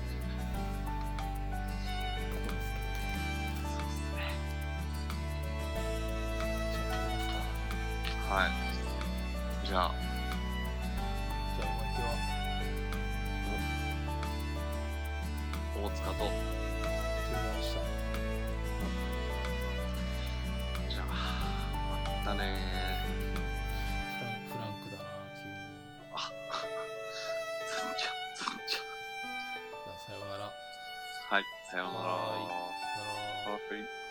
そうですねじはいじゃゃああお相手は大塚と決めました。じゃあまたねフランフランクだな急に。つんちゃつんちじゃあさようなら。ゃはいさよはーいさよううならならはい